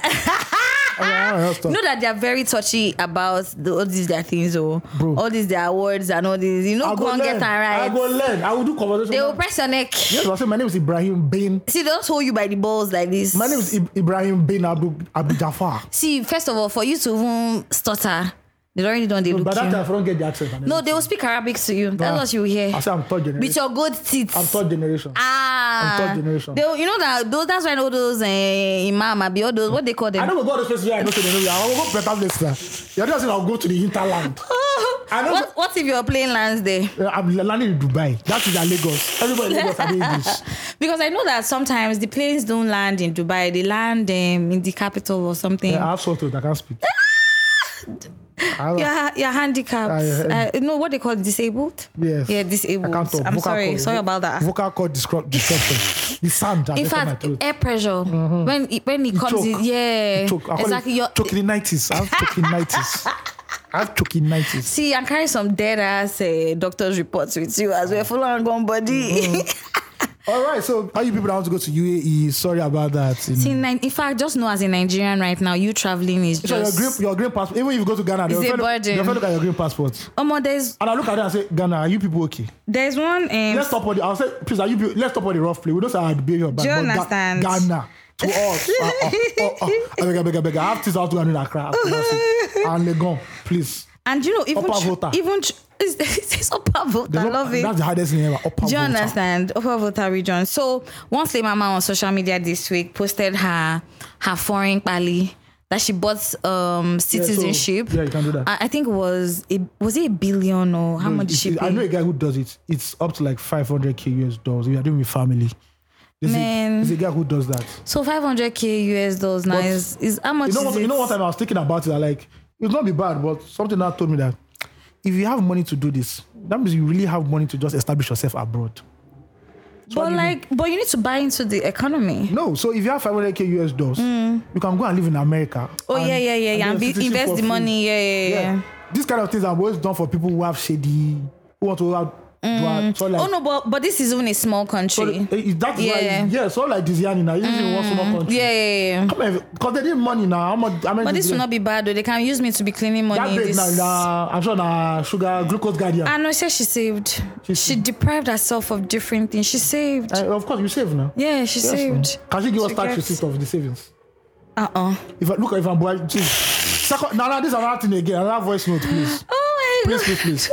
Speaker 2: You know that they are very touchy about the, all these their things, oh,
Speaker 1: Bro.
Speaker 2: all these their awards and all these. You know, go and get and
Speaker 1: I go
Speaker 2: right.
Speaker 1: learn. I will do conversation.
Speaker 2: They will press your neck.
Speaker 1: Yes, I say, my name is Ibrahim Bin.
Speaker 2: See, they don't hold you by the balls like this.
Speaker 1: My name is Ib- Ibrahim Bin Abu, Abu Jafar.
Speaker 2: See, first of all, for you to even stutter, they already done they
Speaker 1: By
Speaker 2: look
Speaker 1: that
Speaker 2: you.
Speaker 1: time, if I don't get the accent. and
Speaker 2: No,
Speaker 1: everything.
Speaker 2: they will speak Arabic to you. That's
Speaker 1: Ah,
Speaker 2: what you will hear.
Speaker 1: I say, I'm third generation.
Speaker 2: With your good teeth.
Speaker 1: I'm third generation.
Speaker 2: Ah,
Speaker 1: I'm third generation.
Speaker 2: They, you know that those, that's why all those uh, imam, abi, all those what they call
Speaker 1: I
Speaker 2: them.
Speaker 1: don't go to space where I know say they know me. I will go better place there. You're just saying I'll go to the hinterland. I don't
Speaker 2: what, what if you're playing lands there?
Speaker 1: Uh, I'm landing in Dubai. That is at Lagos. Everybody in Lagos are English.
Speaker 2: Because I know that sometimes the planes don't land in Dubai; they land um, in the capital or something.
Speaker 1: Yeah, I have sore throat. I can't
Speaker 2: Ah!
Speaker 1: speak. I have-
Speaker 2: You're, you're handicapped.
Speaker 1: Ah, yeah.
Speaker 2: Uh, no, what they call disabled.
Speaker 1: Yes.
Speaker 2: Yeah, disabled.
Speaker 1: I can't talk.
Speaker 2: I'm
Speaker 1: Vocal
Speaker 2: sorry.
Speaker 1: cord-
Speaker 2: sorry
Speaker 1: vo-
Speaker 2: about that.
Speaker 1: Vocal cord disrupt- disruption. the sound that
Speaker 2: in
Speaker 1: gets on my
Speaker 2: fact,
Speaker 1: throat. Mm-hmm.
Speaker 2: air pressure when it, when it
Speaker 1: You
Speaker 2: comes, in,
Speaker 1: choke.
Speaker 2: yeah,
Speaker 1: You choke. I call
Speaker 2: exactly.
Speaker 1: it
Speaker 2: Your,
Speaker 1: chokinitis. I have chokinitis. I have chokinitis.
Speaker 2: see, I'm carrying some dead ass uh, doctor's reports with you as well, full on gone body.
Speaker 1: Mm-hmm. All right. So, are you people that want to go to UAE? Sorry about that. you know.
Speaker 2: See, in, Ni- in fact, just know as a Nigerian right now, you traveling is
Speaker 1: So your
Speaker 2: just.
Speaker 1: green, your green passport. Even if you go to Ghana, they'll
Speaker 2: It's a
Speaker 1: first
Speaker 2: burden.
Speaker 1: they'll first look at your green passport.
Speaker 2: Omo, Oh, there's
Speaker 1: And I look at them and say, Ghana, are you people okay?
Speaker 2: there's one. Um,
Speaker 1: Let's stop all the. I'll say, please, are you? People, let's stop all the rough play. We don't say I'd be here, but
Speaker 2: Do you
Speaker 1: but Ga-
Speaker 2: understand?
Speaker 1: Ghana to us. uh, uh, uh, uh, I beg, I beg, I beg. I have things I have to go and do in Accra. And Legon, please.
Speaker 2: and you know even
Speaker 1: Upper
Speaker 2: tr-
Speaker 1: voter.
Speaker 2: even tr- it's, it's upper voter.
Speaker 1: There's
Speaker 2: I
Speaker 1: no-
Speaker 2: love it.
Speaker 1: That's the hardest thing ever. Upper
Speaker 2: Do you
Speaker 1: Volta.
Speaker 2: understand? Upper Volta region. So once Lay Mama on social media this week posted her her foreign pali that she bought um citizenship.
Speaker 1: yeah, you can do that.
Speaker 2: I, I think it was it was it a billion or how
Speaker 1: No,
Speaker 2: much
Speaker 1: it-
Speaker 2: she
Speaker 1: it- I know a
Speaker 2: paid?
Speaker 1: guy who does it. It's up to like 500k US dollars. If you're doing with family, there's,
Speaker 2: Man.
Speaker 1: A, there's a guy who does that.
Speaker 2: So 500k US dollars now
Speaker 1: But-
Speaker 2: is, is how much
Speaker 1: You know,
Speaker 2: is
Speaker 1: what,
Speaker 2: it?
Speaker 1: you know what time I was thinking about it? I like it's not be bad, but something that told me that if you have money to do this, that means you really have money to just establish yourself abroad. what
Speaker 2: but
Speaker 1: do you do?
Speaker 2: like, but you need to buy into the economy.
Speaker 1: No, so if you have 500k US dollars, you can go and live in America.
Speaker 2: Hmm. Oh
Speaker 1: and-
Speaker 2: yeah, yeah, yeah, yeah.
Speaker 1: get
Speaker 2: And be,
Speaker 1: citizenship
Speaker 2: invest
Speaker 1: for
Speaker 2: the
Speaker 1: free.
Speaker 2: money. Yeah, yeah, yeah.
Speaker 1: Yeah. These kind of things are always done for people who have shady, who want to have. Mm. So like,
Speaker 2: oh no, but but this is even a small
Speaker 1: so
Speaker 2: country.
Speaker 1: eh, is that yeah.
Speaker 2: Yeah. Hmm.
Speaker 1: why? Yeah, so like this year, now, even in one small country.
Speaker 2: yeah, yeah, yeah.
Speaker 1: Because they need money now. How much? How many
Speaker 2: But this
Speaker 1: did
Speaker 2: will
Speaker 1: they-
Speaker 2: not be bad though. They can use me to be cleaning
Speaker 1: That
Speaker 2: money.
Speaker 1: babe
Speaker 2: This.
Speaker 1: now, na- I'm sure na sugar glucose guardian.
Speaker 2: I know. Say she saved. She,
Speaker 1: saved.
Speaker 2: deprived herself of different things. She saved.
Speaker 1: Eh, of course, you save now.
Speaker 2: yeah, she
Speaker 1: Yes, ma'am.
Speaker 2: saved.
Speaker 1: Can she give us
Speaker 2: She
Speaker 1: tax
Speaker 2: gets-
Speaker 1: receipt of the savings?
Speaker 2: Uh uh
Speaker 1: If I look, if I'm boy, please. Second, now, now, this is another thing again. Another voice note, please.
Speaker 2: Oh my
Speaker 1: please, please, please.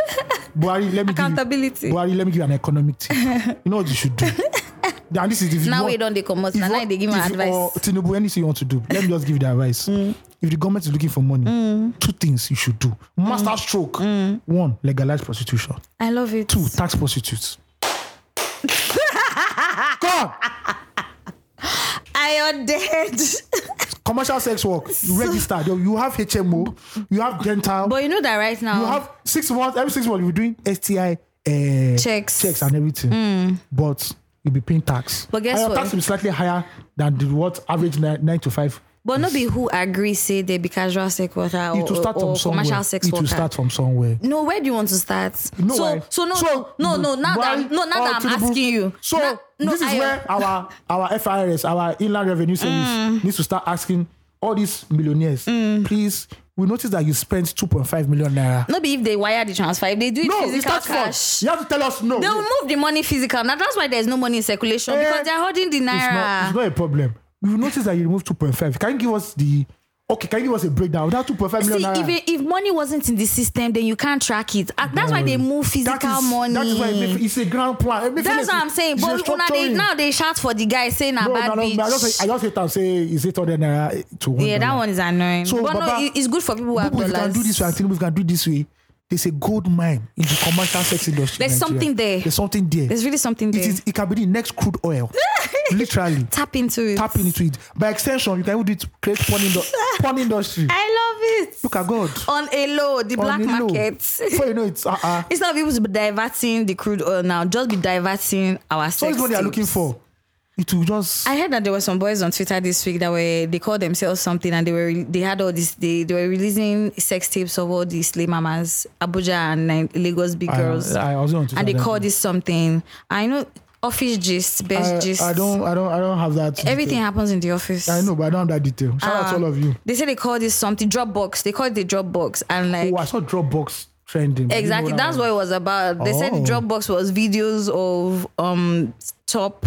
Speaker 1: Buhari, let me Give
Speaker 2: Accountability.
Speaker 1: you, Buhari, let me give you an economic tip. you know what you should do. And this is if you
Speaker 2: Now
Speaker 1: want-
Speaker 2: we don't they come
Speaker 1: if
Speaker 2: out. Now
Speaker 1: you
Speaker 2: now
Speaker 1: want-
Speaker 2: they give me
Speaker 1: if- Or
Speaker 2: advice. Mm.
Speaker 1: Tinubu, anything you want to do, let me just give you the advice. If the government is looking for money, two things you should do: master
Speaker 2: Mm.
Speaker 1: stroke. One, legalize prostitution.
Speaker 2: I love it.
Speaker 1: Two, tax prostitutes. God,
Speaker 2: I am dead.
Speaker 1: commercial sex work. You register. You you have HMO. You have dental.
Speaker 2: but um, you know that right now.
Speaker 1: you have six months. Every six months, you're doing STI uh,
Speaker 2: Checks. Hmm.
Speaker 1: checks and everything. But you'll be paying tax.
Speaker 2: But guess
Speaker 1: and your
Speaker 2: what?
Speaker 1: tax will be slightly higher than the what average nine, nine to five.
Speaker 2: but no be who agree say they be casual sex worker or,
Speaker 1: it will start
Speaker 2: or- or
Speaker 1: from somewhere.
Speaker 2: commercial sex
Speaker 1: it will
Speaker 2: worker.
Speaker 1: start from somewhere.
Speaker 2: no, where do you want to start?
Speaker 1: You know
Speaker 2: so
Speaker 1: why?
Speaker 2: so no no no now
Speaker 1: why-
Speaker 2: that no now
Speaker 1: or
Speaker 2: that I'm
Speaker 1: Tinubu-
Speaker 2: asking you.
Speaker 1: So
Speaker 2: Na- no,
Speaker 1: this is
Speaker 2: I-
Speaker 1: where our our FIRS, our Inland Revenue Service,
Speaker 2: Mm.
Speaker 1: needs to start asking all these millionaires, please. We noticed that you spent 2.5 million naira.
Speaker 2: no be if they wire the transfer if they do it
Speaker 1: No, it
Speaker 2: physical
Speaker 1: starts
Speaker 2: cash.
Speaker 1: from. You have to tell us no.
Speaker 2: They will move the money physical. Now that's why there's no money in circulation
Speaker 1: Eh,
Speaker 2: because they're holding the
Speaker 1: It's not,
Speaker 2: naira.
Speaker 1: it's not a problem. You notice that you removed 2.5. Can you give us the okay? Can you give us a breakdown? That 2.5 million naira.
Speaker 2: See, if, it- if money wasn't in the system, then you can't track it. Ah, That's why they move physical
Speaker 1: that is,
Speaker 2: money.
Speaker 1: That is why Emefiele- it's a grand plan. Emefiele
Speaker 2: That's
Speaker 1: is-
Speaker 2: what I'm saying.
Speaker 1: is a
Speaker 2: But una they,
Speaker 1: structuring.
Speaker 2: now they shout for the guy saying a
Speaker 1: no,
Speaker 2: bad
Speaker 1: no, no,
Speaker 2: bitch.
Speaker 1: I just I just hate and say is it other naira to one.
Speaker 2: yeah, that
Speaker 1: dollar.
Speaker 2: one is annoying.
Speaker 1: So,
Speaker 2: but no,
Speaker 1: Baba,
Speaker 2: it- it's good for people who have
Speaker 1: People, if you can
Speaker 2: dollars.
Speaker 1: do this way, I think we can do this way. There's a gold mine in the commercial sex industry. in Nigeria.
Speaker 2: There's something there.
Speaker 1: There's something there.
Speaker 2: There's really something there.
Speaker 1: it is. It can be the next crude oil. Literally.
Speaker 2: Tap into it.
Speaker 1: Tapping into it. By extension, you can even do it to create porn, indu- porn industry.
Speaker 2: I love it.
Speaker 1: Look at God.
Speaker 2: On a low, the black
Speaker 1: On the low.
Speaker 2: market.
Speaker 1: Before you know it's uh uh
Speaker 2: Instead of people to be diverting the crude oil now, just be diverting our
Speaker 1: So
Speaker 2: sex.
Speaker 1: it's what they are
Speaker 2: tapes.
Speaker 1: looking for. It will just
Speaker 2: I heard that there were some boys on Twitter this week that were they called themselves something and they were they had all this they, they were releasing sex tapes of all these lay mamas Abuja and Ni- Lagos big
Speaker 1: I-
Speaker 2: girls
Speaker 1: I wasn't on Twitter
Speaker 2: and they
Speaker 1: then.
Speaker 2: called this something I know office gist best gist
Speaker 1: I, I don't I don't I don't have that.
Speaker 2: everything Ah.
Speaker 1: detail.
Speaker 2: happens in the office
Speaker 1: I know, but I don't have that detail. Shout out to all of you.
Speaker 2: they say they call this something Dropbox they call it the Dropbox and like
Speaker 1: Oh, I saw Dropbox trending. but I didn't
Speaker 2: Exactly.
Speaker 1: know
Speaker 2: That's
Speaker 1: that
Speaker 2: what it was about. They said the
Speaker 1: Oh.
Speaker 2: Dropbox was videos of um top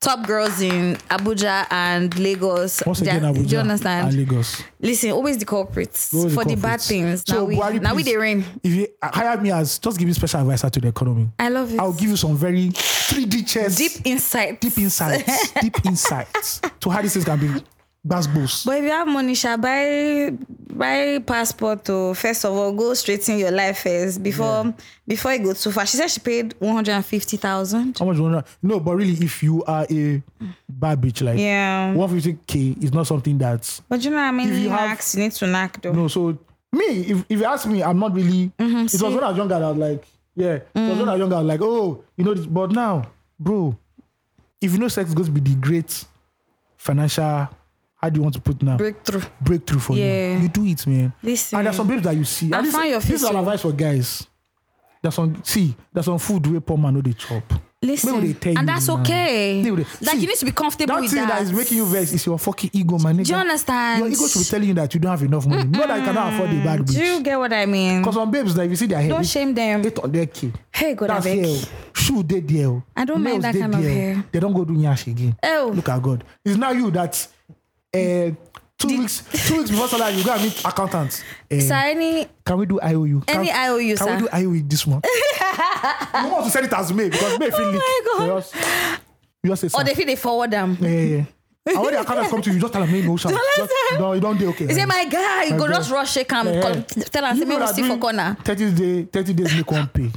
Speaker 2: top girls in Abuja and Lagos.
Speaker 1: was. Once
Speaker 2: They are-
Speaker 1: again, Abuja
Speaker 2: Do you
Speaker 1: and
Speaker 2: understand?
Speaker 1: Lagos.
Speaker 2: Listen, always the culprits
Speaker 1: Those
Speaker 2: for the, bad
Speaker 1: culprits.
Speaker 2: things. now we
Speaker 1: Buhari,
Speaker 2: now we
Speaker 1: please,
Speaker 2: the rain.
Speaker 1: If you uh, hire me as just give me special advisor to the economy,
Speaker 2: I love it.
Speaker 1: I'll give you some very 3D chess,
Speaker 2: Deep insight.
Speaker 1: deep insights, deep insights to how this is gonna be. Bass boost.
Speaker 2: But if you have money, shall buy buy passport to first of all go straighten your life first before before it goes too far. She said she paid one hundred and fifty thousand.
Speaker 1: How much you want? No, but really, if you are a bad bitch, like
Speaker 2: Yeah.
Speaker 1: 150k is not something that's
Speaker 2: But you know how many
Speaker 1: If you have-
Speaker 2: knacks you need to knack though.
Speaker 1: no. So me, if, if you ask me, I'm not really.
Speaker 2: Mm-hmm,
Speaker 1: it was when I was younger. that I was like, yeah. It was
Speaker 2: Mm.
Speaker 1: when I was younger. I was like, oh, you know. This, but now, bro, if you know sex is going to be the great financial, how do you want to put now
Speaker 2: Breakthrough.
Speaker 1: breakthrough for
Speaker 2: Yeah.
Speaker 1: you? You do it, man.
Speaker 2: Listen.
Speaker 1: And there's some babes that you see. And
Speaker 2: I
Speaker 1: this,
Speaker 2: find your
Speaker 1: this is
Speaker 2: face
Speaker 1: an
Speaker 2: so-
Speaker 1: advice for guys. There's some see. There's some food where poor man know they chop.
Speaker 2: Listen,
Speaker 1: Make we dey tell
Speaker 2: and
Speaker 1: you,
Speaker 2: that's
Speaker 1: man.
Speaker 2: okay.
Speaker 1: Make we dey-
Speaker 2: Like
Speaker 1: See,
Speaker 2: you need to be comfortable
Speaker 1: That
Speaker 2: with
Speaker 1: thing that.
Speaker 2: that
Speaker 1: that is making you vex is your fucking ego, man.
Speaker 2: Do you understand? Mm.
Speaker 1: Your ego should be telling you that you don't have enough money. Not that you cannot afford a bad bitch.
Speaker 2: Do you get what I mean?
Speaker 1: Because some babes, like, you see their hair.
Speaker 2: Don't shame them.
Speaker 1: 800k.
Speaker 2: Hey, God,
Speaker 1: That's
Speaker 2: I beg.
Speaker 1: hair. oh. Shoe, they deal.
Speaker 2: I don't mind that kind of hair.
Speaker 1: oh. They don't go do nyash again.
Speaker 2: Oh.
Speaker 1: Look at God. It's not you that uh, two weeks two weeks before salary, you go and meet accountants. Eh,
Speaker 2: So any
Speaker 1: can we do IOU? Can,
Speaker 2: Any IOU,
Speaker 1: Can
Speaker 2: sir.
Speaker 1: we do IOU this month? you want to send it as May because May feel leak.
Speaker 2: Oh my God.
Speaker 1: You just, you just say,
Speaker 2: or
Speaker 1: sir.
Speaker 2: they feel they forward them.
Speaker 1: Yeah, yeah, yeah. And when the accountants come to you, you just tell them, hey, no, sir.
Speaker 2: Don't
Speaker 1: Just-
Speaker 2: listen.
Speaker 1: No, you don't do okay.
Speaker 2: Is
Speaker 1: Eh.
Speaker 2: it my guy? You
Speaker 1: My
Speaker 2: go
Speaker 1: God.
Speaker 2: just rush shake and
Speaker 1: Eh, eh.
Speaker 2: call, tell and say
Speaker 1: You
Speaker 2: maybe
Speaker 1: know
Speaker 2: we
Speaker 1: that
Speaker 2: see for
Speaker 1: during
Speaker 2: corner.
Speaker 1: 30 days, 30 days make one pay.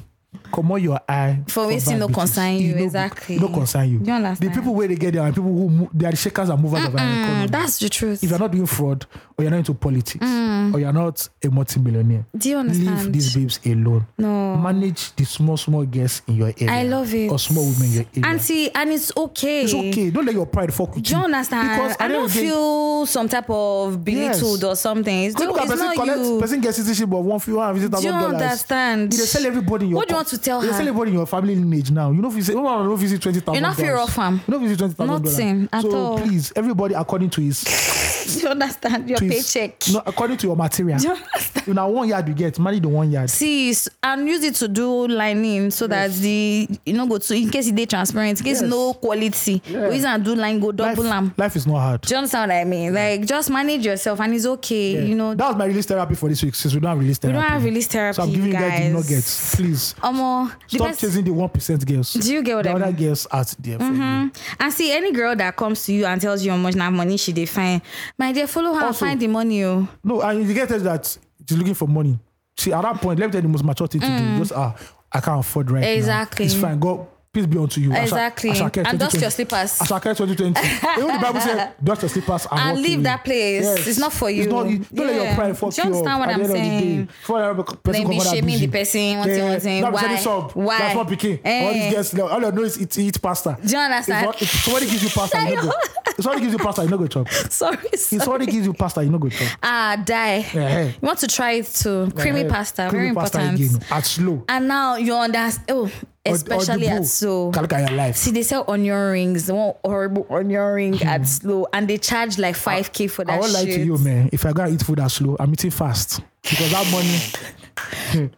Speaker 1: Come on, your eye
Speaker 2: For wasting no
Speaker 1: bad bitches.
Speaker 2: concern
Speaker 1: E
Speaker 2: you,
Speaker 1: no-
Speaker 2: exactly.
Speaker 1: No concern you.
Speaker 2: You understand?
Speaker 1: The people where they get there and people who move, they are the shakers and movers of our economy.
Speaker 2: Mm, that's the truth.
Speaker 1: if you're not doing fraud or you're not into politics or you're not a multimillionaire,
Speaker 2: Mm. Do you
Speaker 1: leave
Speaker 2: understand?
Speaker 1: these babes alone.
Speaker 2: No.
Speaker 1: Manage the small, small girls in your area.
Speaker 2: I love it.
Speaker 1: Or small women in your area.
Speaker 2: Auntie, and it's okay.
Speaker 1: it's okay. Don't let your pride fuck with
Speaker 2: Do you understand?
Speaker 1: Because
Speaker 2: I
Speaker 1: at the end
Speaker 2: don't
Speaker 1: of the day-
Speaker 2: feel some type of belittled
Speaker 1: Yes.
Speaker 2: or something. It's,
Speaker 1: Because
Speaker 2: no,
Speaker 1: look at
Speaker 2: it's
Speaker 1: person
Speaker 2: not
Speaker 1: collect,
Speaker 2: you.
Speaker 1: person gets citizenship of one few hundred
Speaker 2: Do
Speaker 1: thousand
Speaker 2: you
Speaker 1: dollars.
Speaker 2: understand?
Speaker 1: They sell everybody. in Your
Speaker 2: What do you
Speaker 1: co-
Speaker 2: want to tell
Speaker 1: they
Speaker 2: her?
Speaker 1: sell everybody in your family lineage now. You know if you say, oh, no, if you see twenty thousand.
Speaker 2: You're not fear of harm.
Speaker 1: You know if you see twenty thousand.
Speaker 2: Nothing at
Speaker 1: so
Speaker 2: all.
Speaker 1: please, everybody according to his,
Speaker 2: Do you understand? Your
Speaker 1: to his
Speaker 2: paycheck.
Speaker 1: No, according to your material.
Speaker 2: Do you understand?
Speaker 1: You know, one yard you get, marry the one yard.
Speaker 2: See, s- and use it to do lining so that the you know go to in case it dey transparent, in case
Speaker 1: Yes.
Speaker 2: no quality.
Speaker 1: Yeah.
Speaker 2: We use and do line go double
Speaker 1: life,
Speaker 2: am.
Speaker 1: life is not hard.
Speaker 2: Do you understand what I mean? Like just manage yourself and it's okay.
Speaker 1: Yeah.
Speaker 2: You know,
Speaker 1: that was my release therapy for this week since we don't have release
Speaker 2: we
Speaker 1: therapy.
Speaker 2: don't have release therapy.
Speaker 1: So I'm giving
Speaker 2: guys.
Speaker 1: you guys the nuggets. Please
Speaker 2: Omo, the
Speaker 1: stop
Speaker 2: best-
Speaker 1: chasing the one percent girls.
Speaker 2: Do you get what
Speaker 1: the
Speaker 2: I
Speaker 1: other
Speaker 2: mean? Mm-hmm.
Speaker 1: girls out there for you.
Speaker 2: And see, any girl that comes to you and tells you how much na money she dey find, my dear, follow her and
Speaker 1: Also-
Speaker 2: find the money. Oh.
Speaker 1: No, and you get it that she's looking for money. See, at that point, let me tell you the most mature thing to do. Just ah, I can't afford right
Speaker 2: Mm. Exactly.
Speaker 1: now. It's fine. God, peace be unto you. I shall-
Speaker 2: Exactly.
Speaker 1: I shall care
Speaker 2: And dust
Speaker 1: 2020.
Speaker 2: your slippers.
Speaker 1: I shall care 2020. Even the Bible said, dust your slippers and,
Speaker 2: And
Speaker 1: walk
Speaker 2: leave
Speaker 1: away."
Speaker 2: that place. It's not for you.
Speaker 1: It's not, you don't let your
Speaker 2: Yeah.
Speaker 1: pride fuck
Speaker 2: Do
Speaker 1: you
Speaker 2: you understand
Speaker 1: up
Speaker 2: what
Speaker 1: at the end
Speaker 2: I'm
Speaker 1: Of the
Speaker 2: saying?
Speaker 1: day, before that person
Speaker 2: Then
Speaker 1: come
Speaker 2: be
Speaker 1: out that
Speaker 2: shaming
Speaker 1: busy.
Speaker 2: the person, one thing, one thing,
Speaker 1: That be
Speaker 2: why?
Speaker 1: selling sub.
Speaker 2: Why?
Speaker 1: That's not picking. All
Speaker 2: Eh.
Speaker 1: these girls, like, all I know is eat, eat pasta.
Speaker 2: Do you understand?
Speaker 1: If, if somebody gives you pasta, you no go. If somebody gives you pasta, you no go chop.
Speaker 2: Sorry,
Speaker 1: If
Speaker 2: sorry.
Speaker 1: somebody gives you pasta, you no go chop.
Speaker 2: Ah, die.
Speaker 1: Eh.
Speaker 2: You want to try it too. Creamy
Speaker 1: Eh,
Speaker 2: pasta,
Speaker 1: creamy
Speaker 2: very
Speaker 1: pasta
Speaker 2: important.
Speaker 1: Again, at slow.
Speaker 2: And now you understand. Oh,
Speaker 1: Or- or
Speaker 2: especially
Speaker 1: the
Speaker 2: at
Speaker 1: bowl.
Speaker 2: so.
Speaker 1: Can look at your life.
Speaker 2: See, they sell onion rings, the one horrible onion ring at slow, and they charge like 5k for that
Speaker 1: Hmm. I won't lie
Speaker 2: shit.
Speaker 1: to you, man. If I go and eat food at slow, I'm eating fast because that money.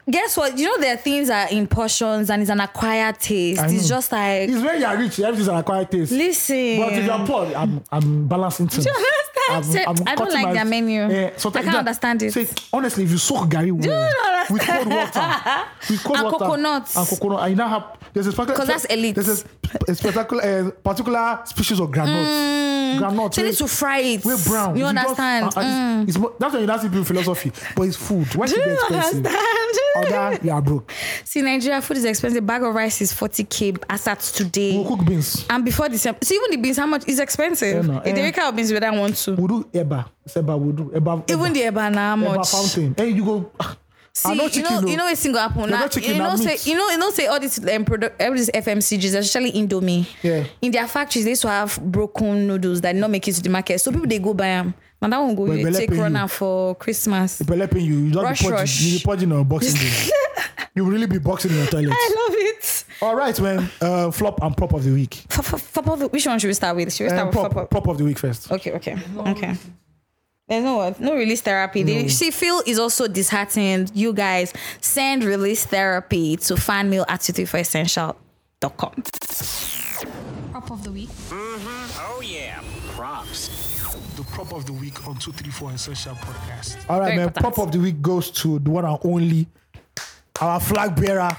Speaker 2: Guess what? You know, there are things that are in portions and it's an acquired taste.
Speaker 1: I
Speaker 2: It's
Speaker 1: know.
Speaker 2: just like,
Speaker 1: It's when you're rich, everything's an acquired taste.
Speaker 2: listen.
Speaker 1: But if you're poor, I'm, I'm balancing things.
Speaker 2: understand? So, I don't
Speaker 1: cutting
Speaker 2: like their menu.
Speaker 1: Eh,
Speaker 2: I
Speaker 1: sometimes
Speaker 2: can't
Speaker 1: that-
Speaker 2: understand it.
Speaker 1: Say, honestly, if you soak Gary well,
Speaker 2: understand?
Speaker 1: with cold water, with cold
Speaker 2: And
Speaker 1: water,
Speaker 2: coconuts.
Speaker 1: and coconut, and you now have there's a particular
Speaker 2: 'Cause that's elite.
Speaker 1: There's a, sp- a particular, uh, particular species of granite.
Speaker 2: Mm.
Speaker 1: Granite. eh,
Speaker 2: They
Speaker 1: wey-
Speaker 2: need to fry it.
Speaker 1: We're brown.
Speaker 2: You
Speaker 1: It's just-
Speaker 2: understand? Mm.
Speaker 1: uh, uh, it's- it's mo- that's why you don't see people philosophy, but it's food. Why
Speaker 2: Do
Speaker 1: should
Speaker 2: Mm. you
Speaker 1: be expensive?
Speaker 2: understand?
Speaker 1: Other, you are broke.
Speaker 2: See, Nigeria food is expensive. Bag of rice is 40k as at today.
Speaker 1: We'll cook beans.
Speaker 2: And before December, see, even the beans, how much is expensive?
Speaker 1: Yeah, no,
Speaker 2: If the
Speaker 1: eh.
Speaker 2: Rica of beans, we don't want to.
Speaker 1: We'll do eba. It's eba. We'll do eba. eba.
Speaker 2: Even the Eba, now how
Speaker 1: eba
Speaker 2: much?
Speaker 1: fountain. Hey, you go.
Speaker 2: See,
Speaker 1: I know
Speaker 2: you
Speaker 1: chicken.
Speaker 2: know,
Speaker 1: oh.
Speaker 2: you know, it's single apple.
Speaker 1: They
Speaker 2: Now,
Speaker 1: got chicken,
Speaker 2: you
Speaker 1: na
Speaker 2: know, say,
Speaker 1: meat.
Speaker 2: you know, you know, say all these um, product, all these FMCGs, especially Indomie.
Speaker 1: Yeah.
Speaker 2: In their factories, they used to have broken noodles that not make it to the market. So people they go buy them. And that one go
Speaker 1: But
Speaker 2: you
Speaker 1: belle
Speaker 2: take
Speaker 1: pain you.
Speaker 2: runner for Christmas.
Speaker 1: Pelepe, you, you don't
Speaker 2: Rush,
Speaker 1: be
Speaker 2: rush.
Speaker 1: purging. You be purging on boxing day. you will really be boxing in your toilet.
Speaker 2: I love it.
Speaker 1: All right, man. Uh, flop and prop of the week.
Speaker 2: For, for, for, for, which one should we start with? Should we start
Speaker 1: Um,
Speaker 2: with
Speaker 1: prop,
Speaker 2: for- for-
Speaker 1: prop of the week first.
Speaker 2: Okay, okay, okay. There's no what, no release therapy. They, see, Phil is also disheartened. You guys send release therapy to fanmail at for essential.com.
Speaker 3: Prop of the week.
Speaker 4: Oh, yeah. Props.
Speaker 6: the prop of the week on 234 Essential Podcast.
Speaker 1: All right,
Speaker 2: Very
Speaker 1: man.
Speaker 2: important.
Speaker 1: Prop of the week goes to the one and only our flag bearer,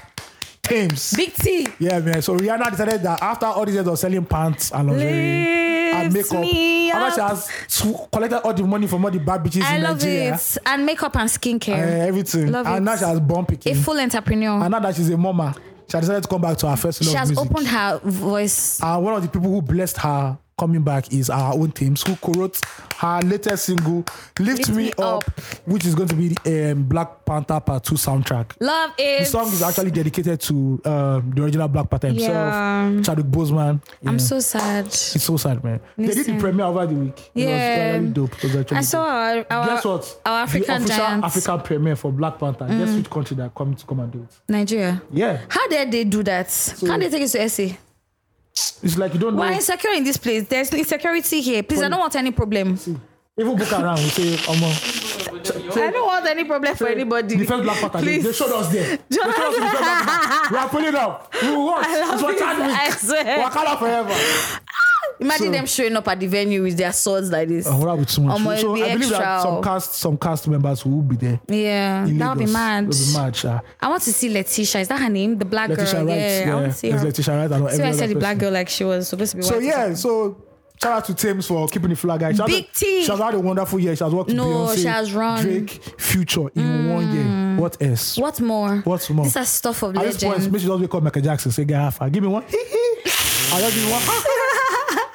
Speaker 1: Thames.
Speaker 2: Big T.
Speaker 1: Yeah, man. So Rihanna decided that after all these years of selling pants and lingerie and
Speaker 2: Lift
Speaker 1: makeup,
Speaker 2: me
Speaker 1: after she
Speaker 2: up.
Speaker 1: has sw- collected all the money from all the bad bitches
Speaker 2: I
Speaker 1: in
Speaker 2: love
Speaker 1: Nigeria,
Speaker 2: it. And makeup and
Speaker 1: uh,
Speaker 2: skincare.
Speaker 1: everything,
Speaker 2: Love
Speaker 1: and
Speaker 2: it.
Speaker 1: now she has bump
Speaker 2: a
Speaker 1: picking.
Speaker 2: full entrepreneur.
Speaker 1: and now that she's a mama, she has decided to come back to her first love
Speaker 2: she has
Speaker 1: music.
Speaker 2: opened her voice.
Speaker 1: And Uh, one of the people who blessed her coming back is our own teams who co-wrote her latest single "Lift,
Speaker 2: Lift
Speaker 1: Me,
Speaker 2: Me
Speaker 1: Up, which is going to be the um, Black Panther Part Two soundtrack.
Speaker 2: Love
Speaker 1: The
Speaker 2: it.
Speaker 1: song is actually dedicated to um, the original Black Panther himself,
Speaker 2: Yeah.
Speaker 1: Chadwick Boseman.
Speaker 2: I'm
Speaker 1: Yeah.
Speaker 2: so sad.
Speaker 1: It's so sad, man. They did
Speaker 2: Listen.
Speaker 1: the premiere over the week.
Speaker 2: Yeah.
Speaker 1: it was very dope. It was actually
Speaker 2: I saw
Speaker 1: dope.
Speaker 2: our, our,
Speaker 1: Guess what?
Speaker 2: our
Speaker 1: the
Speaker 2: African
Speaker 1: official
Speaker 2: giants. Mm.
Speaker 1: African premiere for Black Panther. Guess which country that come to come and do it?
Speaker 2: Nigeria.
Speaker 1: Yeah,
Speaker 2: How dare they do that? Can't they take it to SA?
Speaker 1: it's like you don't know.
Speaker 2: We're insecure in this place. There's insecurity here. Please, I don't want any problem.
Speaker 1: Even book around, we say, "Omo,
Speaker 2: I don't want any problem for anybody.
Speaker 1: The first black part, they,
Speaker 2: Please.
Speaker 1: they showed us there. They showed
Speaker 2: Jonathan-
Speaker 1: us the first black part. We are pulling up. We will watch.
Speaker 2: I love
Speaker 1: it's for
Speaker 2: this,
Speaker 1: Chadwick.
Speaker 2: I swear.
Speaker 1: Wakala forever.
Speaker 2: Imagine
Speaker 1: So-
Speaker 2: them showing up at the venue with their swords like this.
Speaker 1: Oh, that would be too much.
Speaker 2: Omo, it'll
Speaker 1: so
Speaker 2: be
Speaker 1: I believe
Speaker 2: extra.
Speaker 1: that some cast, some cast members will be there.
Speaker 2: yeah,
Speaker 1: in
Speaker 2: that would be
Speaker 1: Lagos.
Speaker 2: mad.
Speaker 1: That would be mad, sha.
Speaker 2: I want to see Letitia. Is that her name? The black
Speaker 1: Letitia
Speaker 2: girl.
Speaker 1: Wright.
Speaker 2: Yeah, I want to see
Speaker 1: There's
Speaker 2: her.
Speaker 1: Letitia Wright and every
Speaker 2: See, why I
Speaker 1: other
Speaker 2: said the black
Speaker 1: person.
Speaker 2: girl like she was supposed to be.
Speaker 1: So
Speaker 2: white or
Speaker 1: yeah,
Speaker 2: something.
Speaker 1: so shout out to Thames for keeping the flag high. Shout
Speaker 2: Big
Speaker 1: out,
Speaker 2: T.
Speaker 1: She has had a wonderful year. She has worked with
Speaker 2: No,
Speaker 1: Beyonce,
Speaker 2: she has run. Mm.
Speaker 1: Drake, Future in one year. What else?
Speaker 2: What more?
Speaker 1: What's more?
Speaker 2: These are stuff of
Speaker 1: At
Speaker 2: legend.
Speaker 1: this point, make you just wake up Michael Jackson, say, "Guy, half, give me one." I just give you one.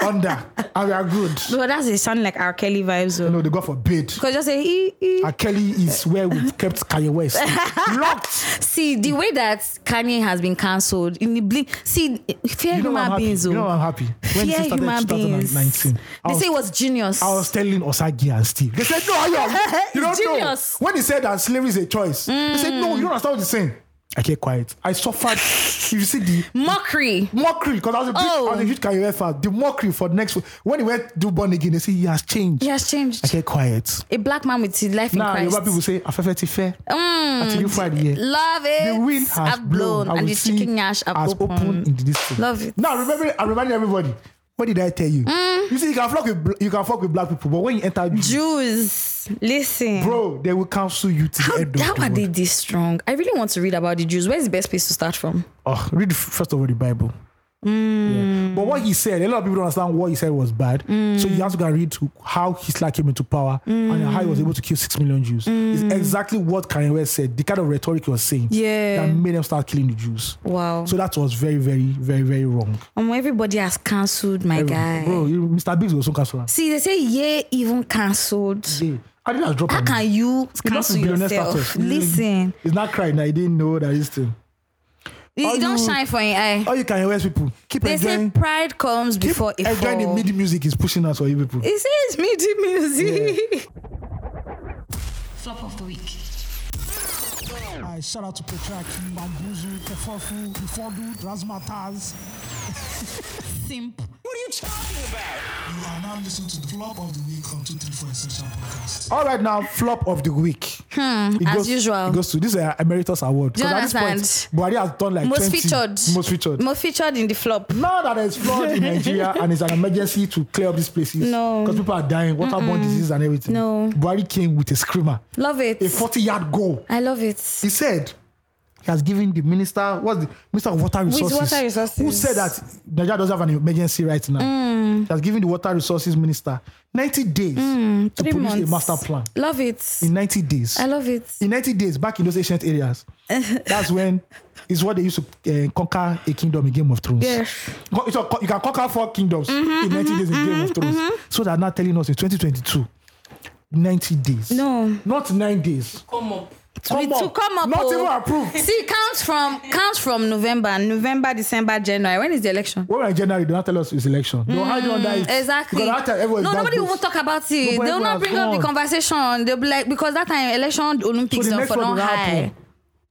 Speaker 1: Under, and we are good.
Speaker 7: But that's it sounding like R. Kelly vibes. though.
Speaker 1: No, they God forbid.
Speaker 7: Cause just say ee, ee.
Speaker 1: R. Kelly is where we've kept Kanye West locked.
Speaker 2: See the way that Kanye has been cancelled in the blink. See, fear
Speaker 1: You know why I'm
Speaker 2: human
Speaker 1: happy.
Speaker 2: beings.
Speaker 1: You know
Speaker 2: oh.
Speaker 1: why I'm happy. When
Speaker 2: fear
Speaker 1: this started in
Speaker 2: human beings.
Speaker 1: 2019, I
Speaker 2: They
Speaker 1: was-
Speaker 2: say it was genius.
Speaker 1: I was telling Osagi and Steve. They said, "No, I am. You don't
Speaker 2: Genius.
Speaker 1: know." When he said that slavery is a choice, they said, "No, you don't understand what he's saying." I kept quiet. I suffered. if you see the
Speaker 2: Mockery.
Speaker 1: mockery, because I was a big, I was E a
Speaker 2: Oh.
Speaker 1: huge Kanye West fan. The mockery for next when he went do born again, they say he has changed.
Speaker 2: He has changed.
Speaker 1: I kept quiet.
Speaker 2: A black man with his life
Speaker 1: Now
Speaker 2: in
Speaker 1: Yoruba
Speaker 2: Christ.
Speaker 1: people say, "Afefe ti fe." Until you find here.
Speaker 2: Love it.
Speaker 1: the wind has
Speaker 2: I've Mm. blown,
Speaker 1: I
Speaker 2: and
Speaker 1: will
Speaker 2: the
Speaker 1: sing
Speaker 2: chicken ash have
Speaker 1: has
Speaker 2: opened.
Speaker 1: in this thing.
Speaker 2: Love it. Mm.
Speaker 1: Now remember, I'm reminding everybody. What did I tell you? You see, you can fuck with bl- you can fuck with black people, but when you enter,
Speaker 7: Jews, listen.
Speaker 1: bro, they will cancel you to the end
Speaker 2: How,
Speaker 1: of
Speaker 2: how
Speaker 1: the
Speaker 2: are
Speaker 1: world.
Speaker 2: they this strong? I really want to read about the Jews. Where's the best place to start from?
Speaker 1: Oh, read f- first of all the Bible.
Speaker 2: Mm.
Speaker 1: Yeah. But what he said, a lot of people don't understand what he said was bad. So you have to go and read to how Hitler came into power and
Speaker 2: Mm.
Speaker 1: how he was able to kill six million Jews. It's exactly what Kanye West said, the kind of rhetoric he was saying
Speaker 2: Yeah.
Speaker 1: that made them start killing the Jews.
Speaker 2: Wow.
Speaker 1: So that was very, very, very, very wrong.
Speaker 2: Um, everybody has cancelled my guy.
Speaker 1: Bro, you, Mr. Biggs was so cancelled.
Speaker 2: See, they say yeah, even cancelled.
Speaker 1: Yeah. I didn't drop
Speaker 2: How
Speaker 1: him.
Speaker 2: can you
Speaker 1: He lost
Speaker 2: cancel
Speaker 1: his billionaire
Speaker 2: yourself?
Speaker 1: status. He-
Speaker 2: Listen,
Speaker 1: He's not crying now. He didn't know that he's still.
Speaker 2: you,
Speaker 1: All
Speaker 2: don't
Speaker 1: you-
Speaker 2: shine for your eye.
Speaker 1: All you can West people, keep
Speaker 2: They say
Speaker 1: enjoying.
Speaker 2: pride comes
Speaker 1: Keep
Speaker 2: before it
Speaker 1: enjoying the
Speaker 2: fall.
Speaker 1: midi music is pushing us for you people.
Speaker 2: It says midi music.
Speaker 3: Flop of the week.
Speaker 8: I shout out to Petraki, Bambuzu, Kefofu, Ifodu, Razmataz.
Speaker 3: Simp.
Speaker 9: What are you talking about?
Speaker 8: You are now listening to the flop of the week on 234 Essential Podcast.
Speaker 1: All right, now flop of the week. It
Speaker 2: Hmm, as
Speaker 1: goes-
Speaker 2: usual.
Speaker 1: it goes to this is an emeritus award.
Speaker 2: Do you
Speaker 1: 'Cause at this
Speaker 2: understand?
Speaker 1: Point, Buhari has done like
Speaker 2: Most
Speaker 1: 20
Speaker 2: featured.
Speaker 1: Most featured.
Speaker 2: More featured in the flop.
Speaker 1: now that there's flood in Nigeria and it's an emergency to clear up these places,
Speaker 2: No.
Speaker 1: because people are dying, waterborne disease and everything.
Speaker 2: No.
Speaker 1: Buhari came with a screamer,
Speaker 2: Love it.
Speaker 1: a 40-yard goal.
Speaker 2: I love it.
Speaker 1: he said he has given the minister what's the minister of water resources,
Speaker 7: water resources.
Speaker 1: who said that Nigeria does have an emergency right now.
Speaker 2: Mm.
Speaker 1: He has given the water resources minister 90 days to
Speaker 2: Mm, Three
Speaker 1: produce
Speaker 2: months.
Speaker 1: a master plan.
Speaker 2: Love it.
Speaker 1: In 90 days,
Speaker 2: I love it.
Speaker 1: in 90 days, back in those ancient areas, that's when is what they used to uh, conquer a kingdom in Game of Thrones.
Speaker 2: Yes. Mm-hmm,
Speaker 1: Co- it's a co- you can conquer four kingdoms in 90 days in Game of Thrones. So they're not telling us in 2022, 90 days.
Speaker 2: No.
Speaker 1: Not nine days.
Speaker 2: Come up.
Speaker 1: Come
Speaker 2: to
Speaker 1: on.
Speaker 2: come up.
Speaker 1: Not
Speaker 2: oh.
Speaker 1: even approved.
Speaker 2: See, counts from counts from November, November, December, January. When is the election?
Speaker 1: When we're in January, they don't tell us it's election. They'll hide you under it.
Speaker 2: Exactly.
Speaker 1: Because that time, everyone is
Speaker 2: no,
Speaker 1: that
Speaker 2: nobody
Speaker 1: close.
Speaker 2: will talk about it.
Speaker 1: Nobody
Speaker 2: They'll
Speaker 1: will
Speaker 2: not
Speaker 1: have
Speaker 2: bring up the
Speaker 1: gone.
Speaker 2: conversation. They'll be like, because that time election Olympics
Speaker 1: So the
Speaker 2: are
Speaker 1: next
Speaker 2: for
Speaker 1: one
Speaker 2: not
Speaker 1: will
Speaker 2: high.
Speaker 1: happen.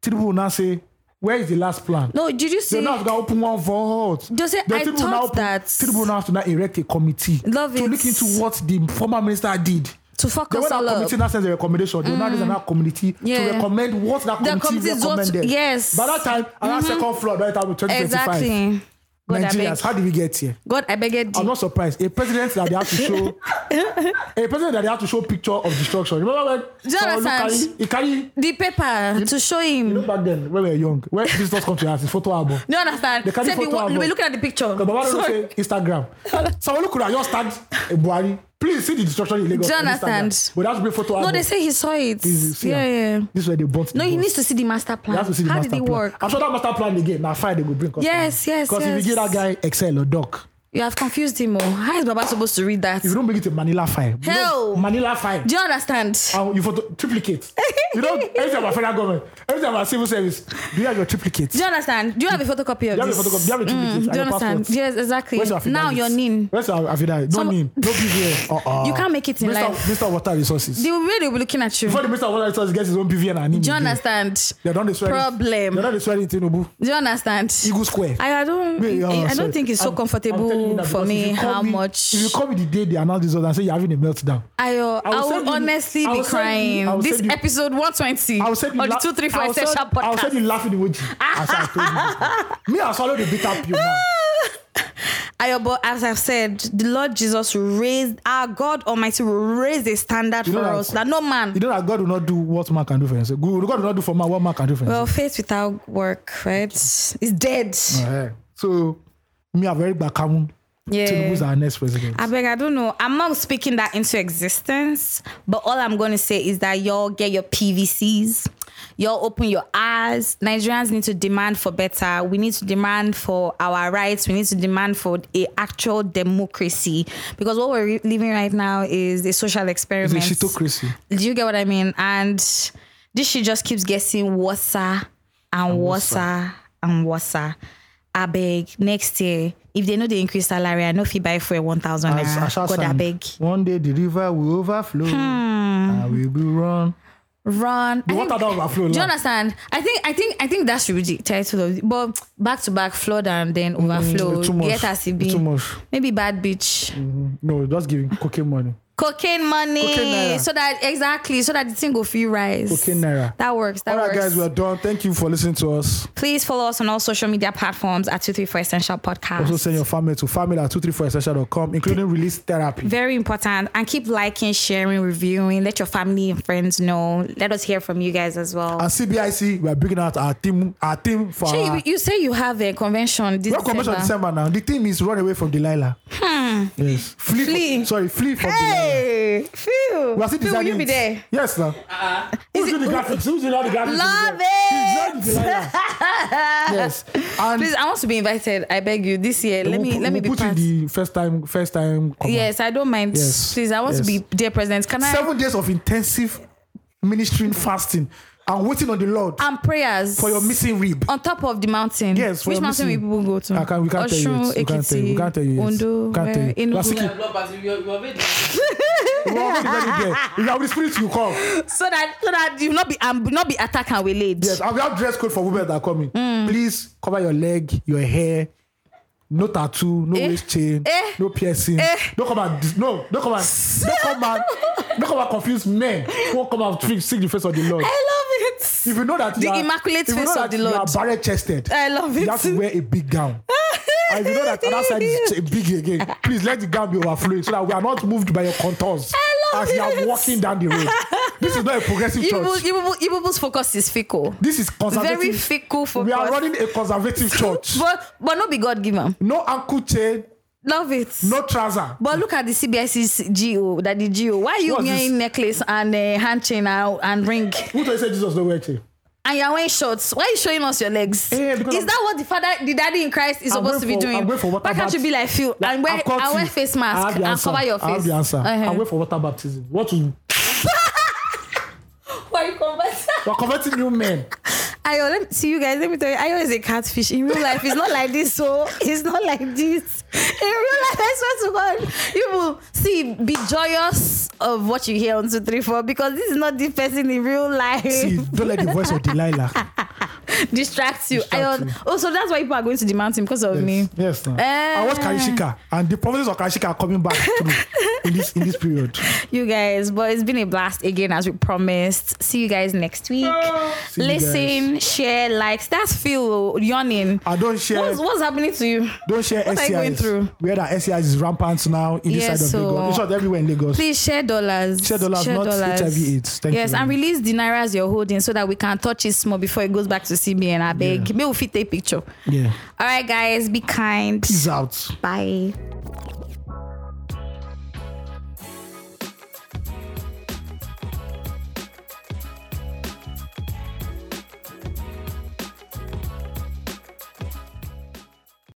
Speaker 1: Tinubu will now say, where is the last plan?
Speaker 2: No, did you
Speaker 1: They're
Speaker 2: see?
Speaker 1: not going to open one vault.
Speaker 2: They say,
Speaker 1: Then
Speaker 2: "I
Speaker 1: Tinubu will now
Speaker 2: thought
Speaker 1: open-
Speaker 2: that-
Speaker 1: Tinubu will now have to now erect a committee
Speaker 2: Love
Speaker 1: to
Speaker 2: it.
Speaker 1: look into what the former minister did.
Speaker 2: To fuck
Speaker 1: Then
Speaker 2: us
Speaker 1: when that
Speaker 2: all up. Mm.
Speaker 1: committee now sends a recommendation, they will now raise another committee
Speaker 2: Yeah.
Speaker 1: to recommend what that
Speaker 2: The
Speaker 1: committee
Speaker 2: committee is what-
Speaker 1: recommended.
Speaker 2: yes. Mm-hmm.
Speaker 1: By that time, around second floor, by the time of 2025.
Speaker 2: Exactly. God, I beg.
Speaker 1: Nigerians, how did we get here?
Speaker 2: God, I beg it.
Speaker 1: I'm not surprised. A president that they have to show, a president that they have to show picture of destruction. Remember when
Speaker 2: you
Speaker 1: Sanwo-Olu
Speaker 2: understand?
Speaker 1: carry, he carry
Speaker 2: The paper to show him.
Speaker 1: you know, back then when we were young, when visitors come to us, it's photo album.
Speaker 2: No, understand.
Speaker 1: They carry
Speaker 2: Say, be,
Speaker 1: photo
Speaker 2: wa-
Speaker 1: album.
Speaker 2: be looking at the picture.
Speaker 1: Because Baba don't
Speaker 2: Sorry.
Speaker 1: say Instagram. Sanwo-Olu could have just tagged eh, Buhari. Please see the destruction in Lagos.
Speaker 2: Do you
Speaker 1: on Instagram."
Speaker 2: understand?
Speaker 1: But that's be photo
Speaker 2: No,
Speaker 1: album.
Speaker 2: they say he saw it.
Speaker 1: Is- see,
Speaker 2: yeah, yeah.
Speaker 1: This is where they bought.
Speaker 2: No, he needs to see the master plan.
Speaker 1: Have to see the
Speaker 2: How
Speaker 1: master
Speaker 2: did it
Speaker 1: plan.
Speaker 2: work?
Speaker 1: I'm sure that master plan again. Now fine, they will bring.
Speaker 2: Yes, yes,
Speaker 1: Because if
Speaker 2: yes.
Speaker 1: you give that guy Excel or Doc,
Speaker 2: You have confused him. Oh, how is Baba supposed to read that?
Speaker 1: if you don't bring it to Manila file, you know,
Speaker 2: Hell.
Speaker 1: Manila file.
Speaker 2: Do you understand?
Speaker 1: and you photo triplicate. you know, every time our federal government, every time our civil service, do you have your triplicate?
Speaker 2: Do you understand? Do you have a photocopy
Speaker 1: Do you
Speaker 2: of
Speaker 1: have
Speaker 2: this?
Speaker 1: your photocopy? Do you have your
Speaker 2: Mm,
Speaker 1: triplicate?
Speaker 2: do you
Speaker 1: And your
Speaker 2: understand?
Speaker 1: passport?
Speaker 2: Yes, exactly.
Speaker 1: Where's your
Speaker 2: now
Speaker 1: affidavit?
Speaker 2: you're nin.
Speaker 1: Where's your affidavit? No
Speaker 2: Some-
Speaker 1: name, no PVN. Uh-uh.
Speaker 2: You can't make it in
Speaker 1: Mr.
Speaker 2: life.
Speaker 1: Mr. Water Resources.
Speaker 2: The way they'll be looking at you.
Speaker 1: Before the Mr. Water Resources gets his own PVN and name.
Speaker 2: Do you
Speaker 1: again,
Speaker 2: understand?
Speaker 1: They're done the swearing.
Speaker 2: Problem.
Speaker 1: They're done the swearing Tinubu.
Speaker 2: Do you understand?
Speaker 1: Eagle Square.
Speaker 2: I, I don't.
Speaker 1: Me, uh,
Speaker 2: I don't
Speaker 1: sorry.
Speaker 2: think it's so
Speaker 1: I'm- I'm telling you
Speaker 2: comfortable
Speaker 1: that
Speaker 2: for
Speaker 1: because if
Speaker 2: me
Speaker 1: you call
Speaker 2: how much.
Speaker 1: If you call me the day they announce this order and say you're having a meltdown,
Speaker 2: I, uh, I
Speaker 1: will
Speaker 2: will
Speaker 1: send you-
Speaker 2: honestly
Speaker 1: I
Speaker 2: be
Speaker 1: will send you-
Speaker 2: crying.
Speaker 1: I will
Speaker 2: this
Speaker 1: send you-
Speaker 2: episode 120
Speaker 1: I'll send you
Speaker 2: or Oh, the
Speaker 1: la-
Speaker 2: 234
Speaker 1: I'll send-
Speaker 2: Essential
Speaker 1: I'll
Speaker 2: podcast.
Speaker 1: send you laughing emoji. As I told you. Me, I swallow the bitter pill, man.
Speaker 7: Ayobo, as I've said, the Lord Jesus raised our God Almighty will raise a standard
Speaker 1: You
Speaker 7: for
Speaker 1: know that-
Speaker 7: us that no man.
Speaker 1: You know that God will not do what man can do for himself. God God will not do for man what man can do for
Speaker 7: Well,
Speaker 1: himself.
Speaker 7: faith
Speaker 1: Uh-huh.
Speaker 7: without work, right, is dead.
Speaker 1: Eh, So, me, I'm very bakamu. Tinubu's our next president.
Speaker 2: I beg, I don't know. I'm not speaking that into existence, but all I'm going to say is that y'all get your PVCs, y'all open your eyes. Nigerians need to demand for better. We need to demand for our rights. We need to demand for a actual democracy because what we're re- living right now is a social
Speaker 1: It's
Speaker 2: experiment.
Speaker 1: a shitocracy.
Speaker 2: Do you get what I mean? And this shit just keeps getting worse and, worse and worse. I beg next year if they know they increase salary, I know if you buy for a one thousand
Speaker 1: As
Speaker 2: naira.
Speaker 1: Asha
Speaker 2: Ah, God, I
Speaker 1: sang,
Speaker 2: beg Hmm.
Speaker 1: One day the river will overflow. And we will run.
Speaker 2: run. I
Speaker 1: The water
Speaker 2: think-
Speaker 1: don't overflow.
Speaker 2: do you
Speaker 1: now.
Speaker 2: understand? I think I think I think that should be the title of it. But back to back flood and then overflow.
Speaker 1: Mm, too much.
Speaker 2: Get as it be.
Speaker 1: Too much. Mm.
Speaker 2: Maybe bad bitch.
Speaker 1: No, just giving cocaine money.
Speaker 2: Cocaine money.
Speaker 1: Cocaine naira.
Speaker 2: so that exactly so that the thing go feel rise.
Speaker 1: Cocaine naira.
Speaker 2: That works. That
Speaker 1: All right,
Speaker 2: works.
Speaker 1: guys, we are done. Thank you for listening to us.
Speaker 2: Please follow us on all social media platforms at 234 Essential Podcast.
Speaker 1: Also, send your family to family at 234essential.com, including release therapy.
Speaker 2: Very important. And keep liking, sharing, reviewing. Let your family and friends know. Let us hear from you guys as well.
Speaker 1: And CBIC, we are bringing out our team, our team for.
Speaker 2: Shey,
Speaker 1: our-
Speaker 2: you, you say you have a convention this
Speaker 1: We're Uh, convention
Speaker 2: December. Hmm.
Speaker 1: December now. The team is run away from Delilah. Yes. Flee. from-
Speaker 2: Flee.
Speaker 1: sorry, flee from Delilah.
Speaker 2: Hey, Phil.
Speaker 1: We are still
Speaker 2: Phil, will
Speaker 1: designing
Speaker 2: you be
Speaker 1: it.
Speaker 2: there?
Speaker 1: Yes, now. Who's doing the graphics? Who's doing all the graphics?
Speaker 2: Love
Speaker 1: She's
Speaker 2: it.
Speaker 1: not Delilah. yes. And
Speaker 2: Please, I want to be invited. I beg you this year. Let
Speaker 1: we'll
Speaker 2: me
Speaker 1: put-
Speaker 2: let me be
Speaker 1: we'll put in
Speaker 2: part.
Speaker 1: the first time, first time. command.
Speaker 2: Yes, I don't mind.
Speaker 1: Yes,
Speaker 2: Please, I want to
Speaker 1: yes.
Speaker 2: be dear president. Can I?
Speaker 1: Seven days of intensive ministering, fasting, and waiting on the Lord
Speaker 2: and prayers
Speaker 1: for your missing rib.
Speaker 2: on top of the mountain.
Speaker 1: Yes, for
Speaker 2: Uh, which
Speaker 1: your
Speaker 2: mountain will
Speaker 1: missing-
Speaker 2: people go to?
Speaker 1: I can't- we can't tell you
Speaker 2: Osun,
Speaker 1: yet. We can't tell you. We
Speaker 2: Ekiti,
Speaker 1: can't tell you yet.
Speaker 2: Ondo,
Speaker 1: We can't tell you.
Speaker 2: where? Enugu.
Speaker 1: We are seeking- Lord, let me get. If you have the spirit, you come.
Speaker 2: so that so that you not be um, not be attacked and waylaid.
Speaker 1: Yes, and we have dress code for women that are coming.
Speaker 2: Mm.
Speaker 1: Please cover your leg, your hair. No tattoo, no waist chain,
Speaker 2: Eh.
Speaker 1: no piercing. Don't come and dis- no, don't come and don't come and don't come and confuse men. Don't come and trick, seek the face of the Lord.
Speaker 2: I love it.
Speaker 1: If you know that
Speaker 2: Eh. The
Speaker 1: you are, if
Speaker 2: immaculate
Speaker 1: you know
Speaker 2: face of
Speaker 1: that
Speaker 2: the
Speaker 1: you are
Speaker 2: Lord. Eh.
Speaker 1: barrel chested.
Speaker 2: I love
Speaker 1: You
Speaker 2: it.
Speaker 1: have to wear a big gown. and if you know that other side is ch- big again, please let the gown be overflowing so that we are not moved by your contours
Speaker 2: I love
Speaker 1: as you are
Speaker 2: it.
Speaker 1: walking down the road. this is not a progressive
Speaker 2: You
Speaker 1: church.
Speaker 2: will- you will- you people's focus is fickle.
Speaker 1: This is conservative.
Speaker 2: Very fickle focus.
Speaker 1: We are running a conservative church.
Speaker 2: But but no be God given.
Speaker 1: no ankle chain,
Speaker 2: Love it.
Speaker 1: no trouser.
Speaker 2: But look at the CBS's GO, that the GO. Why are you
Speaker 1: What's
Speaker 2: wearing
Speaker 1: this?
Speaker 2: necklace and uh, hand chain and, and ring?
Speaker 1: Who told you say Jesus no wear chain?
Speaker 2: And you're wearing shorts. Why are you showing us your legs?
Speaker 1: Eh,
Speaker 2: is
Speaker 1: because I'm-
Speaker 2: that what the father, the daddy in Christ is
Speaker 1: I'm
Speaker 2: supposed to be
Speaker 1: going for-
Speaker 2: doing?
Speaker 1: I'm going for water
Speaker 2: Why can't you
Speaker 1: bath.
Speaker 2: be like Phil and wear,
Speaker 1: I've got
Speaker 2: and wear
Speaker 1: you.
Speaker 2: face
Speaker 1: I have
Speaker 2: mask
Speaker 1: the
Speaker 2: and
Speaker 1: answer.
Speaker 2: cover your face?
Speaker 1: I have the answer.
Speaker 2: Uh-huh.
Speaker 1: I wait for water baptism. What to?
Speaker 2: Why you conversing?
Speaker 1: We're converting new men.
Speaker 2: Ayo, let me see you guys. Let me tell you, Ayo is a catfish. In real life, it's not like this. So it's not like this. In real life, I swear to God, you will see. Be joyous of what you hear on two three four because this is not this person in real life.
Speaker 1: See, don't let the voice of Delilah.
Speaker 2: Distract you.
Speaker 1: Distract
Speaker 2: Ayo.
Speaker 1: you.
Speaker 2: Oh, so that's why people are going to the mountain because of me.
Speaker 1: Yes, yes now. I watch
Speaker 2: Eh.
Speaker 1: Karishika, and the promises of Karishika are coming back through in this in this period.
Speaker 2: you guys. But it's been a blast again, as we promised. See you guys next week.
Speaker 1: Ah, See you
Speaker 2: Listen, share, likes. That's Phil oh, yawning.
Speaker 1: I don't share.
Speaker 2: What's, what's happening to you?
Speaker 1: don't share
Speaker 2: what are you going through?
Speaker 1: SCIs. Where that SCIs is rampant now in this
Speaker 2: Yeah,
Speaker 1: side of
Speaker 2: so-
Speaker 1: Lagos. In short, everywhere in Lagos.
Speaker 2: Please share dollars.
Speaker 1: Share dollars, not HIV/AIDS. Thank
Speaker 2: yes,
Speaker 1: you very much.
Speaker 2: and release the nairas you're holding so that we can touch it small before it goes back to CBN. I beg.
Speaker 1: Yeah.
Speaker 2: May we fit a picture.
Speaker 1: Yeah.
Speaker 2: All right, guys, be kind.
Speaker 1: Peace out.
Speaker 2: Bye.